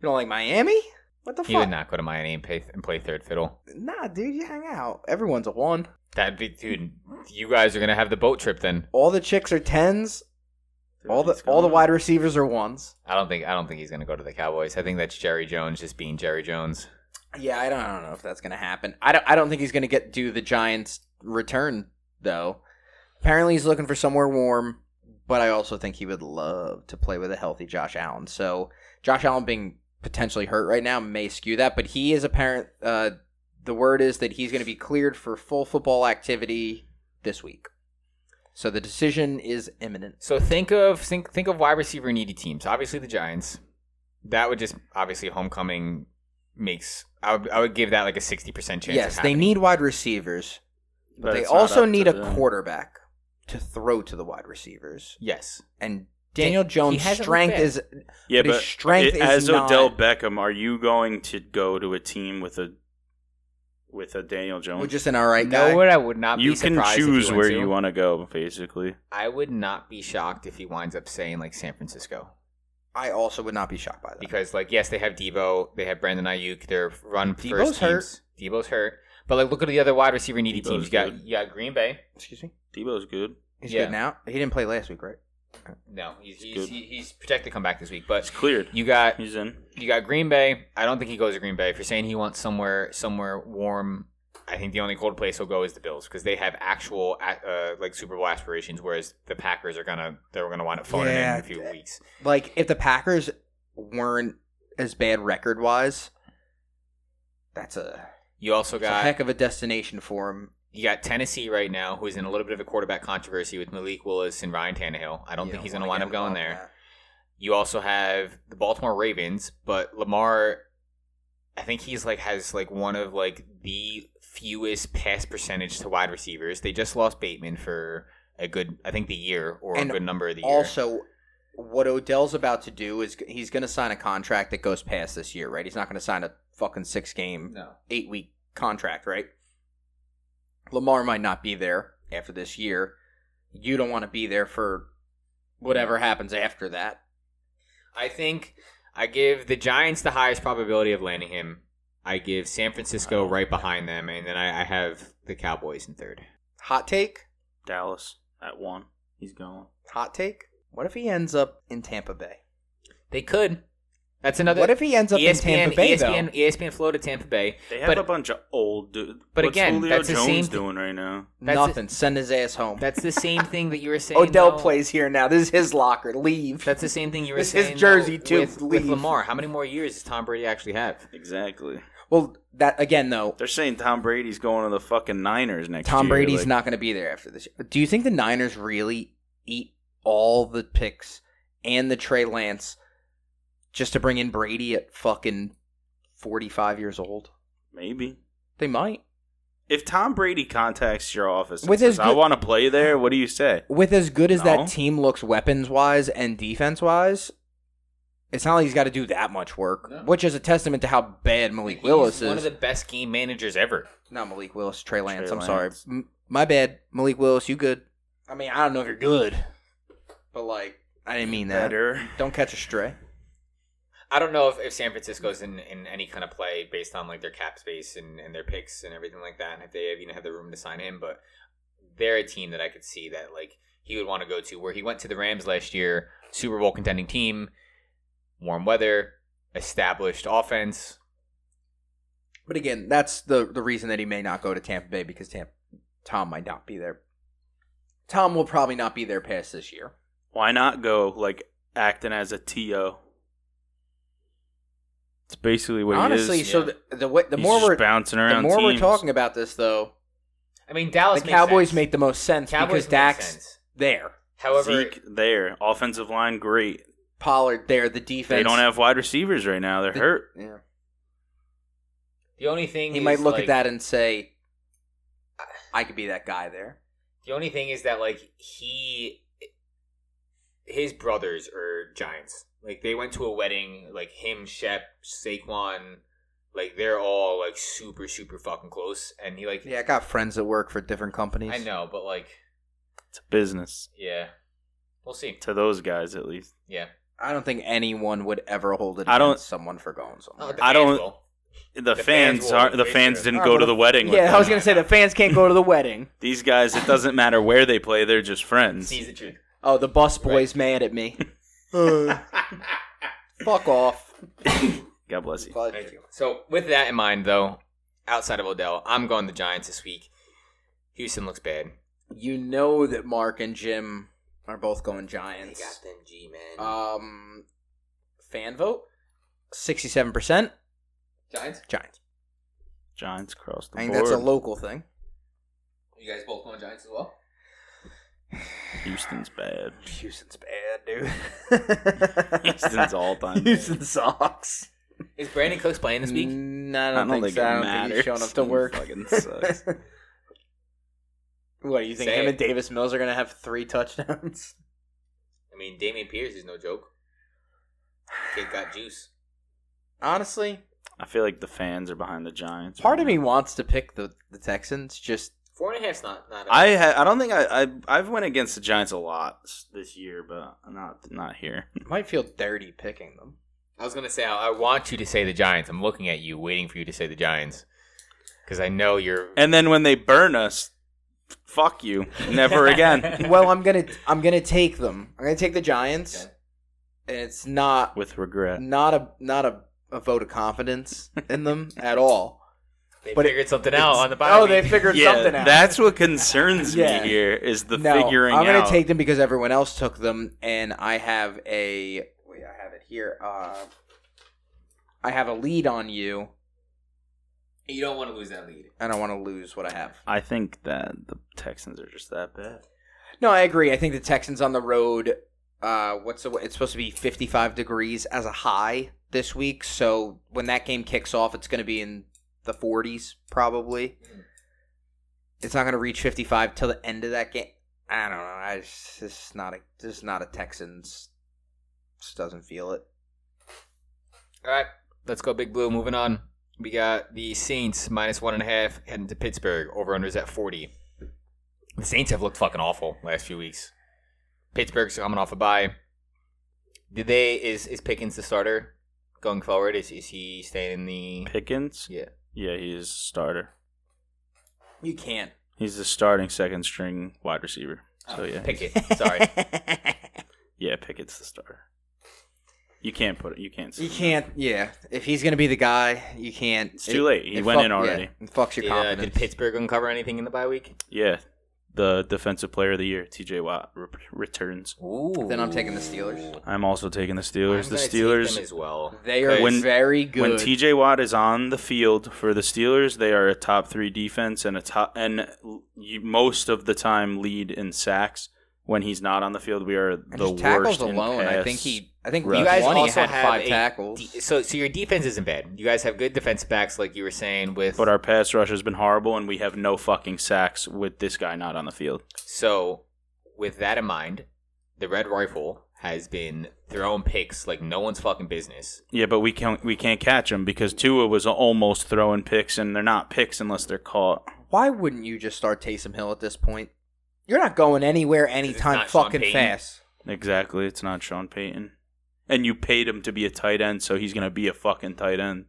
S1: you don't like Miami? What the
S2: He
S1: fuck?
S2: would not go to Miami and play, and play third fiddle.
S1: Nah, dude, you hang out. Everyone's a one.
S2: That'd be, dude. You guys are gonna have the boat trip then.
S1: All the chicks are tens. All the
S3: What's going
S1: all the
S3: on?
S1: wide receivers are ones.
S2: I don't think. I don't think he's gonna go to the Cowboys. I think that's Jerry Jones just being Jerry Jones.
S1: Yeah, I don't, I don't know if that's gonna happen. I don't I don't think he's gonna get do the Giants return though. Apparently, he's looking for somewhere warm, but I also think he would love to play with a healthy Josh Allen. So Josh Allen being potentially hurt right now may skew that, but he is apparent. Uh, the word is that he's going to be cleared for full football activity this week. So the decision is imminent.
S2: So think of think think of wide receiver needy teams. Obviously the Giants. That would just obviously homecoming makes. I would, I would give that like a sixty percent chance. of
S1: yes, they
S2: happening.
S1: need wide receivers.
S3: But
S1: they
S3: it's not
S1: also
S3: up to
S1: need a
S3: them.
S1: quarterback to throw to the wide receivers.
S2: Yes.
S1: And Daniel
S2: Dan- he
S1: Jones'
S2: hasn't looked
S1: strength
S2: bad.
S1: is
S3: Yeah,
S1: but his
S3: but
S1: strength
S3: it-
S1: is
S3: as Odell
S1: not-
S3: Beckham, are you going to go to a team with a with a Daniel Jones?
S1: we're just an all right
S2: no,
S1: guy.
S2: what I would not.
S3: you
S2: be
S3: can
S2: surprised if he
S3: choose
S2: went
S3: where
S2: to.
S3: you want to go, basically.
S2: I would not be shocked if he winds up saying like San Francisco.
S1: I also would not be shocked by that.
S2: because like yes, they have Debo, they have Brandon Ayuk, they're run
S1: Debo's
S2: first teams. Debo's hurt, but like look at the other wide receiver needy
S3: Debo's
S2: teams. You got
S3: good.
S2: you got Green Bay.
S1: Excuse me.
S3: Debo's good.
S1: He's
S2: Yeah.
S1: good now. He didn't play last week, right?
S2: No, he's he's,
S3: good.
S2: he- he's projected to come back this week,
S3: It's
S2: but
S3: cleared.
S2: you got
S3: He's in.
S2: you got Green Bay. I don't think he goes to Green Bay. If you're saying he wants somewhere somewhere warm, I think the only cold place he'll go is the Bills because they have actual uh, like Super Bowl aspirations, whereas the Packers are gonna they're gonna wind up falling
S1: Yeah.
S2: in a few weeks.
S1: Like if the Packers weren't as bad record wise, that's a,
S2: You also
S1: it's a
S2: got
S1: heck of a destination for him.
S2: You got Tennessee right now, who is in a little bit of a quarterback controversy with Malik Willis and Ryan Tannehill. I don't
S1: You
S2: think he's going
S1: wanna
S2: to wind
S1: get
S2: up going
S1: involved in
S2: there.
S1: that.
S2: You also have the Baltimore Ravens, but Lamar, I think he's like has like one of like the fewest pass percentage to wide receivers. They just lost Bateman for a good, I think, the year or
S1: And
S2: a good number of the year.
S1: Also, what Odell's about to do is g- he's going to sign a contract that goes past this year, right? He's not going to sign a fucking six game,
S2: no,
S1: eight week contract, right? Lamar might not be there after this year. You don't want to be there for whatever happens after that.
S2: I think I give the Giants the highest probability of landing him. I give San Francisco right behind them, and then I, I have the Cowboys in third.
S1: Hot take?
S3: Dallas at one. He's going.
S1: Hot take? What if he ends up in Tampa Bay?
S2: They could. That's another.
S1: what if he
S2: E
S1: ends up in Tampa Bay,
S2: ESPN, ESPN flew to Tampa Bay.
S3: They have
S2: But-
S3: a bunch of old dudes.
S2: but
S3: What's
S2: again,
S3: Julio
S2: that's the
S3: Jones
S2: same thi-
S3: doing right now.
S1: though?
S2: That's it.
S1: Nothing. Send his ass home.
S2: That's the same thing that you were saying.
S1: Odell
S2: though.
S1: plays here now. This is his locker. Leave.
S2: That's the same thing you were
S1: This is
S2: saying.
S1: Jersey,
S2: though,
S1: too.
S2: With, with
S1: Leave.
S2: Lamar, how many more years does Tom Brady actually have?
S3: Exactly.
S1: well, that again though,
S3: They're saying Tom Brady's going to the fucking Niners next year.
S1: Tom Brady's
S3: like-
S1: not going to be there after this. year. Do you think the Niners really eat all the picks and the Trey Lance just to bring in Brady at fucking 45 years old?
S3: Maybe.
S1: They might.
S3: If Tom Brady contacts your office and
S1: With his
S3: says, I
S1: good-
S3: want to play there, what do you say?
S1: With as good as
S3: No.
S1: that team looks weapons wise and defense wise, it's not like he's got to do that much work,
S2: No.
S1: which is a testament to how bad Malik
S2: He's
S1: Willis
S2: one of
S1: is.
S2: the best game managers ever.
S1: not Malik Willis, Trey Lance. I'm
S3: Lance.
S1: sorry. M- my bad. Malik Willis, you good. I mean, I don't know if you're good, but like, I didn't mean that.
S3: Better.
S1: Don't catch a stray.
S2: I don't know if, if San Francisco's in, in any kind of play based on like their cap space and, and their picks and everything like that, and if they even have the room to sign him. But they're a team that I could see that like he would want to go to, where he went to the Rams last year, Super Bowl contending team, warm weather, established offense.
S1: But again, that's the the reason that he may not go to Tampa Bay because Tampa, Tom might not be there. Tom will probably not be there past this year.
S3: Why not go, like, acting as a TO? It's basically what
S1: Honestly,
S3: he is.
S1: so
S2: yeah.
S1: the the, way, the
S3: He's
S1: more
S3: just
S1: we're
S3: bouncing
S1: the
S3: around
S1: more we're
S3: teams.
S1: talking about this, though,
S2: I mean, Dallas.
S1: the
S2: makes
S1: Cowboys
S2: sense.
S1: make the most sense
S2: Cowboys
S1: because
S2: make
S1: Dak's
S2: sense.
S1: there,
S2: However,
S3: Zeke there, offensive line great.
S1: Pollard there, the defense.
S3: They don't have wide receivers right now. They're
S1: The-
S3: hurt.
S1: Yeah.
S2: the only thing
S1: He
S2: is,
S1: might look
S2: like,
S1: at that and say, "I could be that guy there."
S2: The only thing is that like he, his brothers are Giants. Like they went to a wedding. Like him, Shep, Saquon. Like they're all like super, super fucking close. And he like,
S1: Yeah, I got friends that work for different companies.
S2: I know, but like,
S3: It's business
S2: yeah, we'll see.
S3: to those guys at least.
S2: Yeah,
S1: I don't think anyone would ever hold it
S3: I
S1: against
S3: don't-
S1: someone for going somewhere.
S3: I don't-
S2: Will.
S3: The,
S2: fans will,
S3: fans, are the
S2: for
S3: fans
S2: sure.
S3: didn't
S1: All
S3: go
S1: right,
S3: to
S1: well,
S3: the wedding. with
S1: yeah, I was
S3: them.
S1: gonna say the fans can't go to the wedding.
S3: These guys, it doesn't matter where they play; they're just friends.
S2: sees the truth.
S1: Oh, the bus boy's mad at me. Uh, fuck off.
S3: God bless you.
S2: Thank you. So with that in mind, though, outside of Odell, I'm going the Giants this week. Houston looks bad.
S1: You know that Mark and Jim are both going Giants.
S2: them G man.
S1: Um, fan vote, sixty-seven percent
S2: Giants.
S1: Giants.
S3: Giants cross the
S1: I think
S3: board.
S1: that's a local thing.
S2: You guys both going Giants as well.
S3: Houston's bad.
S1: Houston's bad, dude.
S3: Houston's all time.
S1: Houston sucks.
S2: Is Brandon Cooks playing this week?
S1: Mm, I don't, think, so. I don't think he's showing up to
S3: It
S1: work.
S3: fucking sucks.
S1: what you think?
S2: Say
S1: him
S2: it.
S1: and Davis Mills are gonna have three touchdowns.
S2: I mean, Damian Pierce is no joke. Kid got juice.
S1: Honestly,
S3: I feel like the fans are behind the Giants.
S1: part of
S3: right
S1: me
S3: now.
S1: wants to pick the the Texans. Just
S2: Four and a half's not not.
S3: I ha- I don't think I, I I've went against the Giants a lot s- this year, but not not here.
S1: might feel dirty picking them.
S2: I was gonna say I, I want you to say the Giants. I'm looking at you, waiting for you to say the Giants, because I know you're.
S3: And then when they burn us, f- fuck you, never again.
S1: well, I'm gonna I'm gonna take them. I'm gonna take the Giants,
S2: Okay.
S1: and it's not
S3: With regret,
S1: not a not a, a vote of confidence in them at all.
S2: They
S1: but it-
S2: figured something out on the bye.
S1: oh,
S2: week.
S1: they figured
S3: yeah,
S1: something out.
S3: that's what concerns
S1: Yeah.
S3: me here is the
S1: no,
S3: figuring
S1: I'm gonna
S3: out.
S1: take them because everyone else took them, and I have a wait. I have it here. Uh, I have a lead on you.
S2: You don't want to lose that lead.
S1: I don't want to lose what I have.
S3: I think that the Texans are just that bad.
S1: No, I agree. I think the Texans on the road. Uh, what's the, it's supposed to be 55 degrees as a high this week. So when that game kicks off, it's going to be in the 40s probably.
S2: Mhm.
S1: It's not going to reach 55 till the end of that game. I don't know. I just, this is not a this is not a Texans. Just doesn't feel it.
S2: All right, let's go Big Blue. Moving on. We got the Saints minus one and a half heading to Pittsburgh. Over unders at 40. The Saints have looked fucking awful last few weeks. Pittsburgh's coming off a bye. Did they is is Pickens the starter going forward? Is is he staying in the
S3: Pickens,
S2: yeah?
S3: yeah, he is a starter.
S1: You can't.
S3: He's the starting second string wide receiver. So yeah,
S2: Pickett. Sorry, uh,
S3: yeah, Pickett's the starter. You can't put it. You can't.
S1: You can't. Yeah. If he's going to be the guy, you can't.
S3: It's too late. He went in already.
S1: Yeah, it fucks your
S2: did, uh,
S1: confidence.
S2: did Pittsburgh uncover anything in the bye week?
S3: Yeah, the defensive player of the year, T.J. Watt, re- returns.
S2: Ooh.
S1: Then I'm taking the Steelers.
S3: I'm also taking the
S2: I'm
S3: Steelers. the
S2: gonna take
S3: Steelers.
S2: them as well.
S1: They are
S3: When-
S1: very good.
S3: When T.J. Watt is on the field for the Steelers, they are a top three defense and a top and l- you, most of the time lead in sacks. When he's not on the field, we are
S1: And
S3: the
S1: just
S3: worst.
S1: tackles
S3: in
S1: alone. I
S3: pass.
S1: think he. I think
S3: rush.
S1: you
S3: You
S1: guys
S3: guys
S1: Lonnie
S2: also
S1: had
S2: have
S1: five
S2: a
S1: tackles.
S2: D- so so your defense isn't bad. You guys have good defense backs, like you were saying. With
S3: But our pass rush has been horrible, and we have no fucking sacks with this guy not on the field.
S2: so with that in mind, the red rifle has been throwing picks like no one's fucking business.
S3: Yeah, but we can't we can't catch him because Tua was almost throwing picks, and they're not picks unless they're caught.
S1: Why wouldn't you just start Taysom Hill at this point? You're not going anywhere anytime
S2: not Sean
S1: fucking
S2: Payton.
S1: fast.
S3: Exactly, it's not Sean Payton, and you paid him to be a tight end, so he's gonna be a fucking tight end.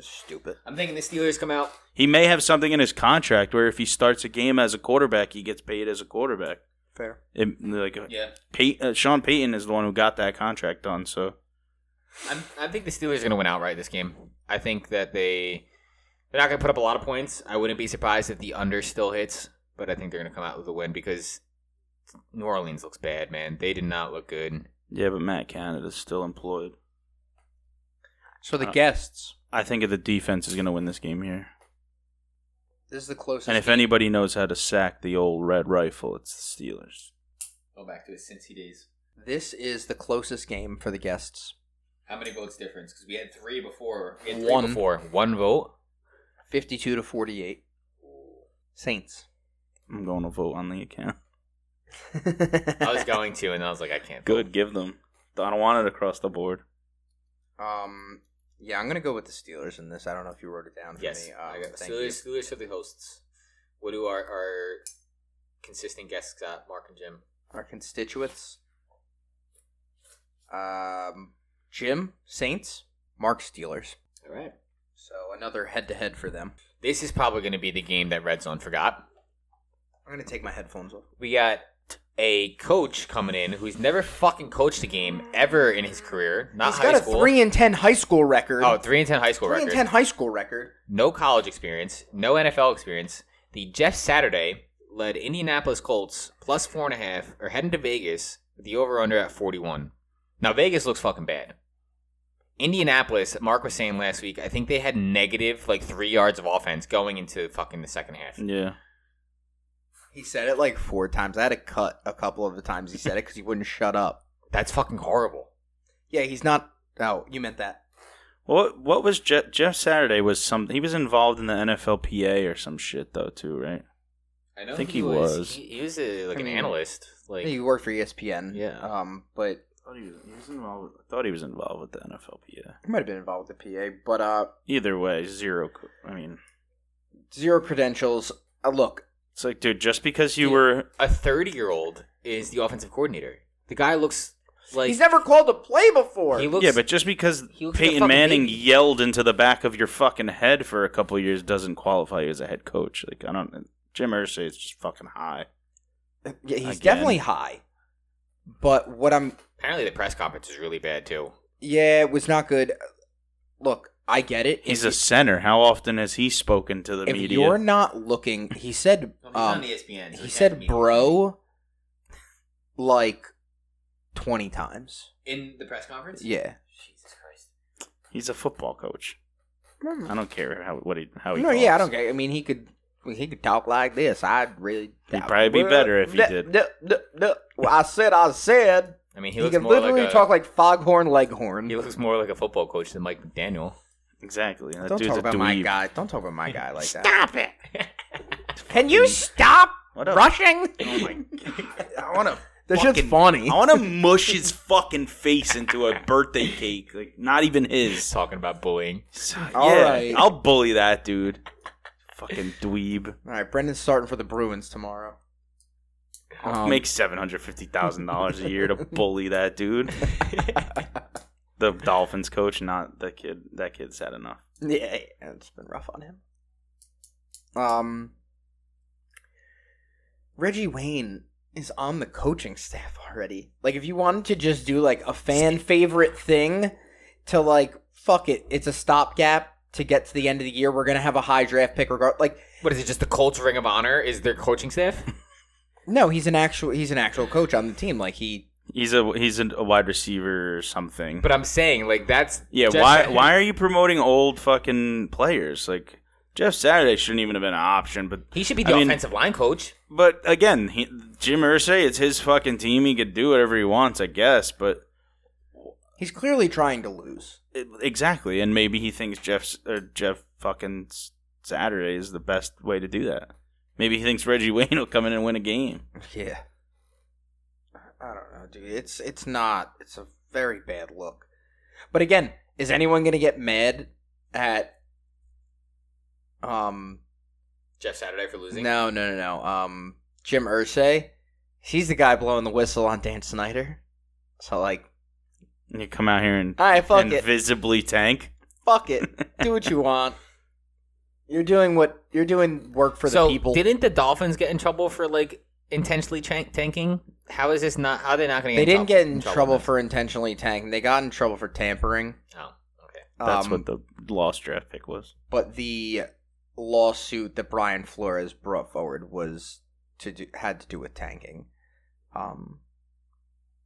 S1: Stupid.
S2: I'm thinking the Steelers come out.
S3: He may have something in his contract where if he starts a game as a quarterback, he gets paid as a quarterback.
S1: Fair.
S3: It, like
S2: Yeah,
S3: Pay, uh, Sean Payton is the one who got that contract done. So
S2: I'm, I think the Steelers are going to win outright this game. I think that they they're not going to put up a lot of points. I wouldn't be surprised if the under still hits, but I think they're going to come out with a win because New Orleans looks bad, man. They did not look good.
S3: yeah, but Matt Canada's still employed.
S1: So the
S3: Uh,
S1: guests.
S3: I think the defense is gonna win this game here.
S1: This is the closest.
S3: And if
S1: he-
S3: anybody knows how to sack the old red rifle, it's the Steelers.
S2: Go back to his Cincy days.
S1: this is the closest game for the guests.
S2: How many votes difference? Because we had three before.
S1: had three One.
S2: before. One vote.
S1: Fifty-two to forty-eight. Saints.
S3: I'm going to vote on the account.
S2: I was going to, and I was like, I can't.
S3: Good, give them. I don't want it across the board.
S1: Um. Yeah, I'm gonna go with the Steelers in this. I don't know if you wrote it down for
S2: Yes.
S1: me. Um,
S2: I got
S1: thank you.
S2: Steelers, Steelers for the hosts. What do our, our consistent guests got? Mark and Jim.
S1: Our constituents. Um, Jim Saints, Mark Steelers.
S2: All right.
S1: So another head-to-head for them.
S2: This is probably going to be the game that Red Zone forgot.
S1: I'm gonna take my headphones off.
S2: We got a coach coming in who's never fucking coached a game ever in his career. Not
S1: He's
S2: high
S1: got a
S2: school.
S1: three and ten high school record.
S2: Oh, three and ten high school
S1: three
S2: record.
S1: and ten high school record.
S2: no college experience, no NFL experience. The Jeff Saturday led Indianapolis Colts plus four and a half are heading to Vegas with the over under at 41. Now, Vegas looks fucking bad. Indianapolis, Mark was saying last week, I think they had negative like three yards of offense going into fucking the second half.
S3: Yeah.
S1: He said it like four times. I had to cut a couple of the times he said it because he wouldn't shut up.
S2: That's fucking horrible.
S1: Yeah, he's not. Oh, you meant that.
S3: What What was Jeff, Jeff Saturday? Was some he was involved in the NFLPA or some shit though too, right?
S2: I know
S3: I think he he was- was.
S2: He, was a, like
S1: I mean,
S2: an analyst. Like
S1: he worked for E ESPN.
S2: Yeah.
S1: Um, but
S3: I thought he was, he was involved. With, I thought he was involved with the NFLPA.
S1: he might have been involved with the PA. But uh,
S3: Either way, zero. co- I mean,
S1: zero credentials. Uh, look,
S3: it's like, dude, just because you
S2: Yeah.
S3: were
S2: a 30 year old is the offensive coordinator. The guy looks like
S1: he's never called a play before.
S2: he looks
S3: yeah, but just because
S2: He looks like a
S3: Peyton
S2: fucking
S3: Manning
S2: baby.
S3: yelled into the back of your fucking head for a couple years doesn't qualify you as a head coach. Like I don't. Jim Irsay is just fucking high.
S1: yeah, he's
S3: Again.
S1: definitely high. But what I'm
S2: apparently the press conference is really bad too.
S1: yeah, it was not good. Look, I get it.
S3: He's a
S1: if,
S3: center. How often has he spoken to the
S1: if
S3: media?
S1: you're not looking, he said. Um,
S2: ESPN.
S1: he said, "Bro," like twenty times.
S2: in the press conference.
S1: Yeah.
S2: Jesus Christ.
S3: He's a football coach. I don't care how what he how Oh, he.
S1: no, yeah, I
S3: talks.
S1: don't care. I mean, he could he could talk like this. I'd really.
S3: He'd probably be better if he did.
S1: Duh, duh, duh. Well, I said, I said.
S2: I mean, he,
S1: He,
S2: looks
S1: could
S2: more
S1: literally
S2: like a,
S1: talk like Foghorn Leghorn.
S2: he looks more like a football coach than Mike McDaniel.
S3: Exactly. That
S1: Don't
S3: dude's
S1: talk
S3: a
S1: about my
S3: dweeb.
S1: guy. Don't talk about my guy like that.
S2: Stop it.
S1: Can you stop
S3: What up?
S1: rushing?
S2: oh my god.
S3: I want to.
S1: That shit's funny.
S3: I want to mush his fucking face into a birthday cake. Like not even his.
S2: Talking about bullying.
S1: All right.
S3: I'll bully that dude. Fucking dweeb.
S1: All right, Brendan's starting for the Bruins tomorrow. Um,
S3: Make seven hundred fifty thousand dollars a year to bully that dude. the Dolphins coach, not the kid. That kid's had enough.
S1: Yeah, yeah, it's been rough on him. Um, Reggie Wayne is on the coaching staff already. Like, if you wanted to just do like a fan favorite thing, to like fuck it, it's a stopgap to get to the end of the year. We're gonna have a high draft pick. Regard like,
S2: What is it? Just the Colts Ring of Honor is their coaching staff?
S1: no, he's an actual he's an actual coach on the team. Like he
S3: He's a he's a wide receiver or something.
S2: But I'm saying, like, that's
S3: Yeah,
S2: Jeff
S3: why
S2: Saturday.
S3: why are you promoting old fucking players? Like Jeff Saturday shouldn't even have been an option, but
S2: He should be the
S3: I mean-
S2: offensive line coach.
S3: but again, he, Jim Irsay, it's his fucking team. He could do whatever he wants, I guess. But
S1: he's clearly trying to lose.
S3: it, exactly, and maybe he thinks Jeff's or Jeff fucking S- Saturday is the best way to do that. Maybe he thinks Reggie Wayne will come in and win a game.
S1: Yeah. I don't know, dude. It's it's not. It's a very bad look. But again, is anyone going to get mad at um
S2: Jeff Saturday for losing.
S1: no, no, no, no. Um Jim Ursay? He's the guy blowing the whistle on Dan Snyder. So like,
S3: And you come out here and,
S1: all right, Ah, fuck
S3: and
S1: it.
S3: visibly tank.
S1: fuck it. Do what you want. You're doing what you're doing work for
S2: so
S1: the people.
S2: didn't the Dolphins get in trouble for like intentionally tank- tanking? How is this not? How are they not going to?
S1: they didn't get in
S2: trouble,
S1: trouble
S2: then?
S1: for intentionally tanking. They got in trouble for tampering.
S2: Oh, okay.
S3: That's
S1: Um,
S3: what the lost draft pick was.
S1: but the lawsuit that Brian Flores brought forward was to do, had to do with tanking. Um,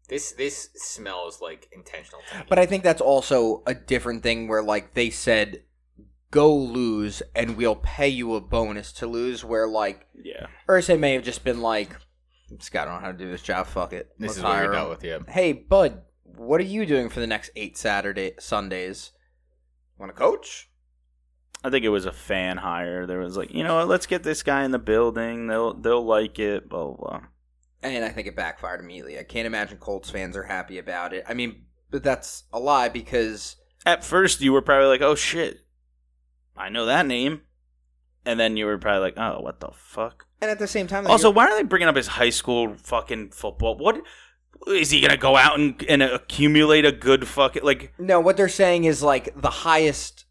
S2: This this smells like intentional. Tanking.
S1: but I think that's also a different thing where like they said go lose and we'll pay you a bonus to lose. Where like
S3: Yeah.
S1: Ursay may have just been like, Scott, I don't know how to do this job. Fuck it.
S2: This
S1: Let's
S2: is what
S1: hire
S2: we're
S1: him."
S2: dealt with. Yeah.
S1: Hey, bud, what are you doing for the next eight Saturday Sundays? Want to coach?
S3: I think it was a fan hire. There was like, you know what, let's get this guy in the building. They'll they'll like it, blah blah. blah.
S1: And I think it backfired immediately. I can't imagine Colts fans are happy about it. I mean, but that's a lie because
S3: At first you were probably like, Oh shit. I know that name. And then you were probably like, Oh, what the fuck?
S1: and at the same time like,
S3: Also,
S1: you're-
S3: why are they bringing up his high school fucking football? What is he gonna go out and, and accumulate a good fucking like?
S1: no, what they're saying is like the highest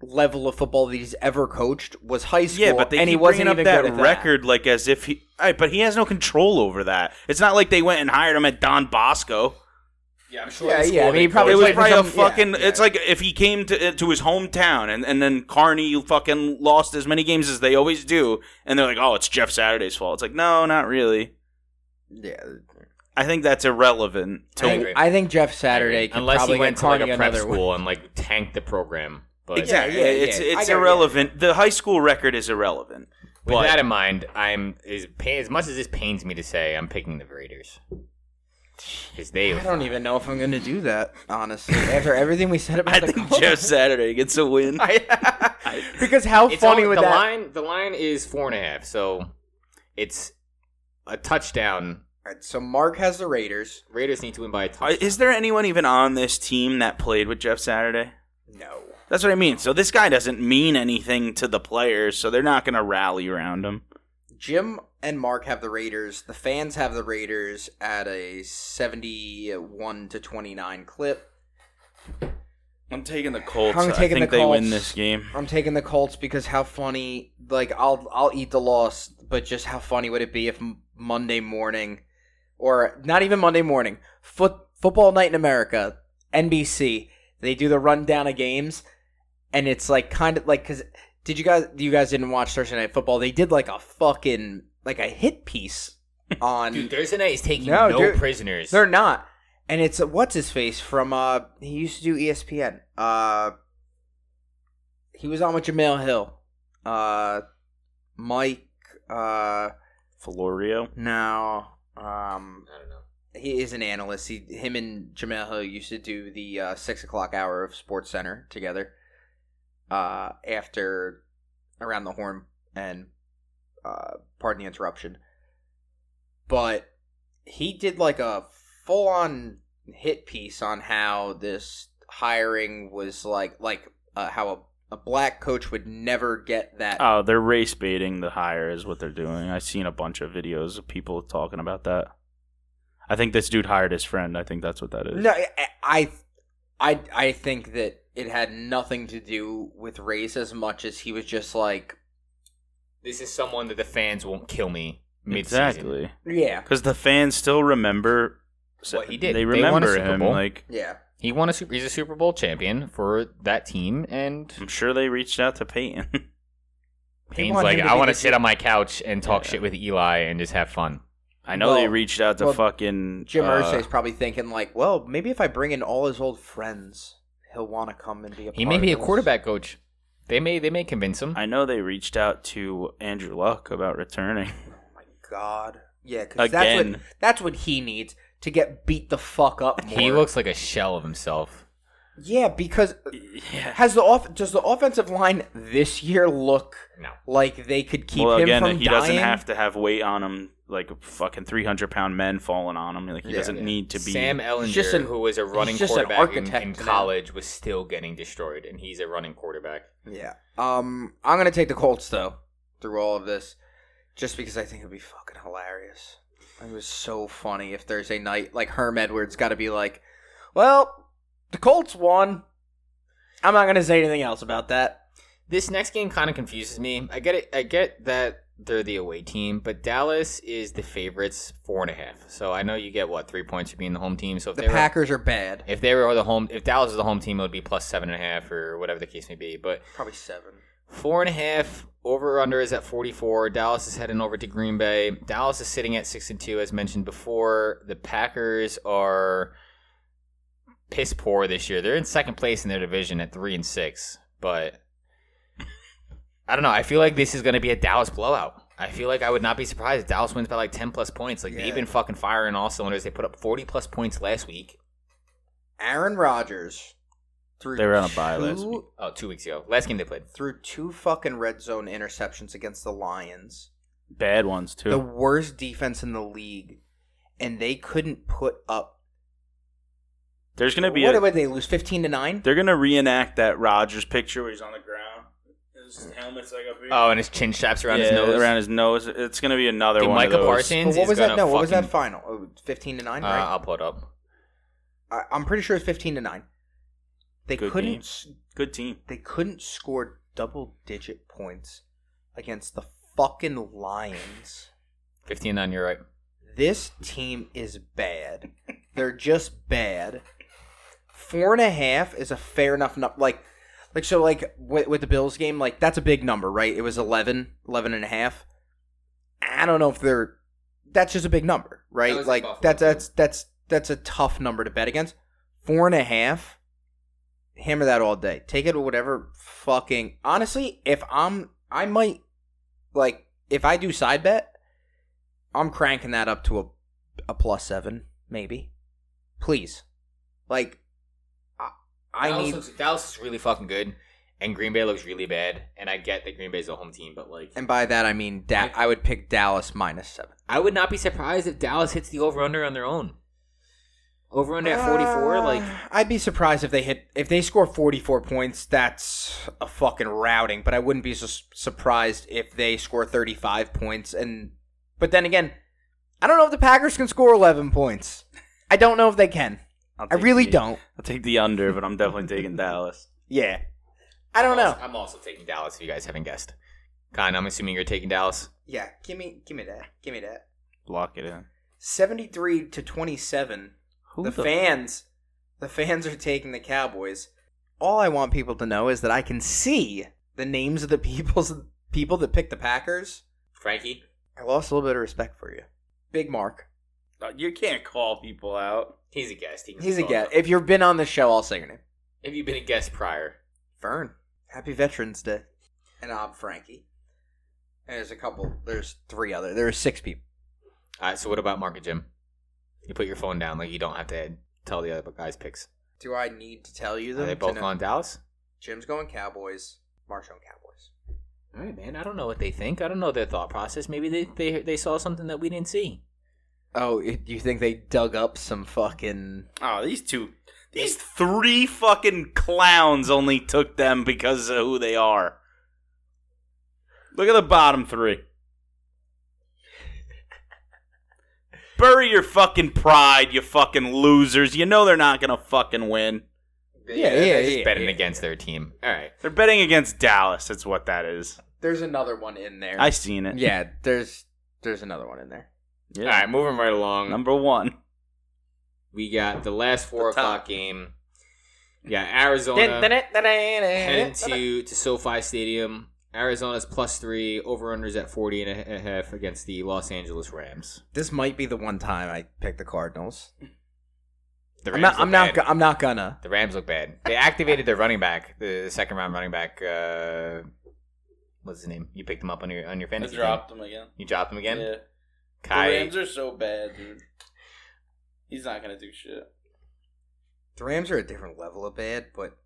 S1: level of football that he's ever coached was high school.
S3: Yeah, but they
S1: and he
S3: keep
S1: wasn't
S3: bringing up
S1: even
S3: that
S1: good at
S3: record like as if he. All right, but he has no control over that. It's not like they went and hired him at Don Bosco.
S2: Yeah, I'm sure.
S1: Yeah, yeah. I mean, he probably
S3: It was
S1: played for
S3: probably a
S1: some- yeah,
S3: fucking.
S1: yeah.
S3: It's like if he came to to his hometown and and then Carney fucking lost as many games as they always do, and they're like, oh, it's Jeff Saturday's fault. It's like, no, not really.
S1: Yeah,
S3: I think that's irrelevant.
S1: I
S3: To,
S1: think,
S2: agree.
S1: I think Jeff Saturday could
S2: unless
S1: probably
S2: he went
S1: get
S2: to like
S1: Carney
S2: a prep
S1: another one.
S2: school and like tanked the program. But
S3: exactly.
S1: yeah,
S3: it's
S1: yeah. I
S3: it's
S1: got- yeah.
S3: irrelevant. The high school record is irrelevant.
S2: with
S3: But-
S2: that in mind, I'm as pain, as much as this pains me to say, I'm picking the Raiders because they.
S1: I don't even know if I'm going to do that, honestly. After everything we said about
S3: I
S1: the
S3: think
S1: Colts.
S3: Jeff Saturday gets a win.
S1: because how
S2: It's
S1: funny
S2: only-
S1: would
S2: the
S1: that?
S2: line. The line is four and a half, so it's a touchdown.
S1: All right, so Mark has the Raiders.
S2: Raiders need to win by a touchdown.
S3: Are- Is there anyone even on this team that played with Jeff Saturday?
S1: No.
S3: That's what I mean. So this guy doesn't mean anything to the players, so they're not going to rally around him.
S1: Jim and Mark have the Raiders. The fans have the Raiders at a 71 to 29 clip.
S3: I'm taking the Colts.
S1: I'm
S3: i
S1: taking
S3: think
S1: the
S3: they win
S1: Colts.
S3: this game.
S1: I'm taking the Colts because how funny, like I'll I'll eat the loss, but just how funny would it be if M- Monday morning or not even Monday morning, foot football night in America, NBC, they do the rundown of games and it's like kind of like cuz did you guys you guys didn't watch Thursday night football? They did like a fucking like a hit piece on
S2: Dude, Thursday night is taking
S1: No,
S2: no,
S1: dude.
S2: prisoners.
S1: they're not. And it's uh, what's his face from uh he used to do ESPN. Uh he was on with Jamel Hill. Uh Mike uh
S3: Florio.
S1: no. Um
S2: I don't know.
S1: he is an analyst. He him and Jamel Hill used to do the uh six o'clock hour of Sports Center together. Uh after around the horn and uh pardon the interruption. But he did like a full on hit piece on how this hiring was like like uh, how a, a black coach would never get that
S3: Oh, they're race baiting the hire is what they're doing. I've seen a bunch of videos of people talking about that. I think this dude hired his friend. I think that's what that is.
S1: No, I, I, I, I think that it had nothing to do with race as much as he was just like,
S2: This is someone that the fans won't kill me mid-season.
S3: exactly.
S1: yeah,
S3: Because the fans still remember
S2: What he did.
S3: They
S2: They won a
S3: remember
S2: Super
S3: him.
S2: Bowl.
S3: Like
S1: yeah.
S2: He won a super. He's a Super Bowl champion for that team, and
S3: I'm sure they reached out to Peyton.
S2: Payne's
S1: want
S2: like,
S1: him to
S2: I
S1: be
S2: want
S1: the
S2: to sit
S1: Super-
S2: on my couch and talk
S3: Yeah.
S2: shit with Eli and just have fun.
S3: I know they
S1: Well-
S3: reached out to
S1: well,
S3: fucking
S1: Jim
S3: uh,
S1: Irsay's probably thinking like, well, maybe if I bring in all his old friends, he'll want to come and be a.
S2: He
S1: part
S2: may
S1: of
S2: be a
S1: this.
S2: quarterback coach. They may they may convince him.
S3: I know they reached out to Andrew Luck about returning.
S1: Oh my god, yeah, because that's what
S3: Again.
S1: that's what he needs to get beat the fuck up. More.
S2: he looks like a shell of himself.
S1: yeah, because
S3: yeah.
S1: has the off does the offensive line this year look
S2: No.
S1: like they could keep
S3: well,
S1: him
S3: again,
S1: from
S3: he
S1: dying?
S3: doesn't have to have weight on him, like fucking 300 pound men falling on him. Like, he
S1: Yeah.
S3: doesn't need to be.
S2: Sam Ellinger,
S1: just an-
S2: who was a running
S1: just an
S2: quarterback in,
S1: architect
S2: in
S1: now.
S2: college, was still getting destroyed, and he's a running quarterback.
S1: Yeah. Um, I'm gonna take the Colts though through all of this, just because I think it'd be fucking hilarious. It was so funny if Thursday night, like Herm Edwards, got to be like, "Well, the Colts won. I'm not gonna say anything else about that."
S2: This next game kind of confuses me. I get it. I get that they're the away team, but Dallas is the favorites four and a half. So I know you get what three points for being the home team. So if
S1: The
S2: they were,
S1: Packers are bad.
S2: if they were the home, if Dallas was the home team, it would be plus seven and a half or whatever the case may be. But
S1: Probably seven.
S2: Four and a half over or under is at 44. Dallas is heading over to Green Bay. Dallas is sitting at six and two, as mentioned before. The Packers are piss poor this year. They're in second place in their division at three and six, but I don't know. I feel like this is going to be a Dallas blowout. I feel like I would not be surprised if Dallas wins by like 10 plus points. Like
S1: Yeah.
S2: they've been fucking firing all cylinders. They put up 40 plus points last week.
S1: Aaron Rodgers through
S3: They were on a bye last
S1: two-
S3: week.
S2: Oh, two weeks ago. Last game they played.
S1: through two fucking red zone interceptions against the Lions.
S3: Bad ones too.
S1: The worst defense in the league. And they couldn't put up
S3: There's gonna be
S1: what
S3: a,
S1: did they lose fifteen to nine?
S3: they're gonna reenact that Rogers picture where he's on the ground. His helmet's like up here.
S2: Oh, and his chin straps around his
S3: Yeah,
S2: nose.
S3: around his nose. It's gonna be another
S2: Dude,
S3: one.
S2: Micah
S3: of those.
S1: Well,
S2: Parsons
S1: what
S2: is
S1: was that?
S2: gonna
S1: No, what was that
S2: fucking-
S1: final? Oh, Fifteen to nine,
S2: Uh,
S1: right?
S2: I'll pull it up.
S1: I, I'm pretty sure it's fifteen to nine. They
S3: Good
S1: couldn't.
S3: game.
S1: s-
S3: Good team.
S1: They couldn't score double digit points against the fucking Lions.
S2: 15 9, you're right.
S1: This team is bad. They're just bad. Four and a half is a fair enough number. Like, like so, like with, with the Bills game, like that's a big number, right? It was 11, 11 and a half. I don't know if they're. That's just a big number,
S2: That
S1: right?
S2: was
S1: Like
S2: Buffalo,
S1: that's
S2: too.
S1: that's that's that's a tough number to bet against. Four and a half. Hammer that all day. Take it with whatever fucking. Honestly, if I'm, I might like if I do side bet, I'm cranking that up to a a plus seven, maybe. Please, like, I, I
S2: Dallas
S1: need.
S2: looks- Dallas is really fucking good, and Green Bay looks really bad. And I get that Green Bay's a home team, but like,
S1: And by that I mean da- I would pick Dallas minus seven.
S2: I would not be surprised if Dallas hits the over under on their own. Over under at 44, like
S1: Uh, I'd be surprised if they hit if they score forty four points. That's a fucking routing. But I wouldn't be su- surprised if they score thirty five points. And but then again, I don't know if the Packers can score eleven points. I don't know if they can.
S3: I'll
S1: I
S3: take
S1: really
S3: the-
S1: don't.
S3: I'll take the under, but I'm definitely taking Dallas.
S1: Yeah, I don't know.
S2: I'm also taking Dallas if you guys haven't guessed. Khan, I'm assuming you're taking Dallas.
S1: Yeah, give me give me that. Give me that.
S3: Block it in.
S1: 73 to 27
S3: Who
S1: the, fans the fans are taking the cowboys all i want people to know is that i can see the names of the people's people that picked the packers
S2: Frankie?
S1: i lost a little bit of respect for you big mark
S3: Uh, You can't call people out.
S2: He's a guest. He can
S1: he's a
S2: call
S1: guest
S2: it.
S1: if you've been on the show i'll say your name
S2: Have you been a guest prior?
S1: fern happy veterans day and i'm frankie and there's a couple there's three other there's six people
S2: All right, Uh, so what about Market Jim? You put your phone down, like you don't have to tell the other guys' picks.
S1: do i need to tell you
S2: Are
S1: them
S2: they
S1: to
S2: both
S1: know?
S2: on Dallas?
S1: jim's going cowboys march on cowboys
S2: All right, man. I don't know what they think. I don't know their thought process. Maybe they they, they saw something that we didn't see.
S1: Oh, it- you think they dug up some fucking?
S3: Oh, these two, these three fucking clowns only took them because of who they are. Look at the bottom three. Bury your fucking pride, you fucking losers. You know they're not gonna fucking win.
S1: Yeah, yeah,
S2: They're just
S1: yeah,
S2: betting
S1: yeah.
S2: against their team. All right.
S3: They're betting against Dallas. That's what that is.
S1: There's another one in there.
S3: I seen it.
S1: yeah, there's there's another one in there.
S3: Yeah.
S2: All right, moving right along.
S3: Number one.
S2: we got the last four
S3: The top.
S2: o'clock game. Yeah, Arizona. heading to, to SoFi Stadium. Arizona's plus three, over unders at 40 and a half against the Los Angeles Rams.
S1: This might be the one time I pick the Cardinals.
S2: The Rams
S1: I'm not.
S2: look
S1: I'm not.
S2: bad.
S1: go- I'm not gonna.
S2: the Rams look bad. They activated their running back, the second round running back. Uh, what's his name? You picked him up on your on your fantasy. team.
S3: them again.
S2: You dropped him again. Kai.
S3: are so bad, dude. He's not gonna do shit.
S1: The Rams are a different level of bad, but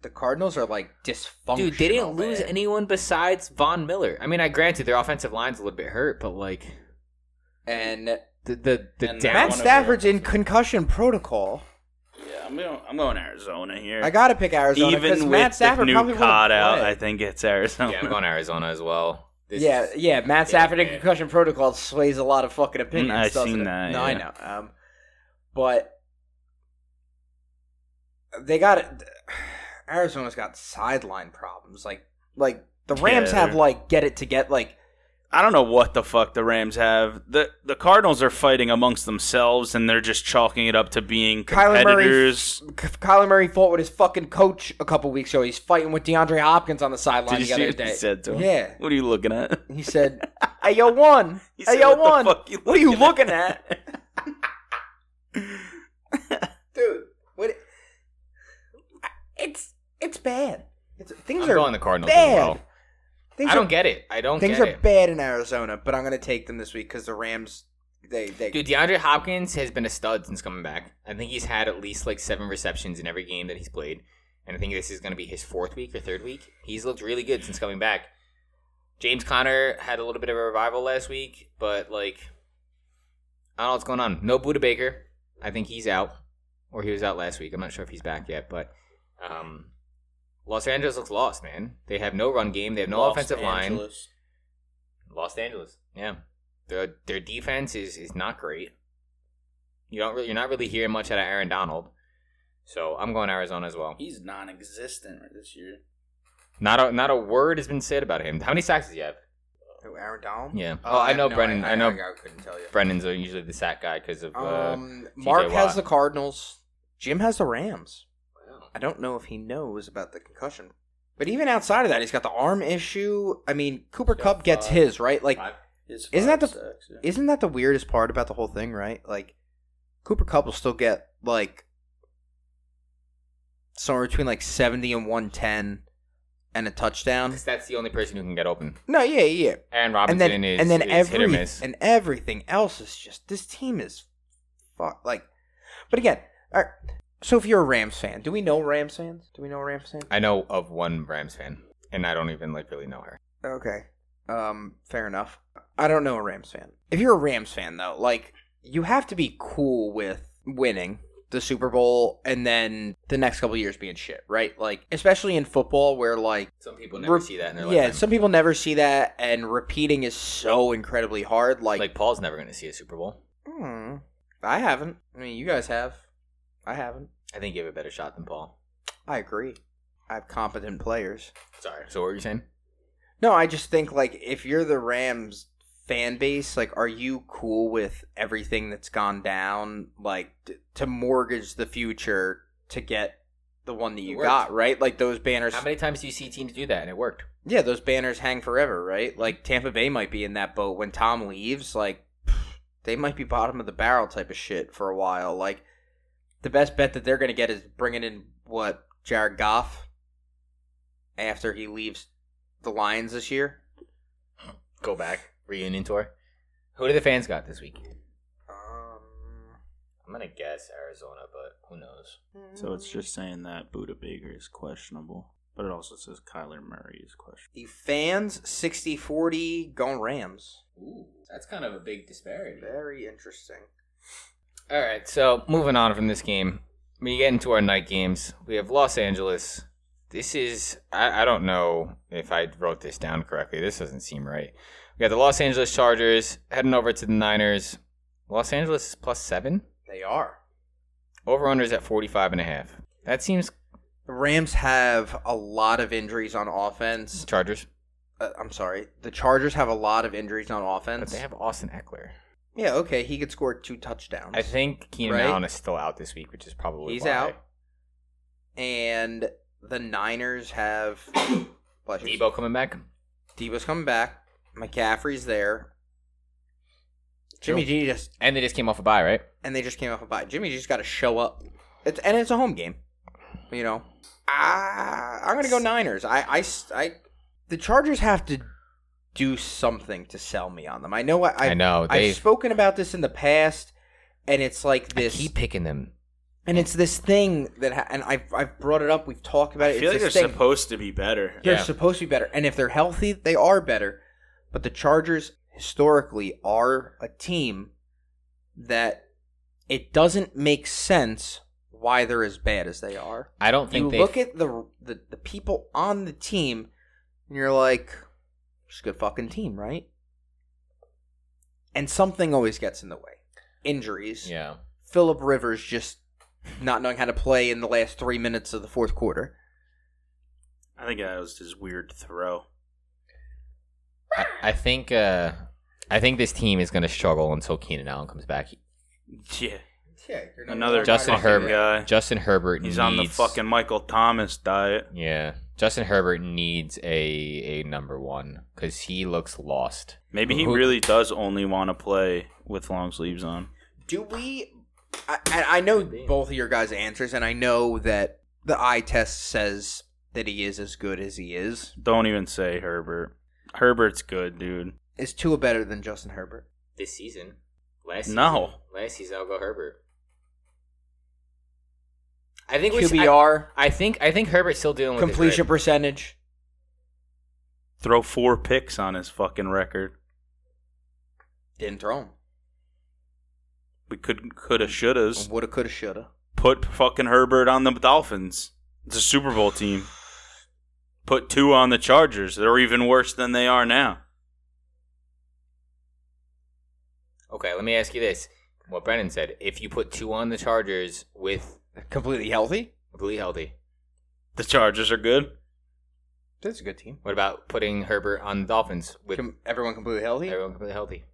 S1: the Cardinals are like dysfunctional.
S2: Dude, they didn't lose
S1: bad.
S2: anyone besides Von Miller. I mean, I granted their offensive line's a little bit hurt, but like
S1: And
S2: the the, the
S3: And
S2: down
S1: Matt
S3: one of
S1: Stafford's in concussion protocol.
S3: Yeah, I'm going. I'm going Arizona here.
S1: I gotta pick Arizona because
S3: Even
S1: Matt
S3: with the
S1: Stafford probably would've
S3: new COD out,
S1: played.
S3: I think it's Arizona.
S2: Yeah, I'm going Arizona as well. This
S1: yeah,
S2: is-
S1: yeah. Matt
S2: yeah,
S1: Stafford in
S2: yeah.
S1: concussion protocol sways a lot of fucking opinions.
S3: I've
S1: doesn't
S3: Mm, seen
S1: it?
S3: that,
S1: No, I
S3: yeah.
S1: know. Um, but they got it. Arizona's got sideline problems. Like, like the Rams
S3: Yeah.
S1: have like get it to get like
S3: I don't know what the fuck the Rams have. the The Cardinals are fighting amongst themselves, and they're just chalking it up to being
S1: Kyler Murray.
S3: competitors.
S1: K- Kyler Murray fought with his fucking coach a couple weeks ago. He's fighting with DeAndre Hopkins on the sideline
S3: Did you
S1: the
S3: see
S1: other
S3: what
S1: day.
S3: he said to him?
S1: Yeah,
S3: What are you looking at?
S1: he said, "Hey yo, one.
S3: He
S1: hey
S3: said,
S1: yo,
S3: "What the
S1: one.
S3: fuck you
S1: what are you
S3: looking
S1: looking at, dude? What? It's it's bad. It's, things
S2: I'm
S1: are
S2: going the Cardinals
S1: bad.
S2: as well.
S1: Things
S2: I
S1: are,
S2: don't get it. I don't
S1: things
S2: get
S1: are
S2: it.
S1: bad in Arizona, but I'm gonna take them this week because the Rams. They they
S2: Dude, DeAndre Hopkins has been a stud since coming back. I think he's had at least like seven receptions in every game that he's played. And I think this is going to be his fourth week or third week. He's looked really good since coming back. James Conner had a little bit of a revival last week, but like, I don't know what's going on. No Buda Baker. I think he's out, or he was out last week. I'm not sure if he's back yet, but um, Los Angeles looks lost, man. They have no run game, they have no
S3: Los
S2: offensive line.
S3: Angeles.
S2: Los Angeles. Yeah, their their defense is is not great. You don't really, you're not really hearing much out of Aaron Donald. So I'm going Arizona as well.
S3: He's non-existent this year.
S2: Not a not a word has been said about him. How many sacks does he have?
S1: who, Aaron Donald.
S2: Yeah. Oh, I know
S1: no,
S2: Brennan. I, know
S1: I, couldn't tell you.
S2: Brennan's are usually the sack guy because of. Uh,
S1: Um,
S2: TJ
S1: Mark has
S2: Watt.
S1: the Cardinals. Jim has the Rams. I don't know if he knows about the concussion. But even outside of that, he's got the arm issue. I mean, Cooper
S3: He's got
S1: Cup gets
S3: five.
S1: his, right? Like,
S3: His
S1: Isn't that
S3: five
S1: the-
S3: sacks, yeah.
S1: isn't that the weirdest part about the whole thing, right? Like, Cooper Cup will still get, like, somewhere between, like, 70 and 110 and a touchdown.
S2: because that's the only person who can get open.
S1: No, yeah, yeah.
S2: Aaron
S1: um, And
S2: Robinson
S1: then,
S2: is
S1: and then
S2: is
S1: every,
S2: hit or miss.
S1: and everything else is just, this team is fuck, like, but again, all right, so if you're a Rams fan, do we know Rams fans? Do we know Rams fans?
S2: I know of one Rams fan, and I don't even like really know her.
S1: Okay. Um, fair enough. I don't know a Rams fan. If you're a Rams fan though, like you have to be cool with winning the Super Bowl and then the next couple years being shit, right? Like especially in football where like
S2: Some people
S1: never
S2: never
S1: Re-
S2: see that in their
S1: yeah, some people never see that and repeating is so incredibly hard like,
S2: like, Paul's never going to see a Super Bowl.
S1: hmm, I haven't. I mean, you guys have. I haven't.
S2: I think you have a better shot than Paul.
S1: I agree. I have competent players.
S2: Sorry. So what were you saying?
S1: No, I just think like if you're the Rams fan base, like are you cool with everything that's gone down like t- to mortgage the future to get the one that
S2: It
S1: you
S2: worked.
S1: got, right? Like those banners
S2: How many times do you see teams do that and it worked?
S1: Yeah, those banners hang forever, right? Like Tampa Bay might be in that boat when Tom leaves, like pff, they might be bottom of the barrel type of shit for a while. Like the best bet that they're going to get is bringing in what Jared Goff after he leaves the Lions this year.
S2: Go back reunion tour. Who do the fans got this week?
S1: Um,
S2: I'm gonna guess Arizona, but who knows?
S3: So it's just saying that Buda Baker is questionable, but it also says Kyler Murray is questionable.
S1: the fans 60 40 going Rams.
S2: Ooh, that's kind of a big disparity.
S1: Very interesting.
S2: All right, so moving on from this game, we get into our night games. We have Los Angeles. This is I, I don't know if I wrote this down correctly. This doesn't seem right. We got the Los Angeles Chargers heading over to the Niners. Los Angeles is plus seven.
S1: They are.
S2: Over unders at 45 and a half. That seems
S1: The Rams have a lot of injuries on offense.
S2: Chargers.
S1: Uh, I'm sorry. The Chargers have a lot of injuries on
S2: But
S1: offense.
S2: they have Austin Eckler.
S1: yeah, okay. He could score two touchdowns.
S2: I think Keenan
S1: Right?
S2: Allen is still out this week, which is probably
S1: He's
S2: why.
S1: out. And the Niners have. Bless you.
S2: Debo coming back.
S1: Debo's coming back. McCaffrey's there. Jimmy G just
S2: And they just came off a bye, right?
S1: and they just came off a bye. Jimmy just got to show up. It's and it's a home game, you know. Ah, I'm gonna go Niners. I, I, s- I- the Chargers have to do something to sell me on them. I know. I,
S2: I know.
S1: I've
S2: They
S1: spoken about this in the past, and it's like this,
S2: keep picking them.
S1: and it's this thing that, ha- and I've I've brought it up. We've talked about
S3: I
S1: it.
S3: feel like
S1: it's this
S3: they're
S1: thing.
S3: supposed to be better.
S1: They're
S2: Yeah.
S1: supposed to be better. And if they're healthy, they are better. But the Chargers historically are a team that it doesn't make sense why they're as bad as they are.
S2: I don't think
S1: You
S2: they
S1: look at the, the the people on the team and you're like, it's a good fucking team, right? And something always gets in the way. Injuries.
S2: Yeah.
S1: Philip Rivers just not knowing how to play in the last three minutes of the fourth quarter.
S3: I think that was his weird throw.
S2: I, I think uh I think this team is gonna struggle until Keenan Allen comes back.
S3: Yeah,
S1: Yeah, you're
S3: another
S2: Justin
S3: fucking
S2: Herbert.
S3: guy.
S2: Justin Herbert
S3: He's on the
S2: needs-
S3: fucking Michael Thomas diet.
S2: Yeah. Justin Herbert needs a a number one because he looks lost.
S3: Maybe he
S2: Who-
S3: really does only want to play with long sleeves on.
S1: Do we? I, I I know both of your guys' answers, and I know that the eye test says that he is as good as he is.
S3: Don't even say Herbert. Herbert's good, dude.
S1: Is Tua better than Justin Herbert?
S2: This season, last
S3: No.
S2: season- last season I'll go Herbert. I think we should. I,
S1: QBR,
S2: I think I think Herbert's still dealing with his
S1: completion
S2: rib.
S1: percentage.
S3: Throw four picks on his fucking record.
S1: Didn't throw him.
S3: We could coulda shouldas.
S1: Woulda, coulda, shoulda.
S3: Put fucking Herbert on the Dolphins. It's a Super Bowl team. Put two on the Chargers. They're even worse than they are now.
S2: Okay, let me ask you this: What Brennan said. If you put two on the Chargers with
S1: Completely healthy.
S2: completely healthy,
S3: The Chargers are good.
S1: That's a good team.
S2: what about putting Herbert on the Dolphins with
S1: Com- everyone completely healthy.
S2: everyone completely healthy?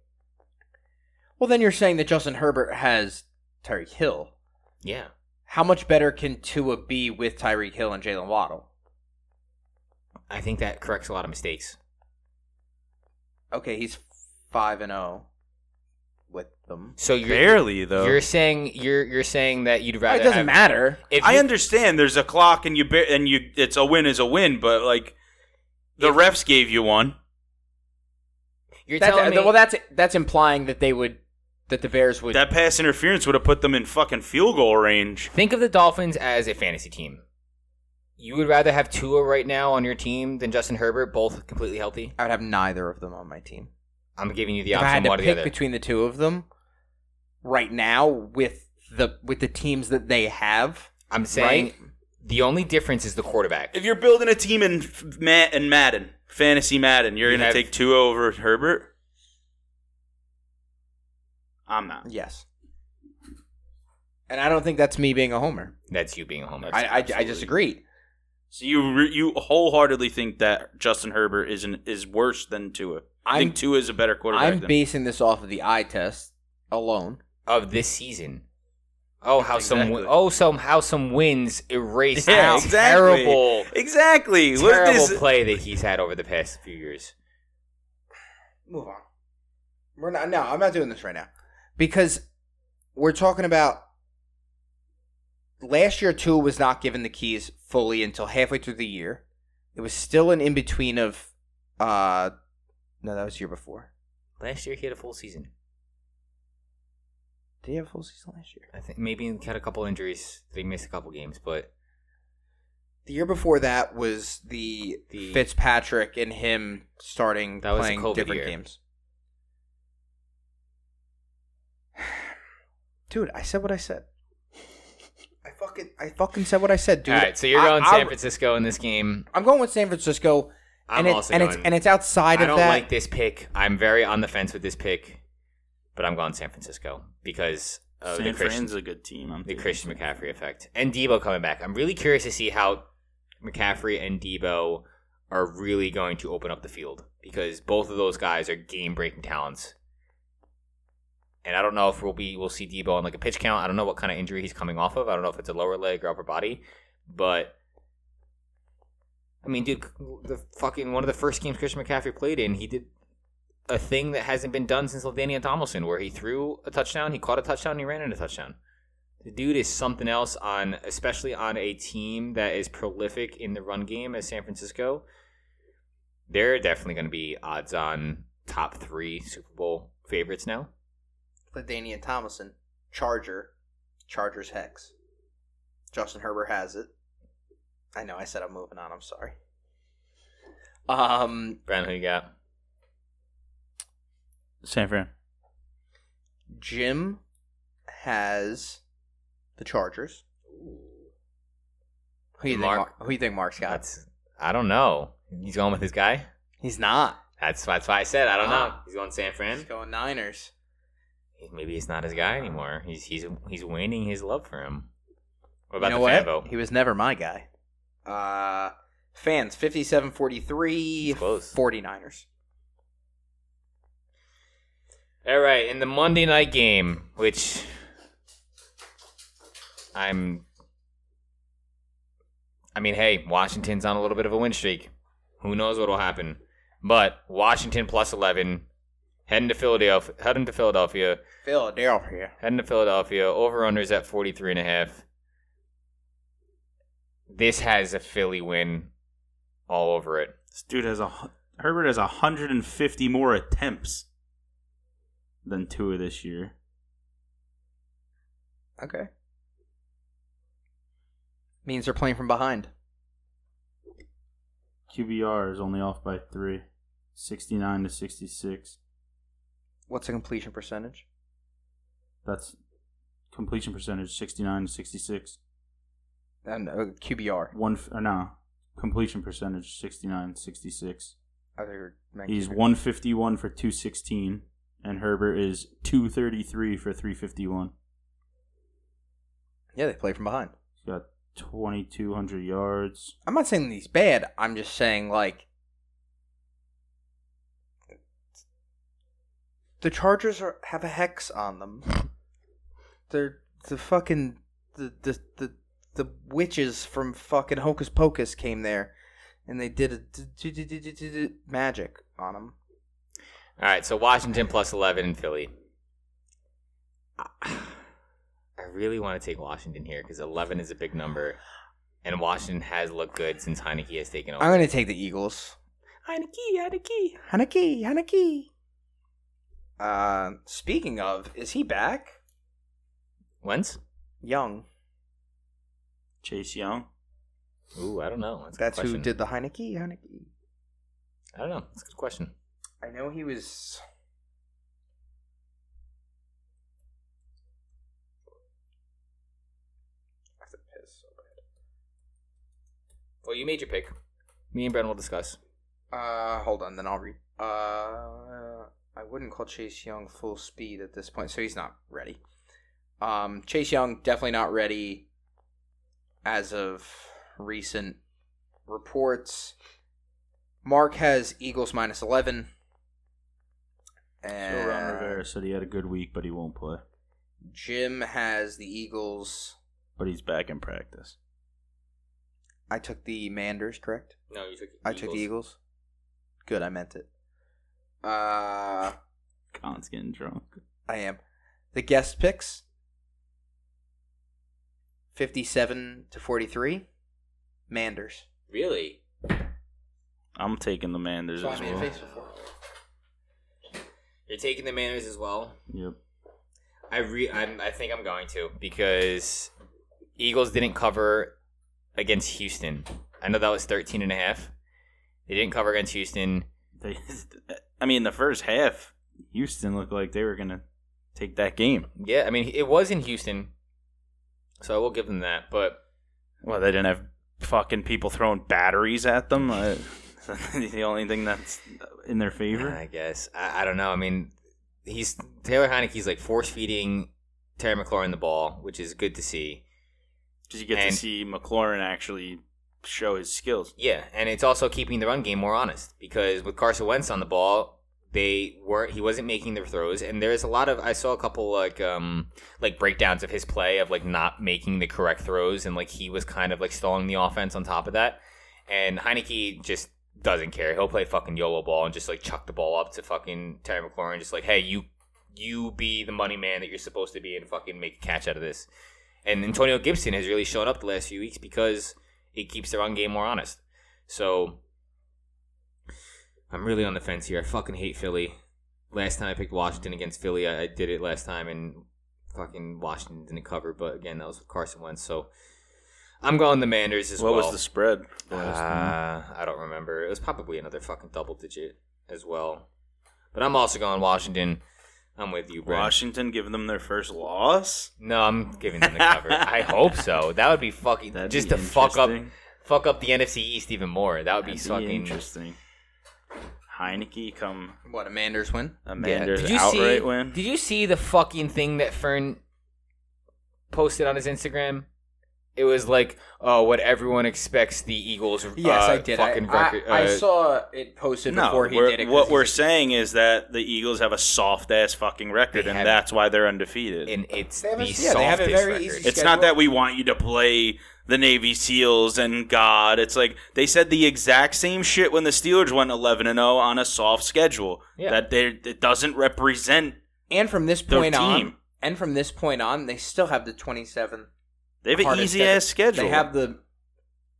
S1: Well, then you're saying that Justin Herbert has Tyreek Hill.
S2: Yeah,
S1: How much better can Tua be with Tyreek Hill and Jalen Waddle?
S2: I think that corrects a lot of mistakes.
S1: Okay, he's five and zero with them.
S2: So you're
S3: Barely though.
S2: you're saying you're you're saying that you'd rather
S1: It doesn't
S2: have-
S1: matter.
S2: If
S3: I
S2: you-
S3: understand there's a clock and you bar- and you it's a win is a win, but like the
S2: If-
S3: refs gave you one.
S2: you're
S1: That's, uh,
S2: telling me
S1: well, that's that's implying that they would that the Bears would.
S3: That pass interference would have put them in fucking field goal range.
S2: Think of the Dolphins as a fantasy team. You would rather have Tua right now on your team than Justin Herbert, both completely healthy.
S1: I would have neither of them on my team.
S2: I'm giving you the
S1: if I had
S2: option
S1: to
S2: one or the
S1: pick
S2: other.
S1: between the two of them, right now with the with the teams that they have,
S2: I'm saying
S1: right?
S2: the only difference is the quarterback.
S3: If you're building a team in F- Ma- in Madden, fantasy Madden, you're
S2: You
S3: gonna
S2: have-
S3: take two over Herbert. I'm not.
S1: Yes. And I don't think that's me being a homer.
S2: That's you being a homer.
S1: I, I, I
S3: absolutely-
S1: disagree.
S3: So you re- you wholeheartedly think that Justin Herbert is an, is worse than Tua? I
S1: I'm-
S3: think Tua is a better quarterback.
S1: I'm
S3: than
S1: basing this off of the eye test alone.
S2: of this season. Oh how some
S3: Exactly.
S2: win- oh some how some wins erase
S3: Yeah,
S2: how
S3: exactly.
S2: terrible
S3: exactly. Look at
S2: terrible
S3: this.
S2: play that he's had over the past few years.
S1: move on. We're not. No, I'm not doing this right now because we're talking about last year. Tua was not given the keys fully until halfway through the year. It was still an in between of. uh No, that was the year before.
S2: Last year he had a full season.
S1: Did he have a full season last year?
S2: I think maybe he had a couple injuries. that He missed a couple games, but
S1: The year before that was the,
S2: The-
S1: Fitzpatrick and him starting
S2: That was the
S1: playing
S2: COVID
S1: different
S2: year.
S1: games. Dude, I said what I said. I fucking I fucking said what I said, dude.
S2: All right, so you're
S1: I-
S2: going
S1: I,
S2: San Francisco in this game.
S1: I'm going with San Francisco,
S2: I'm
S1: and, it-
S2: also
S1: and
S2: going.
S1: it's and it's outside
S2: I
S1: of
S2: don't
S1: that.
S2: like this pick. I'm very on the fence with this pick, but I'm going San Francisco because of the
S3: San
S2: Christian,
S3: Fran's a good team. I'm
S2: the Christian McCaffrey effect and Debo coming back. I'm really curious to see how McCaffrey and Debo are really going to open up the field because both of those guys are game breaking talents. And I don't know if we'll be we'll see Debo on like a pitch count. I don't know what kind of injury he's coming off of. I don't know if it's a lower leg or upper body, but I mean, dude, the fucking one of the first games Christian McCaffrey played in, he did a thing that hasn't been done since Ladainian Tomlinson, where he threw a touchdown, he caught a touchdown, he ran in a touchdown. The dude is something else on, especially on a team that is prolific in the run game as San Francisco. They're definitely going to be odds on top three Super Bowl favorites now.
S1: Ladainian Thomason, Charger, Chargers Hex. Justin Herbert has it. I know I said I'm moving on. I'm sorry. Um,
S2: Brian, who you got?
S3: San Fran.
S1: Jim has the Chargers. Who you think?
S2: Mark-
S1: Mar- who you think Mark's got?
S2: That's I don't know. He's going with his guy.
S1: He's not.
S2: That's that's why I said I don't know.
S1: Ah.
S2: He's going San
S1: He's
S2: Fran.
S1: going Niners.
S2: Maybe it's not his guy anymore. He's he's he's winning his love for him. What about
S1: you know
S2: the fan
S1: what?
S2: vote?
S1: He was never my guy. Uh, fans 57-43,
S2: It's close.
S1: 49ers.
S2: All right, in the Monday night game, which I'm I mean, hey, Washington's on a little bit of a win streak. Who knows what'll happen? But Washington plus 11 heading to Philadelphia, heading to Philadelphia,
S1: Philadelphia.
S2: heading to Philadelphia, over unders at 43 and a half. This has a Philly win all over it.
S3: This dude has a hu- Herbert has 150 more attempts than Tua this year.
S1: Okay. Means they're playing from behind.
S3: QBR is only off by three, 69 to 66.
S1: What's the completion percentage?
S3: That's completion percentage 69 to 66.
S1: And uh, QBR.
S3: One f- or no, completion percentage 69 66.
S1: I thought you were making
S3: He's
S1: sure.
S3: 151 for 216 and Herbert is 233 for 351.
S1: Yeah, they play from behind.
S3: He's got 2200 yards.
S1: I'm not saying that he's bad. I'm just saying like the Chargers are, have a hex on them. They're the fucking the the the, the witches from fucking Hocus Pocus came there, and they did a d- d- d- d- d- d- d- magic on them.
S2: All right, so Washington plus 11 in Philly. I I really want to take Washington here because 11 is a big number, and Washington has looked good since Heineke has taken over.
S1: I'm gonna take the Eagles.
S2: Heineke, Heineke.
S1: Hanaki, Hanaki. Uh, speaking of, is he back?
S2: Wentz?
S1: Young.
S3: Chase Young.
S2: Ooh, I don't know. That's, a good
S1: That's who
S2: question.
S1: did the Heineke. Heineke.
S2: I don't know. That's a good question.
S1: I know he was. I have to piss so
S2: Well, you made your pick. Me and Bren will discuss.
S1: bad. Uh, hold on, then I'll read. Uh, I wouldn't call Chase Young full speed at this point, so he's not ready. Um, Chase Young definitely not ready as of recent reports. Mark has Eagles minus 11.
S3: Still
S1: And
S3: Ron Rivera said he had a good week, but he won't play.
S1: Jim has the Eagles.
S3: But he's back in practice.
S1: I took the Manders, correct?
S2: No, you took the
S1: I took the Eagles. Good, I meant it. Uh,
S3: Khan's getting drunk.
S1: I am. The guest picks 57 to 43. Manders.
S2: Really?
S3: I'm taking the Manders as well.
S1: before.
S2: You're taking the Manners as well?
S3: Yep.
S2: I re I'm, I think I'm going to because Eagles didn't cover against Houston. I know that was 13 and a half. They didn't cover against Houston.
S3: They, I mean, the first half, Houston looked like they were gonna take that game.
S2: Yeah, I mean it was in Houston. So I will give them that, but
S3: Well, they didn't have fucking people throwing batteries at them. Uh, the only thing that's in their favor.
S2: I guess I, I don't know. I mean, he's Taylor Heineke's like force feeding Terry McLaurin the ball, which is good to see.
S3: Because you get
S2: And-
S3: to see McLaurin actually show his skills.
S2: Yeah, and it's also keeping the run game more honest because with Carson Wentz on the ball, they weren't he wasn't making their throws, and there's a lot of I saw a couple like um like breakdowns of his play of like not making the correct throws, and like he was kind of like stalling the offense on top of that, and Heineke just doesn't care. He'll play fucking YOLO ball and just like chuck the ball up to fucking Terry McLaurin, just like hey you you be the money man that you're supposed to be and fucking make a catch out of this. And Antonio Gibson has really shown up the last few weeks because it keeps the run game more honest. So I'm really on the fence here. I fucking hate Philly. Last time I picked Washington against Philly, I, I did it last time, and fucking Washington didn't cover. But again, that was with Carson Wentz, so I'm going the Manders as
S3: what
S2: well.
S3: was the spread?
S2: Uh,
S3: last time?
S2: I don't remember. It was probably another fucking double digit as well. But I'm also going Washington. I'm with you, Brent.
S3: Washington giving them their first loss.
S2: No, I'm giving them the cover. I hope so. That would be fucking
S3: That'd
S2: just
S3: be
S2: to fuck up,
S3: interesting.
S2: fuck up the NFC East even more. That would be fucking
S3: interesting. Heineke come
S1: What, a Manders win?
S3: a
S2: Yeah.
S3: Manders
S2: Did you
S3: outright
S2: see,
S3: win.
S2: Did you see the fucking thing that Fern posted on his Instagram? It was like, oh, what everyone expects the Eagles.
S1: Yes,
S2: uh,
S1: I did.
S2: Fucking
S1: I,
S2: record,
S1: I, I
S2: uh,
S1: saw it posted before he
S3: we're-
S1: did it. 'cause
S3: What
S1: he's
S3: we're
S1: a-
S3: saying is that the Eagles have a soft ass fucking record,
S2: They
S3: and
S2: have-
S3: that's why they're undefeated.
S2: and it's
S1: They have a-
S2: the
S1: yeah, they have a
S2: softest
S1: very
S2: record.
S1: easy
S3: it's
S1: schedule.
S3: not that we want you to play the Navy SEALs and God. It's like they said the exact same shit when the Steelers went eleven and zero on a soft schedule.
S2: Yeah.
S3: That they it doesn't represent.
S1: And from this
S3: Their
S1: point on,
S3: team.
S1: and from this point on, they still have the 27th
S3: They have an
S1: hardest
S3: easy ass schedule.
S1: They have the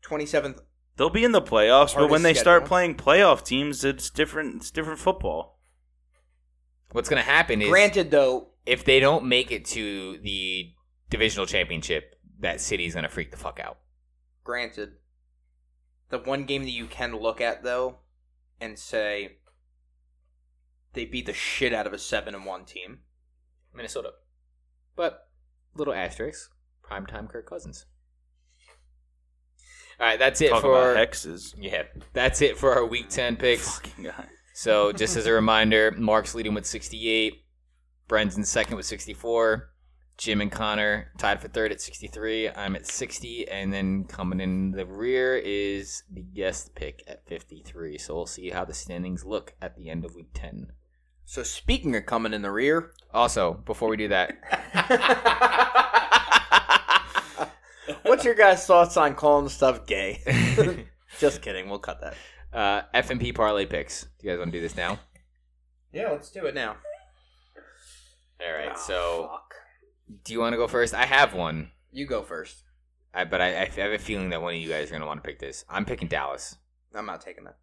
S1: 27th
S3: They'll be in the playoffs, but
S4: Hardest
S3: when they start
S4: schedule.
S3: playing playoff teams, it's different. It's different football.
S2: What's going to happen is
S1: Granted, though,
S2: if they don't make it to the divisional championship, that city's going to freak the fuck out.
S1: granted, the one game that you can look at though and say they beat the shit out of a seven and one team.
S2: Minnesota. But little asterisk, primetime Kirk Cousins. All right, that's it
S3: Talk
S2: for
S3: about hexes.
S2: yeah, that's it for our week 10 picks.
S3: Fucking guy.
S2: So, just as a reminder, Mark's leading with 68, Bren's in second with 64, Jim and Connor tied for third at 63, I'm at 60, and then coming in the rear is the guest pick at 53. So, we'll see how the standings look at the end of week 10.
S1: So speaking of coming in the rear,
S2: Also, before we do that,
S1: what's your guys' thoughts on calling stuff gay? Just kidding, we'll cut that.
S2: uh, FMP parlay picks. You guys want to do this now?
S1: Yeah, let's do it now. Ah,
S2: All right. so, do you want to go first? I have one,
S1: You go first.
S2: I, but I, I have a feeling that one of you guys are going to want to pick this. I'm picking Dallas.
S1: I'm not taking that.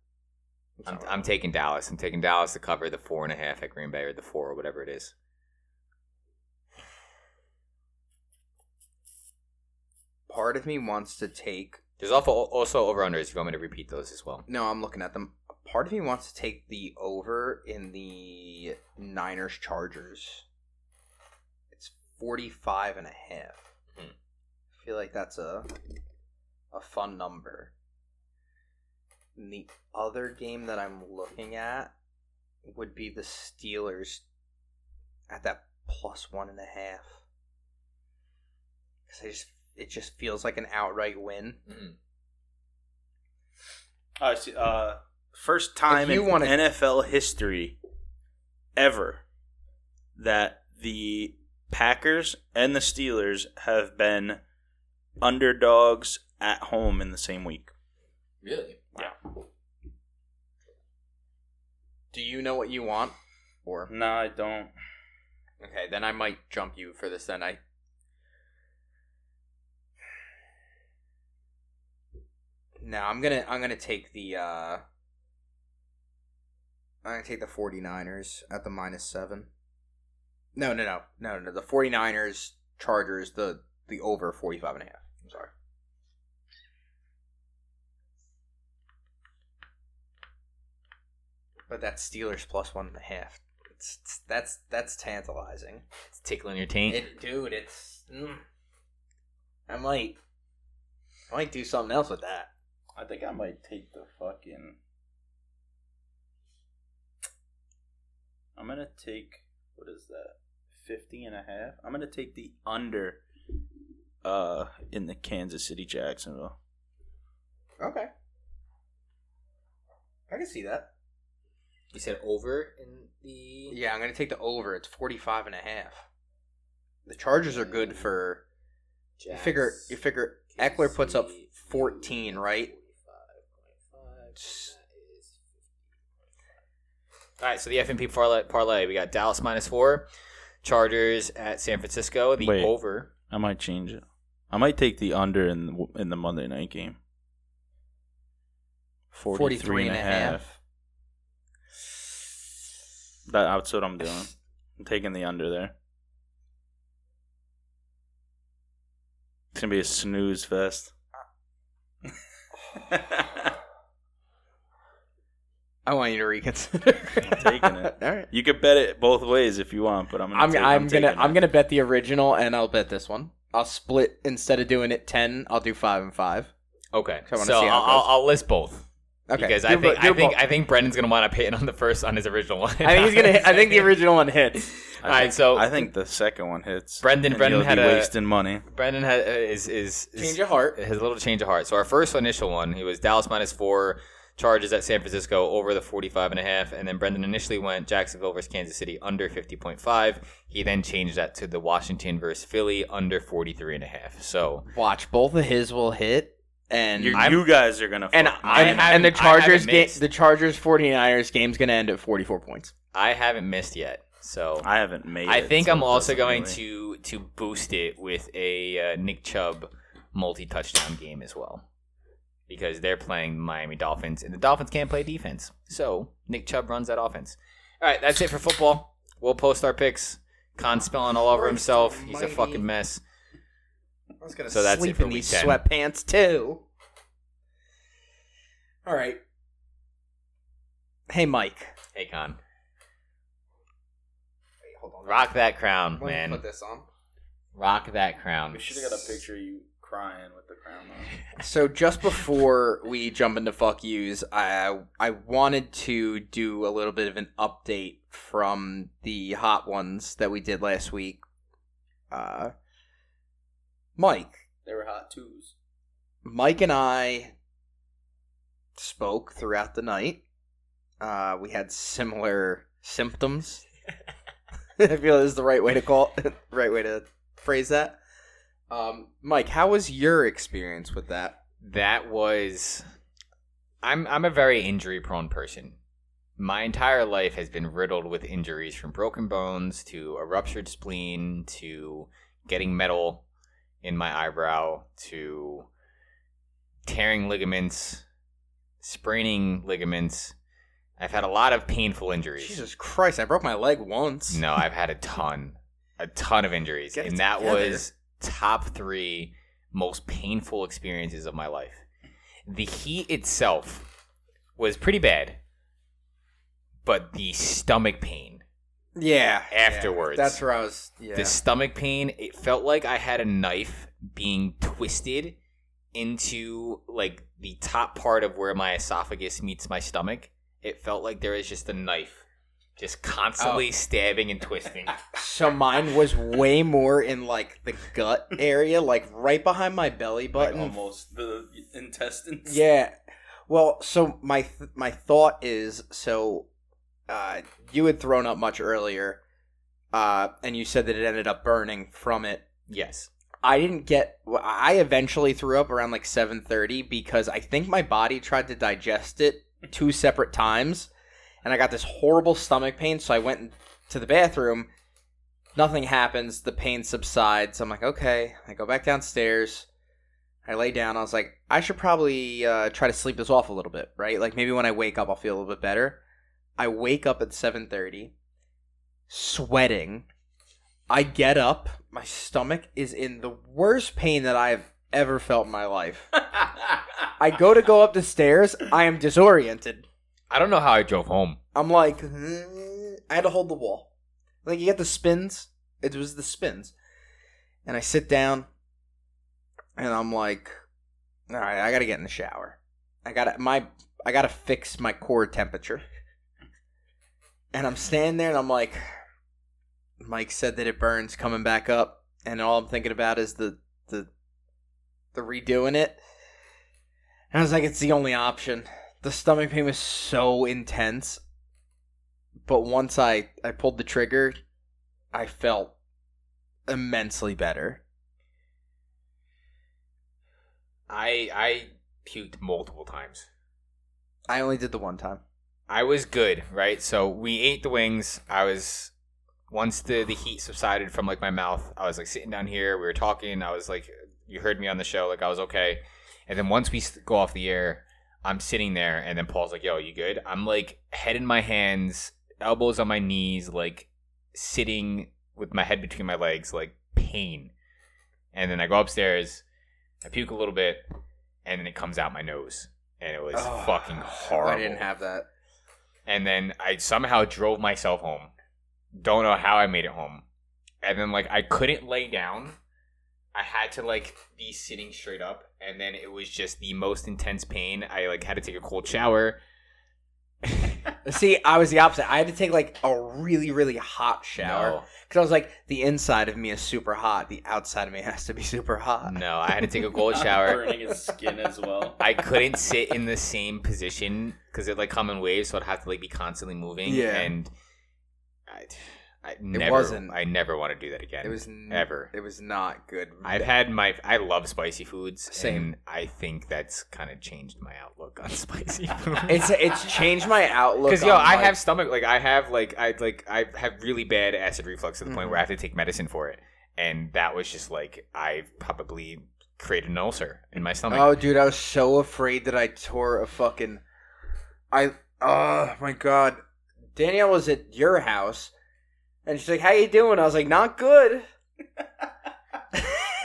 S2: I'm, I'm taking Dallas. I'm taking Dallas to cover the four and a half at Green Bay or the four or whatever it is.
S1: Part of me wants to take
S2: There's also also over unders. If you want me to repeat those as well.
S1: No, I'm looking at them. Part of me wants to take the over in the Niners Chargers. It's 45 and a half.
S2: Hmm.
S1: I feel like that's a a fun number. And the other game that I'm looking at would be the Steelers at that plus one and a half. Cause I just, it just feels like an outright win.
S2: Mm-hmm.
S3: Uh, see, uh, first time
S1: If you
S3: in
S1: wanna-
S3: NFL history ever that the Packers and the Steelers have been underdogs at home in the same week.
S2: Really?
S1: Do you know what you want? Or
S3: No, I don't.
S1: Okay, then I might jump you for this. Then I. No, I'm gonna I'm gonna take the uh I'm gonna take the 49ers at the minus seven. No, no, no, no, no. The 49ers Chargers the the over 45 and a half. I'm sorry. But that Steelers plus one and a half it's, it's- that's that's tantalizing.
S2: It's tickling your taint.
S1: It, dude, it's. Mm, I might, I might do something else with that.
S3: I think I might take the fucking. I'm gonna take what is that? 50 and a half. I'm gonna take the under uh in the Kansas City Jacksonville.
S1: Okay, I can see that.
S2: you said over in the.
S1: Yeah, I'm gonna take the over. It's 45 and a half. The Chargers are good for you figure. You figure Eckler puts up 14, right?
S2: All right, so the FNP parlay, parlay, we got Dallas minus four, Chargers at San Francisco, the
S3: Wait.
S2: over.
S3: I might change it. I might take the under in the, in the Monday night game. 43 and a half. That, that's what I'm doing. I'm taking the under there. It's gonna be a snooze fest.
S1: I want you to reconsider.
S3: taking it.
S1: All right.
S3: you could bet it both ways if you want, but I'm gonna
S1: I'm,
S3: take-
S1: I'm, gonna
S3: taking
S1: I'm
S3: it.
S1: gonna bet the original, and I'll bet this one. I'll split instead of doing it ten. I'll do five and five.
S2: Okay,
S1: So I
S2: so,
S1: wanna see how
S2: I'll,
S1: it
S2: I'll,
S1: goes.
S2: I'll list both
S1: Okay,
S2: because I
S1: You're
S2: think
S1: bo-
S2: I
S1: you're
S2: think
S1: bo-
S2: I think Brendan's gonna want to pay it on the first on his original one.
S1: I think he's gonna. Hit, I think the original one hits.
S2: All right, so
S3: I think the second one hits.
S2: Brendan-
S3: and
S2: Brendan
S3: you'll
S2: had
S3: be
S2: a-
S3: wasting money.
S2: Brendan ha- uh, is is, is
S1: Change of heart.
S2: has a little change of heart. So our first initial one, it was Dallas minus four, charges at San Francisco over the 45 and a half, and then Brendan initially went Jacksonville versus Kansas City under 50.5. He then changed that to the Washington versus Philly under 43 and a half. So
S1: Watch both of his will hit, and
S3: You,
S1: and
S3: you guys are gonna.
S1: and,
S3: fuck me.
S2: I haven't-
S1: and the
S2: I haven't
S1: Chargers game,
S2: missed.
S1: the Chargers 49ers game's gonna end at 44 points.
S2: I haven't missed yet. So
S3: I haven't made.
S2: I
S3: it,
S2: think
S3: so
S2: I'm
S3: it
S2: also
S3: doesn't
S2: going
S3: really-
S2: to to boost it with a uh, Nick Chubb multi touchdown game as well. because they're playing the Miami Dolphins, and the Dolphins can't play defense. So Nick Chubb runs that offense. All right, that's it for football. We'll post our picks. Con spelling all over
S1: Christ
S2: himself. He's a
S1: almighty.
S2: fucking mess.
S1: I was gonna
S2: So that's
S1: sleep
S2: it for
S1: in these
S2: week 10.
S1: sweatpants too. All right. Hey, Mike.
S2: Hey, Con.
S1: Wait, hold on.
S2: Rock that crown,
S1: Let me
S2: man.
S1: Put this on.
S2: Rock that crown.
S3: of you crying with the crown on.
S1: So just before we jump into fuck yous, I I wanted to do a little bit of an update from the hot ones that we did last week. Uh, Mike,
S3: They were hot twos.
S1: Mike and I spoke throughout the night. Uh, we had similar symptoms. I feel is the right way to call, right way to phrase that. Um, Mike, how was your experience with that?
S2: that was I'm I'm a very injury prone person. My entire life has been riddled with injuries from broken bones to a ruptured spleen to getting metal in my eyebrow to tearing ligaments, spraining ligaments. I've had a lot of painful injuries.
S1: Jesus Christ, I broke my leg once.
S2: No, I've had a ton, a ton of injuries,
S1: Get it
S2: and that
S1: together.
S2: was top three most painful experiences of my life. The heat itself was pretty bad, but the stomach pain,
S1: Yeah.
S2: Afterwards.
S1: yeah, That's where I was. Yeah.
S2: the stomach pain, it felt like I had a knife being twisted into like the top part of where my esophagus meets my stomach. It felt like there was just a knife just constantly
S1: Oh.
S2: stabbing and twisting.
S1: So mine was way more in like the gut area, like right behind my belly button,
S3: almost the intestines.
S1: Yeah. Well, so my th- my thought is so uh, you had thrown up much earlier, uh, and you said that it ended up burning from it.
S2: yes.
S1: I didn't get. well, I eventually threw up around like seven thirty because I think my body tried to digest it two separate times, and I got this horrible stomach pain. So I went to the bathroom. Nothing happens. The pain subsides. I'm like, okay. I go back downstairs. I lay down. I was like, I should probably uh, try to sleep this off a little bit, right? Like maybe when I wake up, I'll feel a little bit better. I wake up at seven thirty, sweating. I get up. My stomach is in the worst pain that I've ever felt in my life. I go to go up the stairs. I am disoriented.
S2: I don't know how I drove home.
S1: I'm like, "Hmm." I had to hold the wall. Like, you get the spins. It was the spins. And I sit down and I'm like, all right, I got to get in the shower. I got to my I got to fix my core temperature. And I'm standing there and I'm like Mike said that it burns coming back up and all I'm thinking about is the the the redoing it. And I was like it's the only option. The stomach pain was so intense. But once I I pulled the trigger, I felt immensely better.
S2: I I puked multiple times.
S1: I only did the one time.
S2: I was good, right? So we ate the wings. I was once the the heat subsided from like my mouth. I was like sitting down here. We were talking. I was like, you heard me on the show. Like I was okay. And then once we s- go off the air, I'm sitting there, and then Paul's like, "Yo, you good?" I'm like head in my hands, elbows on my knees, like sitting with my head between my legs, like pain. And then I go upstairs. I puke a little bit, and then it comes out my nose, and it was
S1: Oh,
S2: fucking horrible
S1: I didn't have that.
S2: and then I somehow drove myself home. Don't know how I made it home. And then like I couldn't lay down. I had to like be sitting straight up and then it was just the most intense pain. I like had to take a cold shower.
S1: See, I was the opposite. I had to take like a really, really hot shower
S2: No.
S1: because I was like, the inside of me is super hot, the outside of me has to be super hot.
S2: No, I had to take a cold shower.
S3: his skin as well.
S2: I couldn't sit in the same position cuz it like come in waves so I'd have to like be constantly moving
S1: Yeah.
S2: and I I never
S1: wasn't-
S2: I never want to do that again.
S1: It was n-
S2: Ever.
S1: It was not good.
S2: I've had my I love spicy foods.
S1: Same.
S2: And I think that's kind of changed my outlook on spicy food.
S1: it's it's changed my outlook.
S2: Because yo,
S1: on,
S2: I
S1: like-
S2: have stomach like I have like I like I have really bad
S1: Mm-hmm.
S2: acid reflux to the point where I have to take medicine for it, and that was just like I've probably create an ulcer in my stomach.
S1: Oh, dude, I was so afraid that I tore a fucking. I oh my god, Danielle was at your house, and she's like, "How you doing?" I was like, "Not good."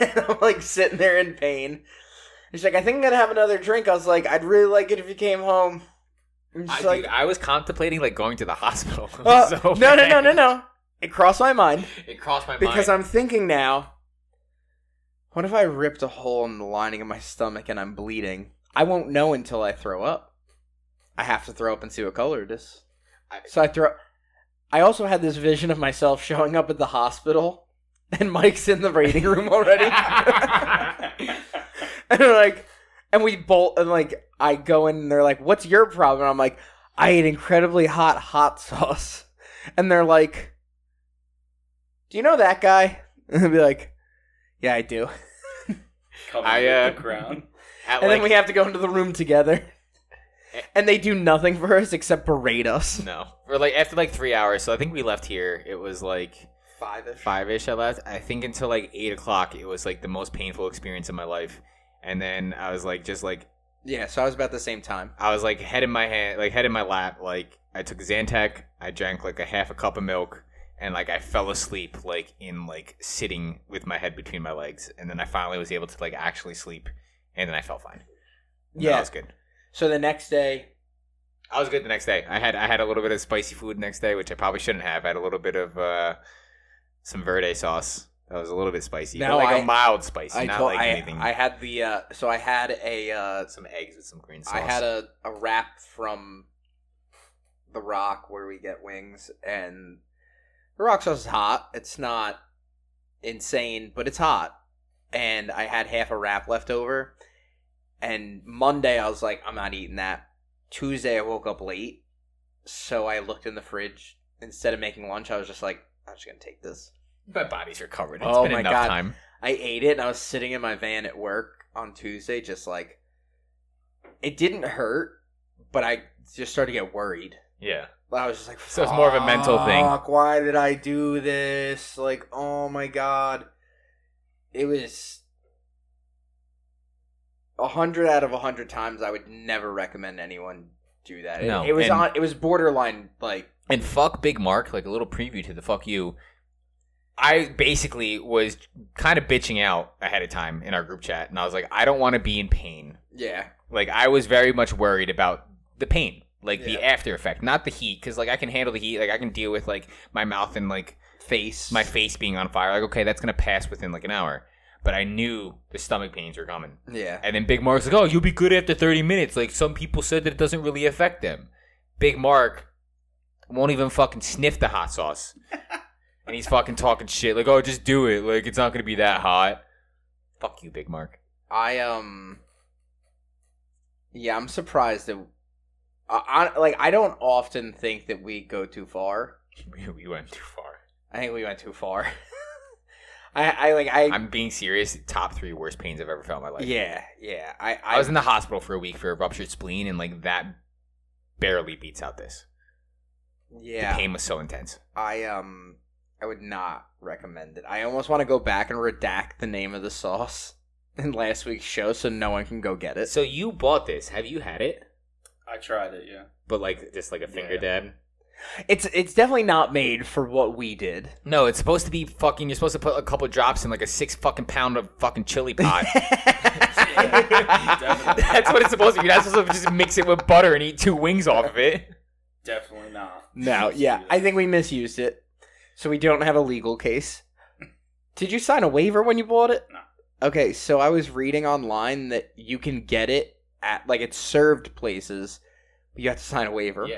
S1: and I'm like sitting there in pain. And she's like, "I think I'm gonna have another drink." I was like, "I'd really like it if you came home." And
S2: I,
S1: she's
S2: dude,
S1: like,
S2: I was contemplating like going to the hospital. It was
S1: uh,
S2: so
S1: "No, no,
S2: bad.
S1: no, no, no." It crossed my mind
S2: It crossed my
S1: because
S2: mind.
S1: I'm thinking now, what if I ripped a hole in the lining of my stomach and I'm bleeding? I won't know until I throw up. I have to throw up and see what color it is. So I throw. I also had this vision of myself showing up at the hospital, and Mike's in the waiting room already, and they're like, and we bolt, and like I go in, and they're like, "What's your problem?" And I'm like, "I ate incredibly hot hot sauce," and they're like, "Do you know that guy?" And I'd be like, "Yeah, I do."
S2: I,
S3: with
S2: uh,
S3: the crown.
S2: At,
S1: And
S2: like,
S1: then we have to go into the room together. And they do nothing for us except berate us.
S2: no. Or like after like three hours. So I think we left here. It was like
S1: Five ish.
S2: five ish. I left. I think until like eight o'clock. It was like the most painful experience of my life. And then I was like, just like
S1: Yeah, so I was about the same time.
S2: I was like head in my hand, like head in my lap. Like I took Zantac. I drank like a half a cup of milk, and like I fell asleep, like in like sitting with my head between my legs. And then I finally was able to like actually sleep, and then I felt fine. And then
S1: Yeah.
S2: I was good.
S1: So the next day,
S2: I was good the next day. I had I had a little bit of spicy food next day, which I probably shouldn't have. I had a little bit of uh, some verde sauce that was a little bit spicy,
S1: No,
S2: but like a
S1: I-
S2: mild spicy,
S1: I
S2: not
S1: told,
S2: like
S1: I,
S2: anything.
S1: I had the uh, so I had a uh,
S2: some eggs with some green sauce.
S1: I had a, a wrap from the Rock where we get wings, and the Rock sauce is hot. It's not insane, but it's hot. And I had half a wrap left over, and Monday I was like, I'm not eating that. Tuesday I woke up late, so I looked in the fridge instead of making lunch. I was just like, I'm just gonna take this.
S2: my body's recovered. It's
S1: Oh
S2: been
S1: my
S2: enough
S1: God.
S2: time.
S1: I ate it and I was sitting in my van at work on Tuesday, just like it didn't hurt, but I just started to get worried.
S2: Yeah.
S1: I was just like,
S2: So it's more of a mental thing.
S1: "Fuck, Why did I do this? Like, oh my god, it was a hundred out of a hundred times. I would never recommend anyone do that. It,
S2: No,
S1: it was
S2: and-
S1: on. It was borderline like
S2: and fuck Big Mark, like a little preview to the fuck you. I basically was kind of bitching out ahead of time in our group chat, and I was like, I don't want to be in pain.
S1: yeah,
S2: Like I was very much worried about the pain, like the
S1: Yeah.
S2: after effect, not the heat, because like I can handle the heat, like I can deal with like my mouth and like
S1: face
S2: my face being on fire. Like okay, that's gonna pass within like an hour. But I knew the stomach pains were coming.
S1: yeah.
S2: And then Big Mark's like, "Oh, you'll be good after 30 minutes." Like some people said that it doesn't really affect them. Big Mark won't even fucking sniff the hot sauce, and he's fucking talking shit like, "Oh, just do it. Like it's not gonna be that hot." Fuck you, Big Mark.
S1: I um yeah, I'm surprised that I, I like I don't often think that we go too far.
S2: We, we went too far.
S1: I think we went too far. I I like I
S2: I'm being serious. Top three worst pains I've ever felt in my life.
S1: yeah, yeah. I
S2: I
S1: I,
S2: was in the hospital for a week for a ruptured spleen, and like that barely beats out this. The
S1: yeah.
S2: pain was so intense.
S1: I um I would not recommend it. I almost want to go back and redact the name of the sauce in last week's show so no one can go get it.
S2: So you bought this? Have you had it?
S3: I tried it, yeah.
S2: But like just like a finger
S3: Yeah.
S2: dab.
S1: It's it's definitely not made for what we did.
S2: No, it's supposed to be fucking. You're supposed to put a couple drops in like a six fucking pound of fucking chili pot.
S3: Definitely.
S2: That's what it's supposed to be. You're not supposed to just mix it with butter and eat two wings off of it.
S3: Definitely not.
S1: No, yeah, I think we misused it, so we don't have a legal case. Did you sign a waiver when you bought it?
S3: No.
S1: Okay, so I was reading online that you can get it at like it's served places, but you have to sign a waiver.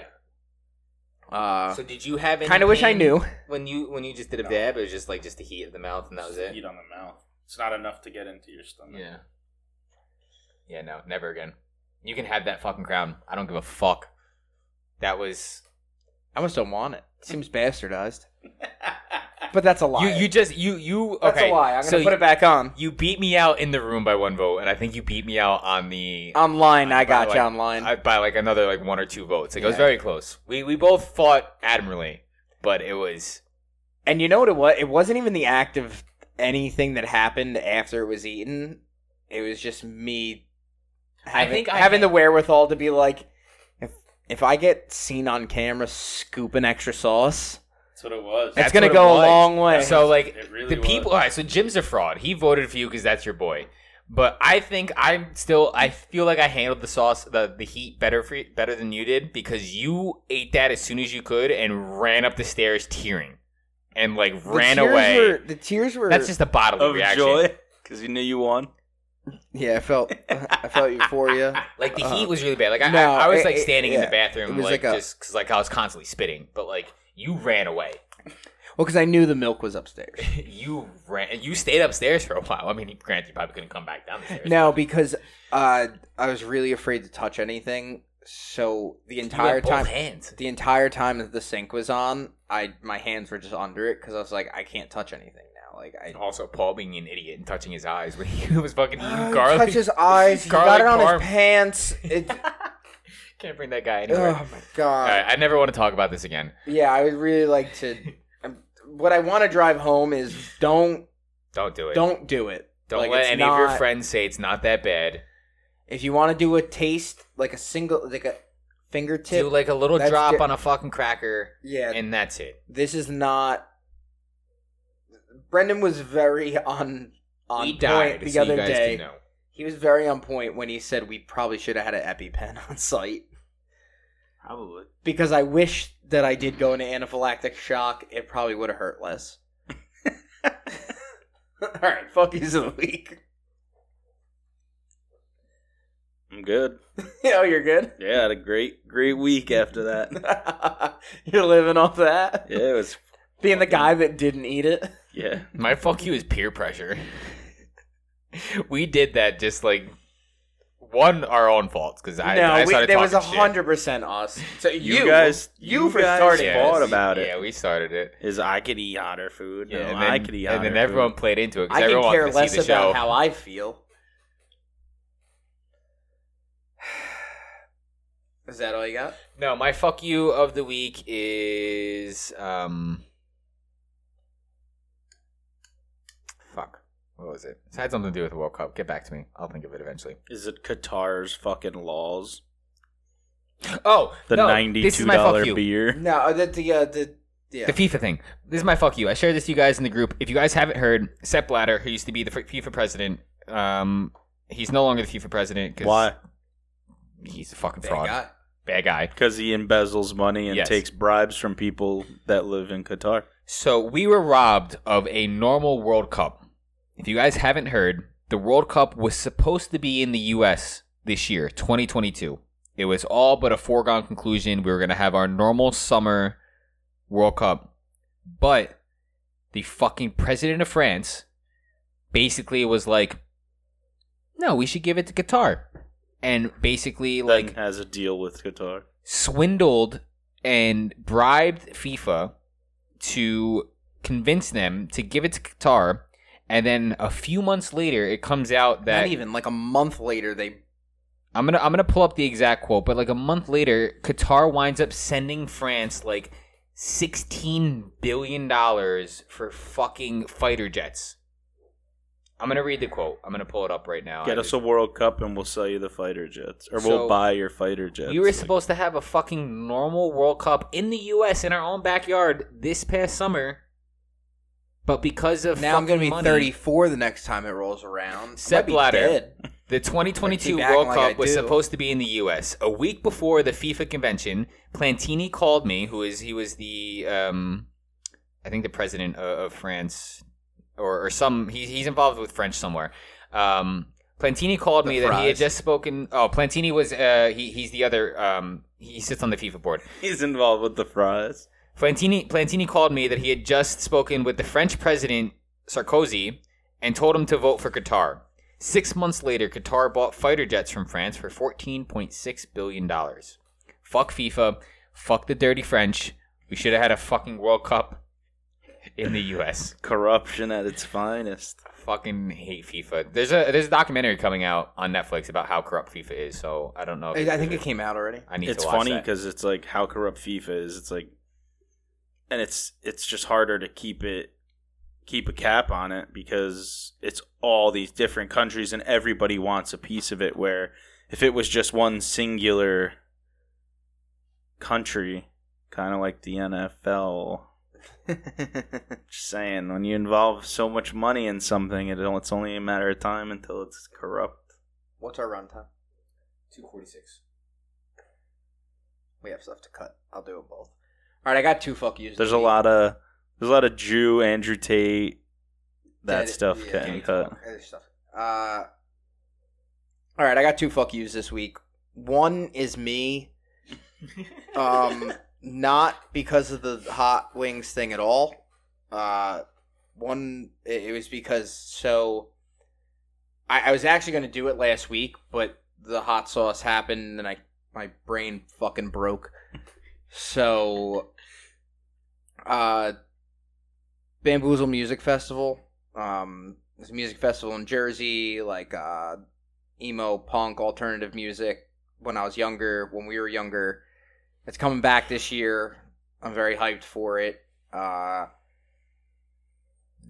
S1: Uh,
S2: So did you have? any
S1: kind of wish I
S2: pain
S1: knew.
S2: when you when you just did a
S3: No.
S2: dab. It was just like just the heat of the mouth, and that was
S3: Just
S2: it.
S3: Eat on the mouth. It's not enough to get into your stomach.
S2: Yeah. Yeah. No. Never again. You can have that fucking crown. I don't give a fuck. That was
S1: I almost don't want it. Seems bastardized, but that's a lie.
S2: you. You just you you. Okay.
S1: that's a lie. I'm gonna
S2: so
S1: put it back on.
S2: You beat me out in the room by one vote, and I think you beat me out on the
S1: Um, Online, I
S2: By the
S1: got
S2: way,
S1: you online.
S2: I, by like another like one or two votes. Like it was
S1: Yeah.
S2: very close. We we both fought admirably, but it was
S1: And you know what it was? It wasn't even the act of anything that happened after it was eaten. it was just me
S4: I
S1: having,
S4: think I
S1: having
S4: had-
S1: the wherewithal to be like if if I get seen on camera scooping extra sauce,
S5: That's what it was.
S2: That's
S1: it's gonna
S2: what it
S1: go a
S2: was.
S1: long way.
S2: So like
S5: It really
S2: the
S5: was.
S2: people. All right, so Jim's a fraud. He voted for you because that's your boy. But I think I'm still. I feel like I handled the sauce, the, the heat better for you, better than you did because you ate that as soon as you could and ran up the stairs tearing, and like
S1: The
S2: ran
S1: tears
S2: away.
S1: were- the tears were
S2: that's just a bodily
S3: of
S2: reaction.
S3: joy because you knew you won.
S1: Yeah, I felt I felt euphoria.
S2: Ah, Like the
S1: Uh,
S2: heat was really bad. Like I,
S1: no,
S2: I, I was
S1: it-
S2: like
S1: it-
S2: standing in
S1: yeah.
S2: the bathroom,
S1: It was
S2: like,
S1: like a-
S2: just because like I was constantly spitting. But like you ran away.
S1: Well, because I knew the milk was upstairs.
S2: you ran. You stayed upstairs for a while. I mean, granted, you probably couldn't come back down the stairs.
S1: No, because uh, I was really afraid to touch anything. So the
S2: You had
S1: entire
S2: both
S1: time,
S2: hands.
S1: the entire time that the sink was on, I my hands were just under it because I was like, I can't touch anything now. Like I
S2: Also, Paul being an idiot and touching his eyes when he was fucking eating
S1: Oh, touched
S2: garlic.
S1: his eyes. He got
S2: garlic
S1: it on
S2: parm.
S1: his pants. It,
S2: Can't bring that guy anywhere.
S1: oh my god.
S2: All right, I never want to talk about this again.
S1: Yeah, I would really like to. um, what I want to drive home is don't
S2: Don't do it.
S1: don't do it.
S2: Don't
S1: Like,
S2: let
S1: it's
S2: any of your
S1: not-
S2: friends say it's not that bad.
S1: If you want to do a taste, like a single, like a fingertip.
S2: do like a little
S1: that's
S2: drop
S1: di-
S2: on a fucking cracker,
S1: yeah,
S2: and that's it.
S1: this is not. Brendan was very on on
S2: he
S1: point
S2: died
S1: the
S2: so
S1: other
S2: you guys
S1: day.
S2: Do know.
S1: He was very on point when he said we probably should have had an EpiPen on site
S3: Probably.
S1: because I wish that I did go into anaphylactic shock. It probably would have hurt less. All right, fuck yous of the week.
S3: I'm good.
S1: oh, you're good.
S3: Yeah, I had a great, great week after that.
S1: you're living off that.
S3: Yeah, it was.
S1: Being the guy that didn't eat it.
S3: Yeah,
S2: My fuck you is peer pressure. we did that just like one our own faults because I,
S1: no,
S2: I
S1: we,
S2: started
S1: there was a
S2: talking shit.
S1: hundred percent us. So you,
S3: you, guys,
S1: you for
S3: guys
S1: starting
S3: thought
S2: we-
S3: about it.
S2: Yeah, we started it.
S3: Is I could eat hotter food.
S2: Yeah,
S3: no,
S2: and then,
S3: I could eat hotter
S2: and then everyone
S3: food.
S2: played into it because
S1: I could
S2: everyone wanted
S1: care
S2: to
S1: less
S2: see the
S1: about
S2: show.
S1: how I feel. Is that all you got?
S2: No, my fuck you of the week is um fuck. What was it? It had something to do with the World Cup. Get back to me. I'll think of it eventually.
S3: Is it Qatar's fucking laws?
S2: Oh,
S3: The
S2: no, this
S3: ninety-two
S2: is my fuck
S3: dollar
S2: you.
S3: beer.
S1: No, uh, the the uh, the yeah.
S2: The FIFA thing. This is my fuck you. I shared this to you guys in the group. If you guys haven't heard, Sepp Blatter, who used to be the FIFA president, um, he's no longer the FIFA president because
S3: Why?
S2: he's a fucking
S1: Bad
S2: fraud,
S1: guy.
S2: bad guy.
S3: Because he embezzles money and
S2: Yes.
S3: takes bribes from people that live in Qatar.
S2: So we were robbed of a normal World Cup. If you guys haven't heard, the World Cup was supposed to be in the US this year, 2022. It was all but a foregone conclusion. We were going to have our normal summer World Cup. But the fucking president of France basically was like, no, we should give it to Qatar. And basically, like,
S3: Like has a deal with Qatar.
S2: swindled and bribed FIFA to convince them to give it to Qatar. And then a few months later, it comes out that
S1: Not even like a month later they
S2: I'm gonna I'm gonna pull up the exact quote, but like a month later, Qatar winds up sending France like sixteen billion dollars for fucking fighter jets. I'm gonna read the quote. I'm gonna pull it up right now.
S3: Get
S2: I
S3: us
S2: just-
S3: a World Cup and we'll sell you the fighter jets, or
S2: So,
S3: we'll buy your fighter jets.
S2: We were supposed to have a fucking normal World Cup in the U.S. in our own backyard this past summer, but because of
S1: now I'm gonna
S2: fucking
S1: be
S2: money,
S1: 34 the next time it rolls around. I
S2: Sepp
S1: might be
S2: Blatter.
S1: dead.
S2: The 2022
S1: I keep acting
S2: World
S1: like I
S2: Cup was
S1: do.
S2: supposed to be in the U.S. A week before the FIFA convention, Plantini called me, who is he was the um, I think the president of, of France or, or some he, he's involved with French somewhere. Um, Plantini called
S1: The
S2: me that he had
S1: fries.
S2: just spoken. Oh, Plantini was uh, he, he's the other um, he sits on the FIFA board.
S3: He's involved with the fries.
S2: Plantini Plantini called me that he had just spoken with the French president Sarkozy and told him to vote for Qatar. Six months later, Qatar bought fighter jets from France for fourteen point six billion dollars. Fuck FIFA. Fuck the dirty French. We should have had a fucking World Cup in the U.S.
S3: Corruption at its finest.
S2: fucking hate FIFA. There's a there's a documentary coming out on Netflix about how corrupt FIFA is. So I
S3: Oh,
S2: don't know.
S1: I I think it came out already.
S2: I need
S3: It's
S2: to watch
S3: funny
S2: that.
S3: because it's like how corrupt FIFA is. It's like, and it's it's just harder to keep it keep a cap on it because it's all these different countries and everybody wants a piece of it. Where if it was just one singular country, kind of like the NFL, just saying, when you involve so much money in something, it, it's only a matter of time until it's corrupt.
S1: What's our runtime?
S2: Two forty six.
S1: We have stuff to cut. I'll do them both. All right, I got two fuck yous.
S3: There's a lot of there's a lot of Drew, Andrew Tate, that
S1: Ted-
S3: stuff
S1: yeah,
S3: getting
S1: Tate.
S3: cut.
S1: Other stuff. Uh, all right, I got two fuck yous this week. One is me, um, not because of the hot wings thing at all. Uh, one, it it was because so I, I was actually going to do it last week, but the hot sauce happened, and I my brain fucking broke. So, uh, Bamboozle Music Festival. Um, this music festival in Jersey, like uh, emo, punk, alternative music. When I was younger, when we were younger, it's coming back this year. I'm very hyped for it. Uh,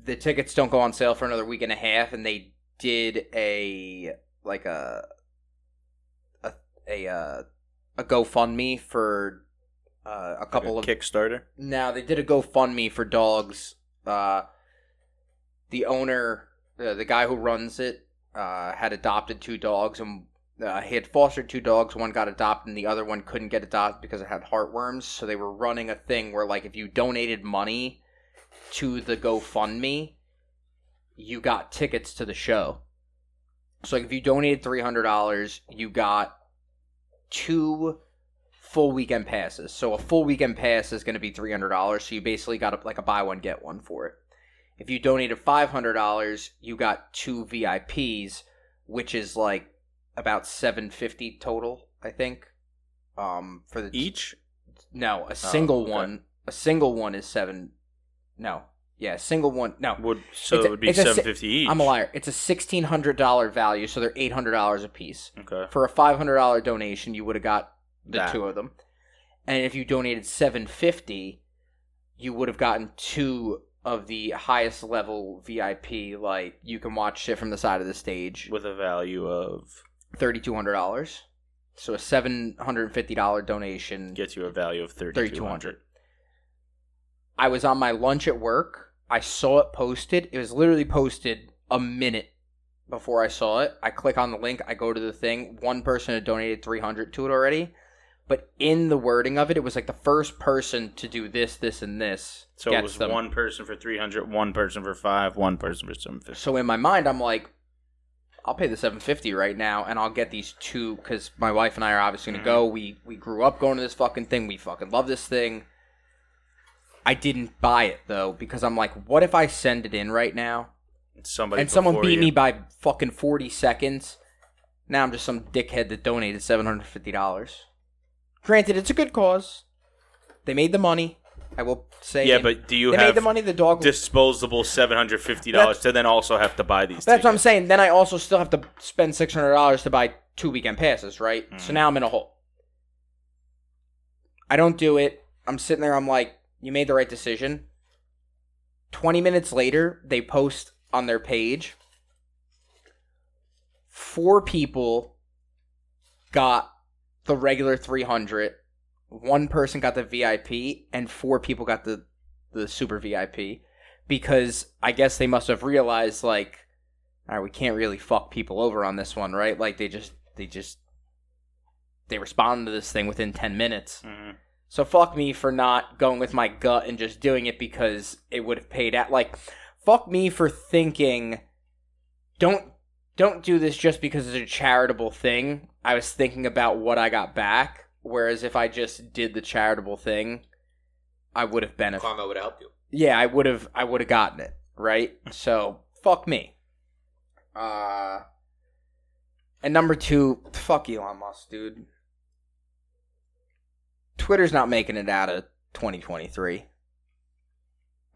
S1: the tickets don't go on sale for another week and a half, and they did a like a a a uh, a GoFundMe for uh, a couple of
S3: Kickstarter.
S1: now they did a GoFundMe for dogs. Uh, the owner, uh, the, the guy who runs it, uh, had adopted two dogs, and uh, he had fostered two dogs. One got adopted, and the other one couldn't get adopted because it had heartworms. So they were running a thing where, like, if you donated money to the GoFundMe, you got tickets to the show. So, like, if you donated three hundred dollars, you got two full weekend passes. So a full weekend pass is going to be three hundred dollars. So you basically got a, like a buy one get one for it. If you donated five hundred dollars, you got two VIPs, which is like about seven fifty total, I think. Um, for the
S3: Each?
S1: no, a single
S3: Oh, okay.
S1: one, a single one is seven. No, yeah, a single one. No,
S3: Would so
S1: It's a-
S3: it would be
S1: it's a si-
S3: seven fifty each.
S1: I'm a liar. It's a sixteen hundred dollar value, so they're eight hundred dollars a piece.
S3: Okay.
S1: For a five hundred dollar donation, you would have got the
S3: That.
S1: two of them, and if you donated seven fifty, you would have gotten two of the highest level VIP. Like you can watch shit from the side of the stage,
S3: With a value of
S1: thirty two hundred dollars. So a seven hundred and fifty dollar donation
S3: gets you a value of thirty two hundred.
S1: I was on my lunch at work. I saw it posted. It was literally posted a minute before I saw it. I click on the link. I go to the thing. One person had donated 300 to it already. But in the wording of it, it was like the first person to do this, this, and this.
S3: So it
S1: gets
S3: was
S1: them.
S3: one person for 300, one person for five, one person for seven fifty.
S1: So in my mind, I'm like, I'll pay the 750 right now, and I'll get these two because my wife and I are obviously gonna
S3: Mm-hmm.
S1: go. We we grew up going to this fucking thing. We fucking love this thing. I didn't buy it though because I'm like, what if I send it in right now
S3: Somebody
S1: and someone
S3: before
S1: beat
S3: you.
S1: me by fucking 40 seconds? Now I'm just some dickhead that donated 750 dollars. Granted, it's a good cause. They made the money. I will say.
S3: Yeah,
S1: they-
S3: but do you
S1: they made
S3: have
S1: the money. The dog
S3: disposable seven hundred fifty dollars to then also have to buy these?
S1: That's what I'm
S3: tickets?
S1: saying. Then I also still have to spend six hundred dollars to buy two weekend passes, right?
S3: Mm-hmm.
S1: So now I'm in a hole. I don't do it. I'm sitting there. I'm like, you made the right decision. Twenty minutes later, they post on their page. Four people got the regular three hundred. One person got the VIP, and four people got the the super VIP because I guess they must have realized like, all right, we can't really fuck people over on this one, right? Like they just they just they responded to this thing within ten minutes.
S3: Mhm.
S1: So fuck me for not going with my gut and just doing it because it would have paid out. Like fuck me for thinking, don't don't do this just because it's a charitable thing. I was thinking about what I got back. Whereas if I just did the charitable thing, I would have benefited
S2: Karma would help you.
S1: yeah, I would have I would have gotten it, right? So fuck me. Uh and number two, fuck Elon Musk, dude. Twitter's not making it out of twenty twenty three.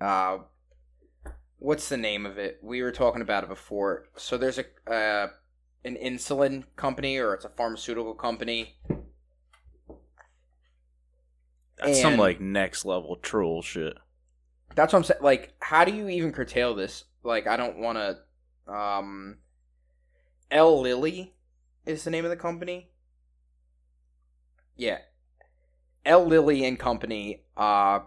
S1: Uh what's the name of it? We were talking about it before. So there's a uh an insulin company or it's a pharmaceutical company.
S3: That's some
S1: And-
S3: like next level troll shit.
S1: That's what I'm saying. Like, how do you even curtail this? Like, I don't want to. Um, L Lilly is the name of the company. Yeah, L Lilly and Company uh,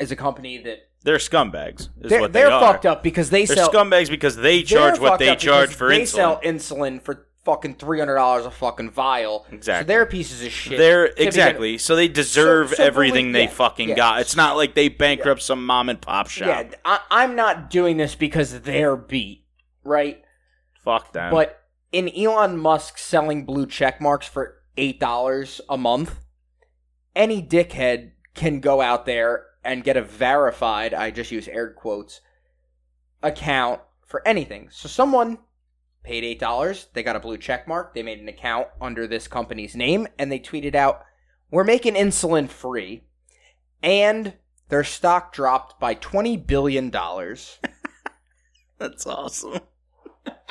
S1: is a company that
S3: They're scumbags. Is
S1: they're,
S3: what they
S1: they're
S3: are.
S1: fucked up because they
S3: They're
S1: sell
S3: scumbags because
S1: they're
S3: they charge what
S1: fucked
S3: they
S1: up
S3: charge
S1: because
S3: for
S1: they
S3: insulin.
S1: sell insulin for fucking three hundred dollars a fucking vial.
S3: Exactly.
S1: So they're pieces of shit.
S3: They're
S1: begin-
S3: exactly so they deserve
S1: So- so believe-
S3: everything they
S1: yeah,
S3: fucking
S1: yeah.
S3: got. It's not like they bankrupt some mom and pop shop.
S1: yeah, I, I'm not doing this because they're beat, right?
S3: Fuck them.
S1: But in Elon Musk selling blue check marks for eight dollars a month, any dickhead can go out there and get a verified I just use air quotes account for anything. So someone paid eight dollars, they got a blue check mark, they made an account under this company's name, and they tweeted out, We're making insulin free and their stock dropped by twenty billion dollars.
S3: that's awesome.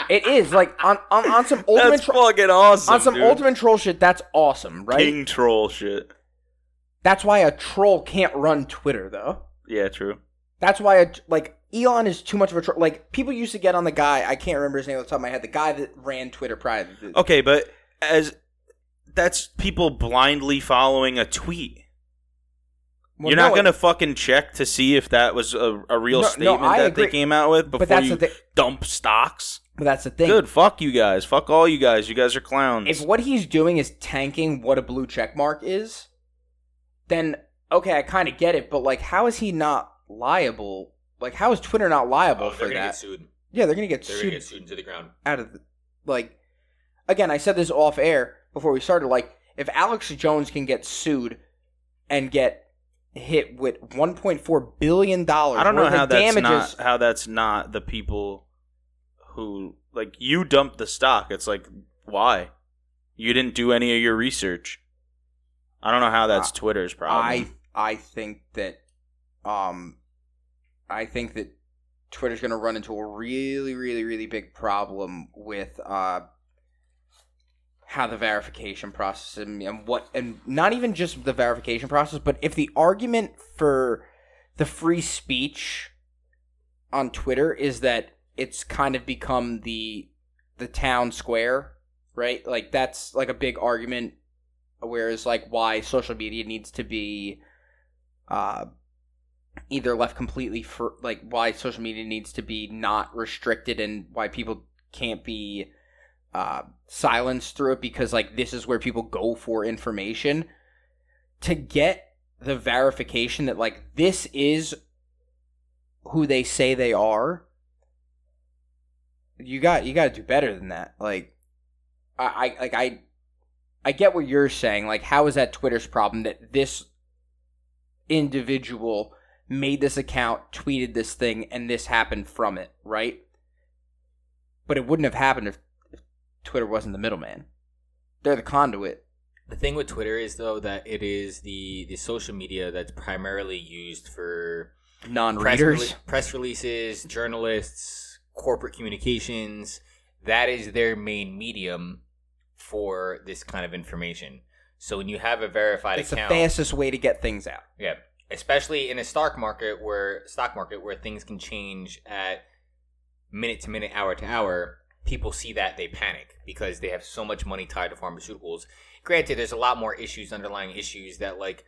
S1: It is like on on, on some ultimate
S3: That's
S1: tro-
S3: fucking awesome.
S1: on some
S3: dude.
S1: ultimate troll shit, that's awesome, right?
S3: king troll shit.
S1: That's why a troll can't run Twitter, though.
S3: Yeah, true.
S1: That's why, a, like, Elon is too much of a troll. Like, people used to get on the guy, I can't remember his name off the top of my head, the guy that ran Twitter prior to this.
S3: Okay, but as that's people blindly following a tweet.
S1: Well,
S3: You're not
S1: no,
S3: gonna
S1: it-
S3: fucking check to see if that was a, a real
S1: No- no,
S3: statement
S1: I
S3: that they
S1: agree.
S3: came out with before
S1: But that's,
S3: you
S1: the thi-
S3: dump stocks.
S1: but that's the thing.
S3: Good, fuck you guys, fuck all you guys. You guys are clowns.
S1: If what he's doing is tanking what a blue check mark is, then, okay, I kind of get it, but, like, how is he not liable? Like, how is Twitter not
S2: Oh,
S1: liable for that?
S2: sued.
S1: yeah, they're going to get
S2: They're gonna
S1: sued
S2: get sued into the ground.
S1: out of the like again i said this off air before we started like if alex jones can get sued and get hit with 1.4 billion dollars
S3: I don't know how that's
S1: damages,
S3: not how that's not the people who like you dumped the stock. It's like why you didn't do any of your research. I don't know how that's Twitter's problem.
S1: i i think that um i think that twitter's going to run into a really really really big problem with uh how the verification process and, and what and not even just the verification process but if the argument for the free speech on twitter is that it's kind of become the the town square right like that's like a big argument whereas like why social media needs to be uh either left completely for like why social media needs to be not restricted and why people can't be uh, silenced through it because like this is where people go for information to get the verification that like this is who they say they are you got you got to do better than that like I, I like i i get what you're saying like how is that twitter's problem that this individual made this account tweeted this thing and this happened from it right but it wouldn't have happened if Twitter wasn't the middleman. They're the conduit.
S2: The thing with Twitter is though that it is the the social media that's primarily used for press,
S1: Non-readers.
S2: rele- press releases, journalists, corporate communications. That is their main medium for this kind of information. So when you have a verified
S1: It's the
S2: account,
S1: fastest way to get things out.
S2: yeah, especially in a stock market where stock market where things can change at minute to minute, hour to hour, people see that they panic because they have so much money tied to pharmaceuticals. Granted, there's a lot more issues, underlying issues that like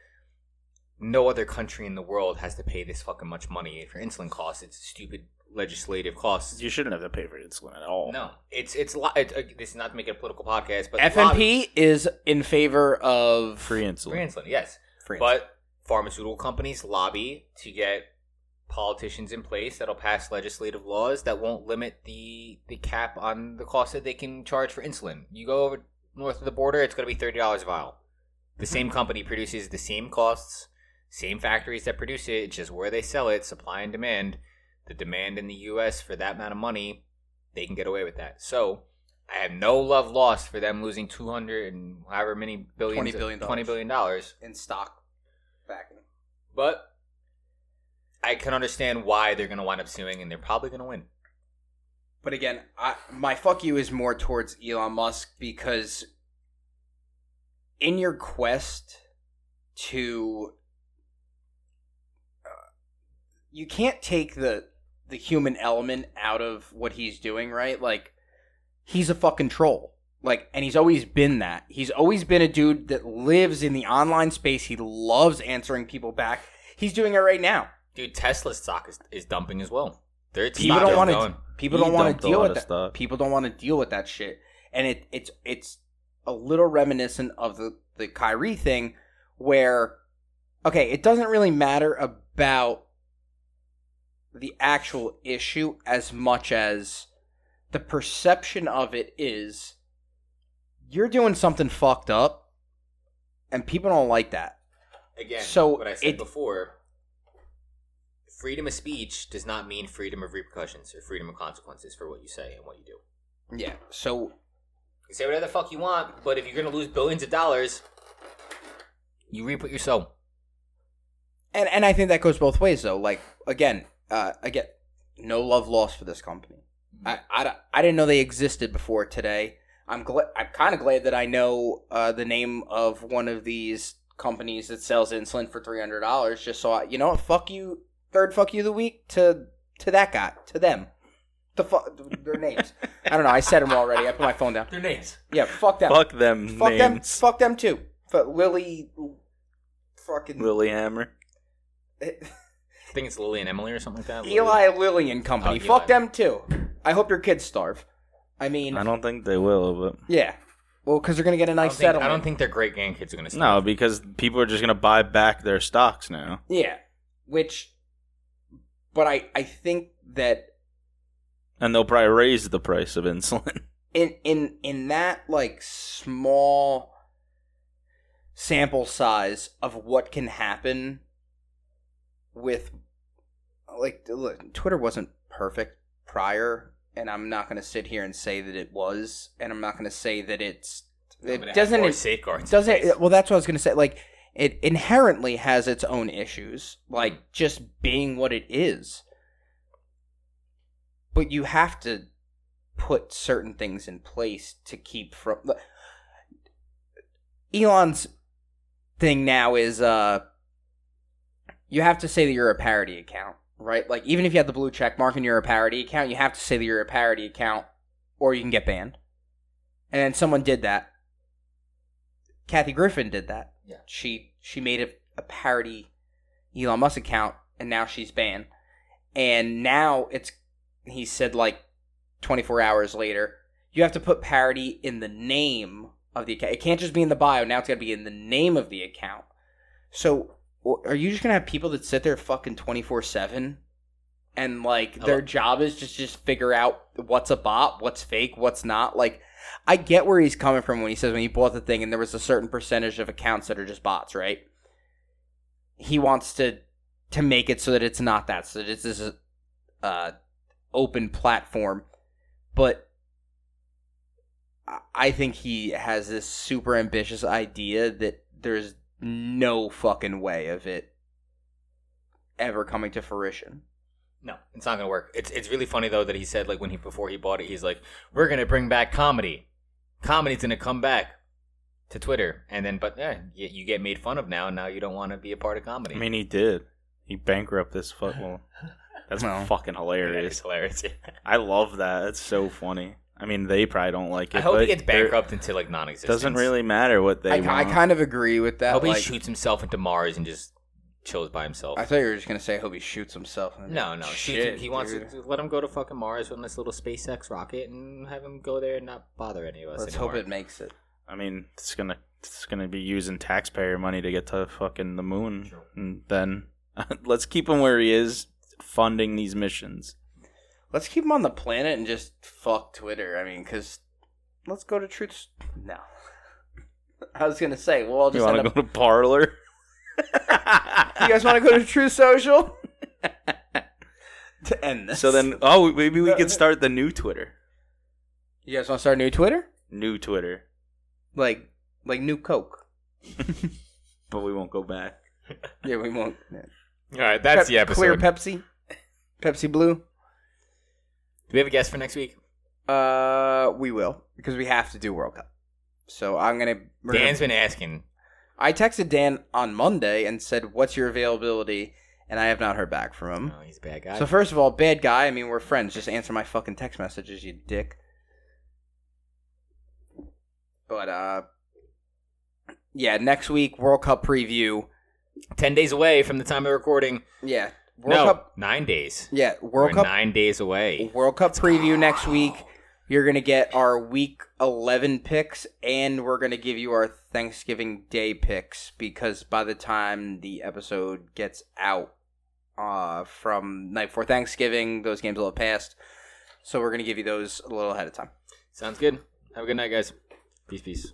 S2: no other country in the world has to pay this fucking much money for insulin costs. It's stupid legislative costs.
S3: you shouldn't have to pay for insulin at all.
S2: No, it's it's, lo- it's uh, this is not to make it a political podcast, but the
S1: FNP
S2: lobby-
S1: is in favor of
S3: free insulin.
S2: free insulin, yes.
S1: free-
S2: But pharmaceutical companies lobby to get politicians in place that'll pass legislative laws that won't limit the the cap on the cost that they can charge for insulin. You go over north of the border, it's going to be thirty dollars a vial. The same company produces the same costs, same factories that produce it. It's just where they sell it, supply and demand. The demand in the U.S. for that amount of money, they can get away with that. So. I have no love lost for them losing 200 and however many billions,
S1: $20 billion.
S2: $20 billion dollars
S1: in stock backing.
S2: but I can understand why they're going to wind up suing, and they're probably going to win.
S1: But again, I, my fuck you is more towards Elon Musk because in your quest to uh, you can't take the the human element out of what he's doing, right? Like he's a fucking troll. Like and he's always been that. He's always been a dude that lives in the online space. He loves answering people back. He's doing it right now.
S2: Dude, Tesla's stock is, is dumping as well. Their
S1: People
S2: stock
S1: don't
S2: is
S1: wanna-
S2: going.
S1: People
S3: He
S1: don't want
S3: dumped
S1: to
S3: a
S1: deal
S3: lot
S1: with
S3: of
S1: that.
S3: stuff.
S1: People don't want to deal with that shit. And it it's it's a little reminiscent of the the Kyrie thing where okay, it doesn't really matter about the actual issue as much as the perception of it is you're doing something fucked up and people don't like that.
S2: Again,
S1: So,
S2: what I said
S1: it-
S2: before, freedom of speech does not mean freedom of repercussions or freedom of consequences for what you say and what you do. You
S1: Yeah. So
S2: can say whatever the fuck you want, but if you're going to lose billions of dollars, you reap what you sow.
S1: and and I think that goes both ways though. Like again, uh, again, no love lost for this company.
S3: Mm-hmm.
S1: I, I, don't- I didn't know they existed before today. I'm glad. I'm kind of glad that I know uh, the name of one of these companies that sells insulin for three hundred dollars. Just so I, you know, what, fuck you. Third fuck you of the week to to that guy to them. The fuck their names. I don't know. I said them already. I put my phone down.
S2: Their names.
S1: Yeah, fuck them.
S3: Fuck them
S1: Fuck them.
S3: names.
S1: Fuck them too. But Lily, fucking
S3: Lilyhammer.
S2: I think it's Lily and Emily or something like that.
S1: Eli Lilly and Company.
S2: Oh, Eli.
S1: Fuck them too. I hope your kids starve. I mean,
S3: I don't think they will, but
S1: yeah. Well, because they're gonna get a
S2: I
S1: nice
S2: don't, think,
S1: settlement.
S2: I don't think their great grandkids are going to stop.
S3: no, because people are just gonna buy back their stocks now.
S1: Yeah, which, but I I think that
S3: and they'll probably raise the price of insulin.
S1: in in in that like small sample size of what can happen with like look, Twitter wasn't perfect prior, and I'm not gonna sit here and say that it was, and I'm not gonna say that it's.
S2: But
S1: It
S2: has
S1: doesn't
S2: more safeguards. in
S1: doesn't
S2: place.
S1: well that's what i was going to say like it inherently has its own issues like just being what it is but you have to put certain things in place to keep from elon's thing now is uh you have to say that you're a parody account right like even if you have the blue check mark and you're a parody account you have to say that you're a parody account or you can get banned and then someone did that Kathy Griffin did that.
S2: Yeah.
S1: She she made a, a parody Elon Musk account and now she's banned. And now it's he said like 24 hours later, you have to put parody in the name of the account. It can't just be in the bio. Now it's got to be in the name of the account. So w- are you just going to have people that sit there fucking 24/7 and like
S2: I
S1: their
S2: love-
S1: job is just just figure out what's a bot, what's fake, what's not? Like I get where he's coming from when he says when he bought the thing and there was a certain percentage of accounts that are just bots, right? He wants to to make it so that it's not that, so that it's this uh, open platform. But I- I think he has this super ambitious idea that there's no fucking way of it ever coming to fruition.
S2: No, it's not gonna work. It's it's really funny though that he said like when he before he bought it, he's like, "We're gonna bring back comedy. Comedy's gonna come back to Twitter." And then, but yeah, you, you get made fun of now, and now you don't want to be a part of
S3: I
S2: comedy.
S3: mean, he did. He bankrupt this fuck. Well, that's
S1: Well.
S3: fucking
S2: it's
S3: hilarious.
S2: hilarious.
S3: I love that. It's so funny. I mean, they probably don't like it.
S2: I hope
S3: but
S2: he gets
S3: they're-
S2: bankrupt into like non-existence.
S3: Doesn't really matter what they
S1: I,
S3: want.
S1: I kind of agree with
S2: I
S1: that.
S2: hope he
S1: like,
S2: shoots himself into Mars and just chills by himself.
S1: I thought you were just gonna say I hope he shoots himself.
S2: no, no, shoot
S1: Shit,
S2: him. he wants
S1: dude.
S2: to let him go to fucking Mars on this little SpaceX rocket and have him go there and not bother any of us.
S1: Let's
S2: anymore.
S1: hope it makes it.
S3: I mean, it's gonna it's gonna be using taxpayer money to get to fucking the moon,
S2: True.
S3: and then let's keep him where he is, funding these missions.
S1: Let's keep him on the planet and just fuck Twitter. I mean, because let's go to truths. No, I was gonna say we'll all
S3: You
S1: just
S3: want
S1: end
S3: to
S1: up.
S3: go to parlor?
S1: you guys want to go to True Social to end this?
S3: so then, oh, maybe we could start the new Twitter.
S1: you guys want to start a new Twitter,
S3: New Twitter.
S1: like like new Coke?
S3: but we won't go back.
S1: Yeah, we won't.
S6: All right, that's
S1: Pep-
S6: the episode.
S1: Clear Pepsi, Pepsi Blue.
S2: Do we have a guest for next week?
S1: Uh, we will because we have to do World Cup. So I'm gonna. we're gonna-
S2: Dan's been asking.
S1: I texted Dan on Monday and said, "What's your availability?" and I have not heard back from him.
S2: No, Oh, he's a bad guy.
S1: So first of all, bad guy. I mean, we're friends. Just answer my fucking text messages, you dick. But uh, yeah. Next week, World Cup preview.
S2: Ten days away from the time of recording.
S1: Yeah, World
S2: No,
S1: Cup.
S2: nine days.
S1: Yeah,
S2: We're
S1: World Cup.
S2: nine days away.
S1: World Cup preview next week. You're gonna get our week eleven picks, and we're gonna give you our Thanksgiving Day picks because by the time the episode gets out, uh, from night before Thanksgiving, those games will have passed. So we're gonna give you those a little ahead of time.
S2: Sounds good. Have a good night, guys. Peace, peace.